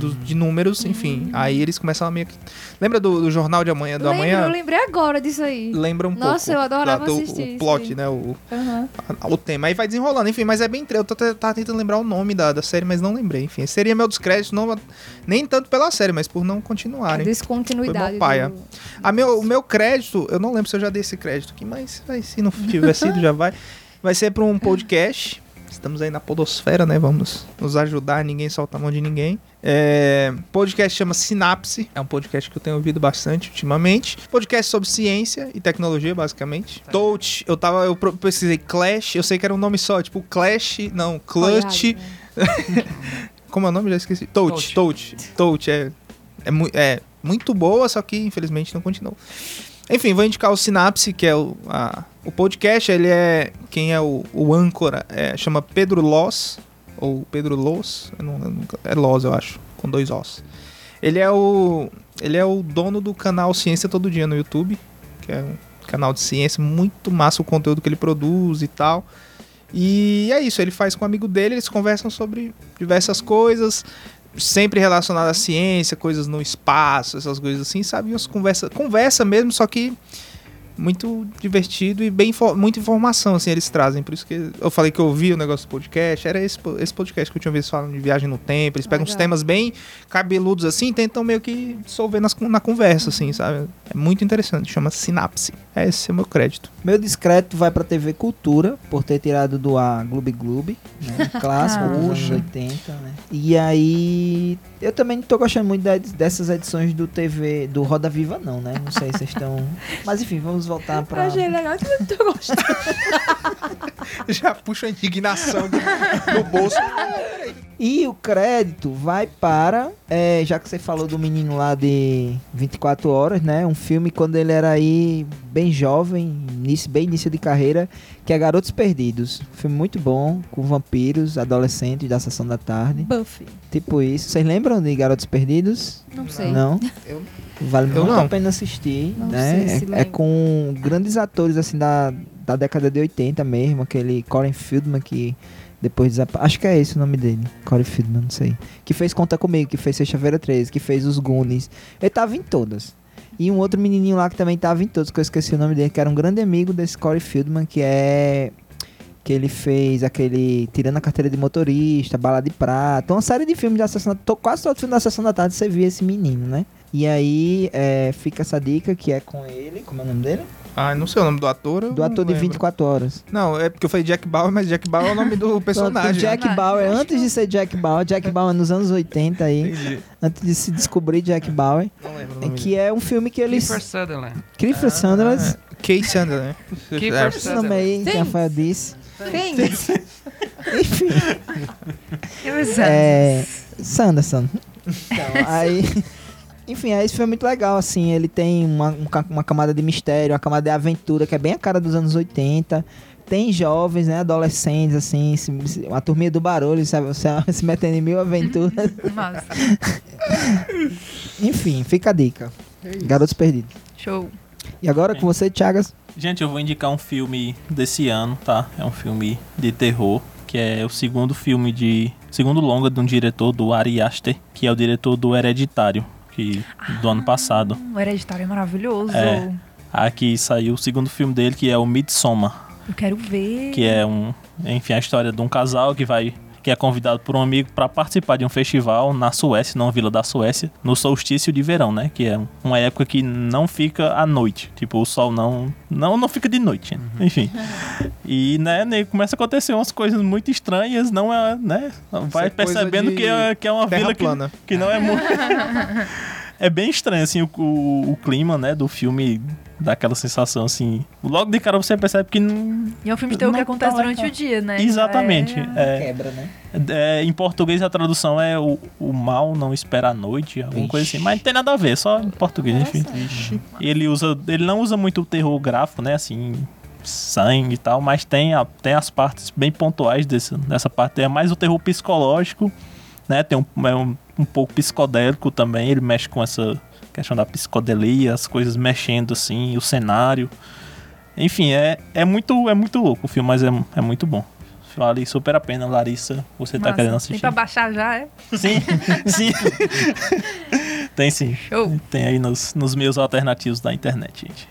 S2: Dos- de números, enfim. Aí eles começam a meio que. Lembra do, do jornal de amanhã? Do
S5: Uhum. Lembro, eu
S2: amanhã?
S5: lembrei agora disso aí.
S2: Lembra um pouco.
S5: Nossa, eu adorava
S2: do-
S5: assistir
S2: O
S5: isso
S2: plot,
S5: aí.
S2: né? O,
S5: Aham.
S2: a- o tema. Aí vai desenrolando, enfim, mas é bem. tre- Eu tô te- tava tentando lembrar o nome da, da série, mas não lembrei. Enfim, seria meu descrédito, não, nem tanto pela série, mas por não continuarem.
S5: descontinuidade
S2: Foi mó paia.
S5: do-
S2: A Ah, meu, o meu crédito, eu não lembro se eu já dei esse crédito aqui, mas vai, se não tiver sido, já vai. Vai ser pra um podcast. Estamos aí na podosfera, né? Vamos nos ajudar, ninguém solta a mão de ninguém. É, podcast chama Sinapse, é um podcast que eu tenho ouvido bastante ultimamente. Podcast sobre ciência e tecnologia, basicamente. Touch, eu tava, eu pro- pesquisei Clash, eu sei que era um nome só, tipo Clash, não, Clutch.
S5: né?
S2: Como é o nome? Já esqueci. Touch, Touch, Touch. É, é, mu- é muito boa, só que infelizmente não continuou. Enfim, vou indicar o Sinapse, que é o, a- o podcast. Ele é. Quem é o, o âncora é, chama Pedro Loss, ou Pedro Loss, eu não, eu nunca- é Loss, eu acho, com dois Os. Ele é o. Ele é o dono do canal Ciência Todo Dia no YouTube, que é um canal de ciência, muito massa o conteúdo que ele produz e tal. E é isso, ele faz com um amigo dele, eles conversam sobre diversas coisas, sempre relacionado à ciência, coisas no espaço, essas coisas assim, sabe? Umas conversa, conversa mesmo, só que muito divertido e bem info- muita informação assim eles trazem por isso que eu falei que eu ouvi o negócio do podcast era esse, po- esse podcast que eu tinha visto falando de viagem no tempo eles pegam uns
S15: Legal.
S2: temas bem cabeludos assim e tentam meio que dissolver nas, na conversa assim sabe é muito interessante chama sinapse esse é o meu crédito
S6: Meu discreto vai pra TV Cultura, por ter tirado do ar Gloob Gloob, né? Um clássico dos anos
S2: Puxa.
S6: 80, né? E aí, eu também não tô gostando muito da- dessas edições do TV, do Roda Viva não, né? Não sei se vocês estão... Mas enfim, vamos voltar pra...
S10: Achei legal que eu tô gostando.
S2: já puxa a indignação do, do bolso
S6: E o crédito vai para, é, já que você falou do menino lá de 24 horas, né? Um filme quando ele era aí bem jovem, início, bem início de carreira, que é Garotos Perdidos. Um filme muito bom, com vampiros, adolescentes da sessão da tarde.
S10: Buffy.
S6: Tipo isso. Vocês lembram de Garotos Perdidos?
S10: Não sei.
S6: Não?
S10: Eu-
S6: Vale
S10: Eu
S6: muito
S10: não.
S6: a pena assistir,
S10: Não
S6: né?
S10: sei se
S6: É- é
S10: lembro.
S6: com grandes atores assim da, da década de 80 mesmo, aquele Corey Feldman que depois desapa... acho que é esse o nome dele, Corey Feldman, não sei. Que fez Conta Comigo, que fez Sexta-feira 13, que fez Os Goonies. Ele tava em todas. E um outro menininho lá que também tava em todos, que eu esqueci o nome dele, que era um grande amigo desse Corey Feldman, que é que ele fez aquele Tirando a Carteira de Motorista, Bala de Prata, uma série de filmes da Sessão da Tô quase todo filme da Sessão da Tarde você via esse menino, né? E aí é, fica essa dica que é com ele, como é o nome dele?
S2: ah não sei o nome do ator eu
S6: Do
S2: não
S6: ator de
S2: lembro.
S6: 24 horas.
S2: não é porque eu falei Jack Bauer mas Jack Bauer é o nome do personagem né?
S6: O Jack Bauer, antes de ser Jack Bauer, Jack Bauer é nos anos 80 aí,
S2: Entendi.
S6: antes de se descobrir Jack Bauer, é que é um filme que eles...
S3: Kiefer Sutherland.
S2: Ah,
S6: Kiefer Sutherland.
S2: Kate Sutherland.
S3: Kiefer
S2: é,
S6: Esse nome aí,
S3: Sutherland.
S6: Rafael disse.
S3: Thanks.
S6: Enfim.
S4: Kiefer
S6: É, Sanderson. Então, aí... Enfim, aí esse filme é muito legal, assim, ele tem uma, um ca- uma camada de mistério, uma camada de aventura, que é bem a cara dos anos 80. Tem jovens, né, adolescentes, assim, se- se- uma turminha do barulho, sabe, se, se metendo em mil aventuras.
S2: É.
S4: Massa.
S6: Enfim, fica a dica.
S4: É isso.
S6: Garotos Perdidos.
S4: Show.
S6: E agora com você, Thiagas.
S7: Gente, eu vou indicar um filme desse ano, tá? É um filme de terror, que é o segundo filme de. segundo longa de um diretor do Ari Aster, que é o diretor do Hereditário. que do ano passado.
S4: O Hereditário é maravilhoso.
S7: É. Aqui saiu o segundo filme dele, que é o Midsommar,
S4: Eu quero ver.
S7: que é um, enfim, a história de um casal que vai que é convidado por um amigo para participar de um festival na Suécia, numa vila da Suécia, no solstício de verão, né? Que é uma época que não fica à noite, tipo o sol não não não fica de noite, né?
S2: Uhum.
S7: enfim. E né, né, começa a acontecer umas coisas muito estranhas, não é, né? Vai
S2: Isso é coisa
S7: percebendo
S2: de
S7: que é, que é uma
S2: terra
S7: vila que,
S2: plana.
S7: que não é muito é bem estranho, assim, o, o, o clima, né, do filme, dá aquela sensação, assim. Logo de cara você percebe que não.
S4: E é um filme de terror que acontece durante o dia, né?
S7: Exatamente.
S4: É...
S6: Quebra, né?
S7: É, em português a tradução é o, o mal não espera a noite, alguma coisa assim. Mas não tem nada a ver, só em português, enfim. Ele, usa, ele não usa muito o terror gráfico, né? Assim, sangue e tal, mas tem, a- tem as partes bem pontuais desse, dessa parte. É mais o terror psicológico, né? Tem um, é um, um pouco psicodélico também. Ele mexe com essa questão da psicodelia, as coisas mexendo assim, o cenário. Enfim, é, é, muito, é muito louco o filme, mas é, é muito bom. Vale super a pena, Larissa. Você tá
S4: Massa.
S7: querendo
S4: Tem
S7: assistir?
S4: pra baixar já, é?
S7: Sim, sim. Tem sim.
S4: Show.
S7: Tem aí nos, nos meios alternativos da internet, gente.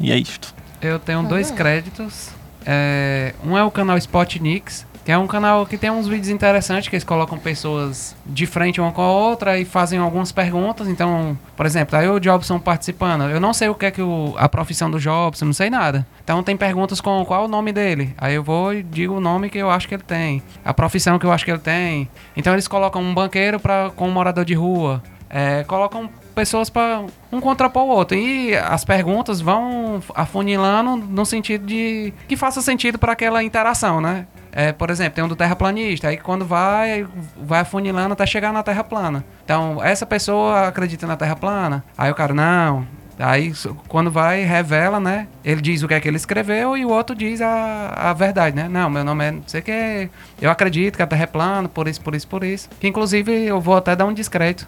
S7: E é isto.
S3: Eu tenho dois créditos. É, um é o canal Spotnix, que é um canal que tem uns vídeos interessantes que eles colocam pessoas de frente uma com a outra e fazem algumas perguntas. Então, por exemplo, tá eu e o Jobson participando. Eu não sei o que é que o- a profissão do Jobson, não sei nada. Então tem perguntas com qual o nome dele. Aí eu vou e digo o nome que eu acho que ele tem, a profissão que eu acho que ele tem. Então eles colocam um banqueiro pra, com um morador de rua. É, colocam pessoas para um contrapor o outro. E as perguntas vão afunilando no sentido de que faça sentido para aquela interação, né? É, por exemplo, tem um do terraplanista, aí quando vai, vai afunilando até chegar na terra plana. Então, essa pessoa acredita na terra plana, aí o cara, não. Aí, so- quando vai, revela, né? Ele diz o que é que ele escreveu e o outro diz a, a verdade, né? Não, meu nome é não sei o que, eu acredito que a Terra é plana, por isso, por isso, por isso. Que, inclusive, eu vou até dar um discreto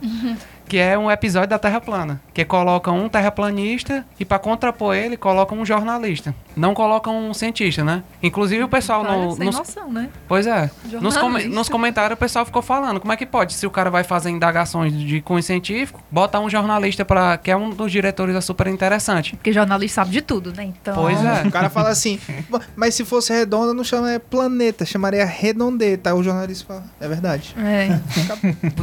S3: que é um episódio da Terra Plana, que coloca um terraplanista e para contrapor ele coloca um jornalista. Não coloca um cientista, né? Inclusive o pessoal
S4: Cara,
S3: no,
S4: sem
S3: nos-
S4: noção, né?
S3: Pois é.
S4: Jornalista.
S3: Nos, come- nos comentários o pessoal ficou falando, como é que pode se o cara vai fazer indagações de cunho científico, botar um jornalista para que é um dos diretores é super interessante.
S4: Porque jornalista sabe de tudo, né? Então.
S3: Pois é.
S2: O cara fala assim, "Ma- mas se fosse redonda, não chamaria planeta, chamaria redondeta. Aí o jornalista fala, é verdade.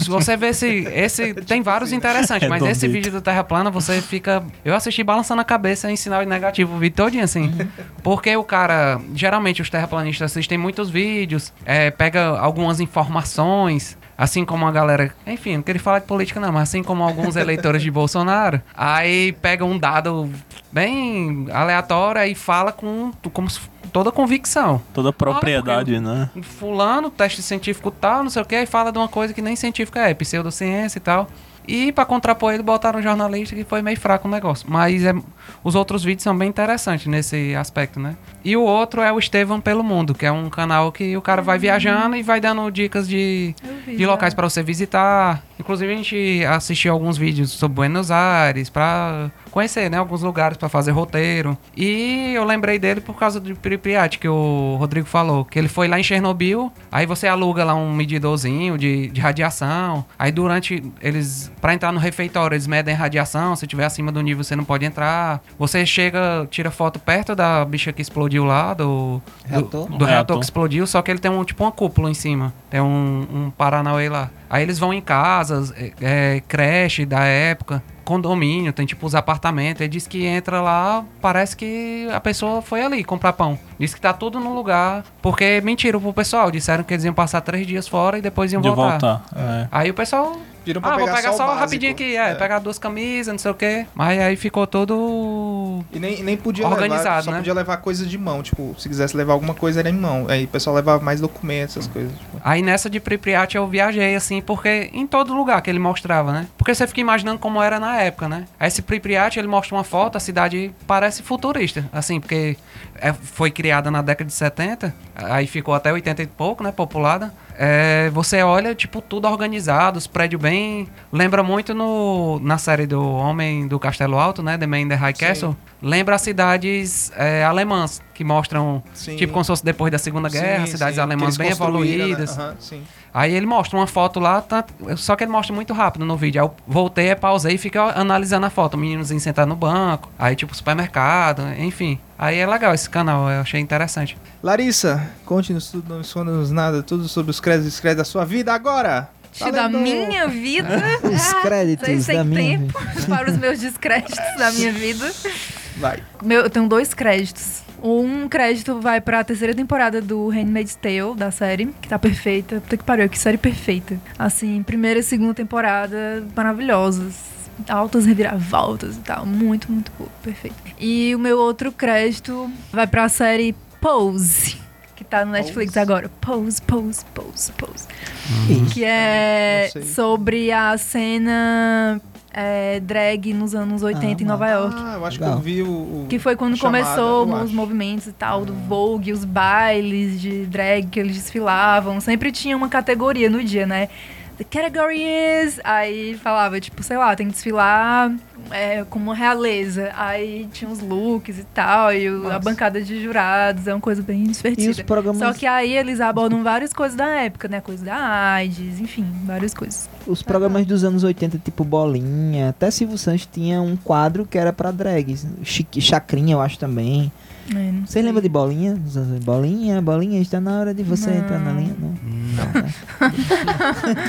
S3: Se você vê esse. esse tem vários interessantes, mas esse
S2: Redondito.
S3: vídeo do Terra Plana você fica. Eu assisti balançando a cabeça em sinal de negativo o vídeo todinho, assim. Porque o cara. Geralmente os terraplanistas assistem muitos vídeos, é, pega algumas informações. Assim como a galera. Enfim, não queria falar de política, não, mas assim como alguns eleitores de Bolsonaro, aí pega um dado bem aleatório e fala com, como se- toda convicção.
S7: Toda propriedade, né?
S3: fulano, teste científico tal, não sei o que, e fala de uma coisa que nem científica é, pseudociência e tal. E pra contrapor ele botaram um jornalista que foi meio fraco o negócio. Mas é- os outros vídeos são bem interessantes nesse aspecto, né? E o outro é o Estevam pelo Mundo, que é um canal que o cara vai viajando e vai dando dicas de,
S4: vi
S3: de
S4: já.
S3: locais pra você visitar. Inclusive a gente assistiu alguns vídeos sobre Buenos Aires pra conhecer, né, alguns lugares pra fazer roteiro. E eu lembrei dele por causa do Pripyat que o Rodrigo falou, que ele foi lá em Chernobyl, aí você aluga lá um medidorzinho de, de radiação. Aí durante eles pra entrar no refeitório, eles medem radiação, se tiver acima do nível você não pode entrar. Você chega, tira foto perto da bicha que explodiu lá do do-
S6: Reator?
S3: do reator
S6: Reator.
S3: que explodiu, só que ele tem um tipo uma cúpula em cima. Tem um, um Paranauê lá. Aí eles vão em casas, é, é, creche da época, condomínio, tem tipo os apartamentos. Ele diz que entra lá, parece que a pessoa foi ali comprar pão. Diz que tá tudo no lugar, porque mentiram pro pessoal. Disseram que eles iam passar três dias fora e depois iam
S7: De
S3: voltar.
S7: voltar. é.
S3: Aí o pessoal.
S2: Viram pra
S3: Ah, vou
S2: pegar
S3: pegar
S2: só o
S3: só
S2: básico."
S3: rapidinho aqui, é, pegar duas camisas, não sei o quê. Mas aí ficou todo.
S2: E nem, e nem podia levar,
S3: Organizado,
S2: só
S3: né?
S2: podia levar coisa de mão. Tipo, se quisesse levar alguma coisa, era em mão. Aí o pessoal levava mais documentos, essas coisas. Tipo.
S3: Aí nessa de Pripyat eu viajei assim, porque em todo lugar que ele mostrava, né? Porque você fica imaginando como era na época, né? Aí Esse Pripyat ele mostra uma foto, a cidade parece futurista, assim, porque é- foi criada na década de 70, aí ficou até 80 e pouco, né? Populada. É, você olha, tipo, tudo organizado, os prédios bem. Lembra muito no, na série do Homem do Castelo Alto, né? The Man in the High Castle. lembra as cidades é, alemãs, que mostram,
S2: Sim.
S3: tipo como se fosse depois da Segunda
S2: Sim,
S3: Guerra, cidades
S2: sim,
S3: alemãs
S2: que
S3: bem
S2: eles construíram,
S3: evoluídas.
S2: Né? Aham, sim.
S3: Aí ele mostra uma foto lá, tá- só que ele mostra muito rápido no vídeo. Aí eu voltei, pausei e fica analisando a foto. O meninozinho sentado no banco, aí tipo supermercado, enfim. Aí é legal esse canal, eu achei interessante.
S2: Larissa, conte-nos tudo, não esconda-nos nada, tudo sobre os créditos e descréditos da sua vida agora.
S4: Te da minha vida.
S6: Os créditos
S4: Sem- sem
S6: da minha
S4: tempo para os meus descréditos da minha vida.
S2: Vai.
S4: Meu, eu tenho dois créditos. Um crédito vai pra terceira temporada do Handmaid's Tale, da série, que tá perfeita. Puta que pariu, que série perfeita. Assim, primeira e segunda temporada maravilhosas. Altas reviravoltas e tal. Muito, muito boa, perfeito. E o meu outro crédito vai pra série Pose, que tá no Netflix agora. Pose, Pose, Pose, Pose. Que é
S14: Não sei.
S4: sobre a cena é, drag nos anos 80 em Nova York.
S2: Ah, eu acho que eu vi o. o
S4: Que foi quando
S2: chamada,
S4: começou
S2: eu
S4: os
S2: acho. Hum.
S4: movimentos e tal, do Vogue, os bailes de drag que eles desfilavam. Sempre tinha uma categoria no dia, né? The category is. Aí falava, tipo, sei lá, tem que desfilar é, como realeza. Aí tinha os looks e tal, e o- a bancada de jurados, é uma coisa bem divertida.
S6: programas-
S4: Só que aí eles abordam várias coisas da época, né? Coisa da AIDS, enfim, várias coisas.
S6: Os programas dos anos 80, tipo Bolinha, até Silvio Santos tinha um quadro que era pra drags. Chique- Chacrinha, eu acho também.
S4: É, não
S6: Você lembra de Bolinha? Dos anos- Bolinha, Bolinha, está na hora de você entrar na linha, né? não?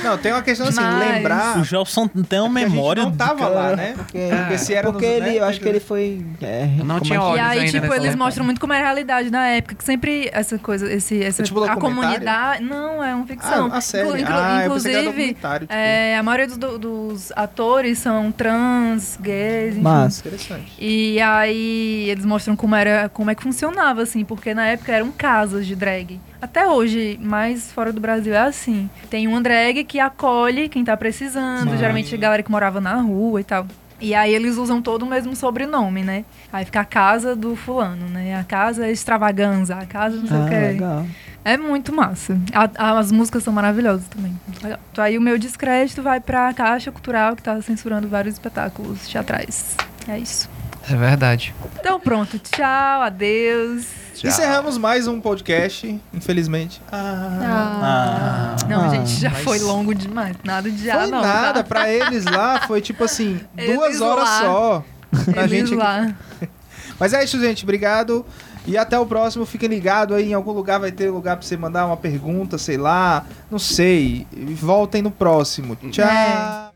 S2: Não, tem uma questão assim,
S6: Mas-
S2: lembrar.
S7: O Gelson tem
S2: É
S7: uma memória.
S2: não tava lá, né?
S6: Porque,
S2: Porque se era
S6: porque
S2: nos-
S6: ele,
S2: né?
S6: eu acho que ele foi. é, como é que-
S4: E aí, tipo, eles mostram muito como era a realidade na época, que sempre essa coisa, esse, essa,
S6: É tipo
S4: a
S6: documentário?
S4: comunidade. Não, é uma ficção.
S6: Ah, a série.
S4: Inclu- inclu-
S6: Ah, eu pensei que era
S4: inclusive,
S6: documentário, tipo.
S4: é, a maioria dos, do- dos atores são trans, gays, enfim.
S6: Mas-
S2: Interessante.
S4: E aí eles mostram como era, como é que funcionava assim, porque na época eram casas de drag. Até hoje, mas fora do Brasil é assim. Tem uma drag que acolhe quem tá precisando,
S14: Sim.
S4: geralmente galera que morava na rua e tal. E aí eles usam todo o mesmo sobrenome, né? Aí fica a casa do fulano, né? A casa extravaganza, a casa não sei o
S6: Ah,
S4: que.
S6: legal.
S4: É muito massa. A- a- as músicas são maravilhosas também. Muito legal. Então, Aí o meu descrédito vai pra Caixa Cultural, que tá censurando vários espetáculos teatrais. É isso.
S3: É verdade.
S4: Então pronto, tchau, adeus. Ah,
S2: Encerramos mais um podcast, infelizmente. Ah.
S4: Não, gente, já
S2: Mas
S4: foi longo demais. Nada de já,
S2: Foi
S4: não.
S2: nada,
S4: tá?
S2: pra eles lá foi tipo assim, duas
S4: Eles
S2: horas
S4: lá.
S2: só. Pra
S4: Eles
S2: gente aqui.
S4: tá lá.
S2: Mas é isso, gente. Obrigado. E até o próximo. Fiquem ligados aí. Em algum lugar vai ter lugar pra você mandar uma pergunta, sei lá. Não sei. Voltem no próximo. Tchau.
S4: É.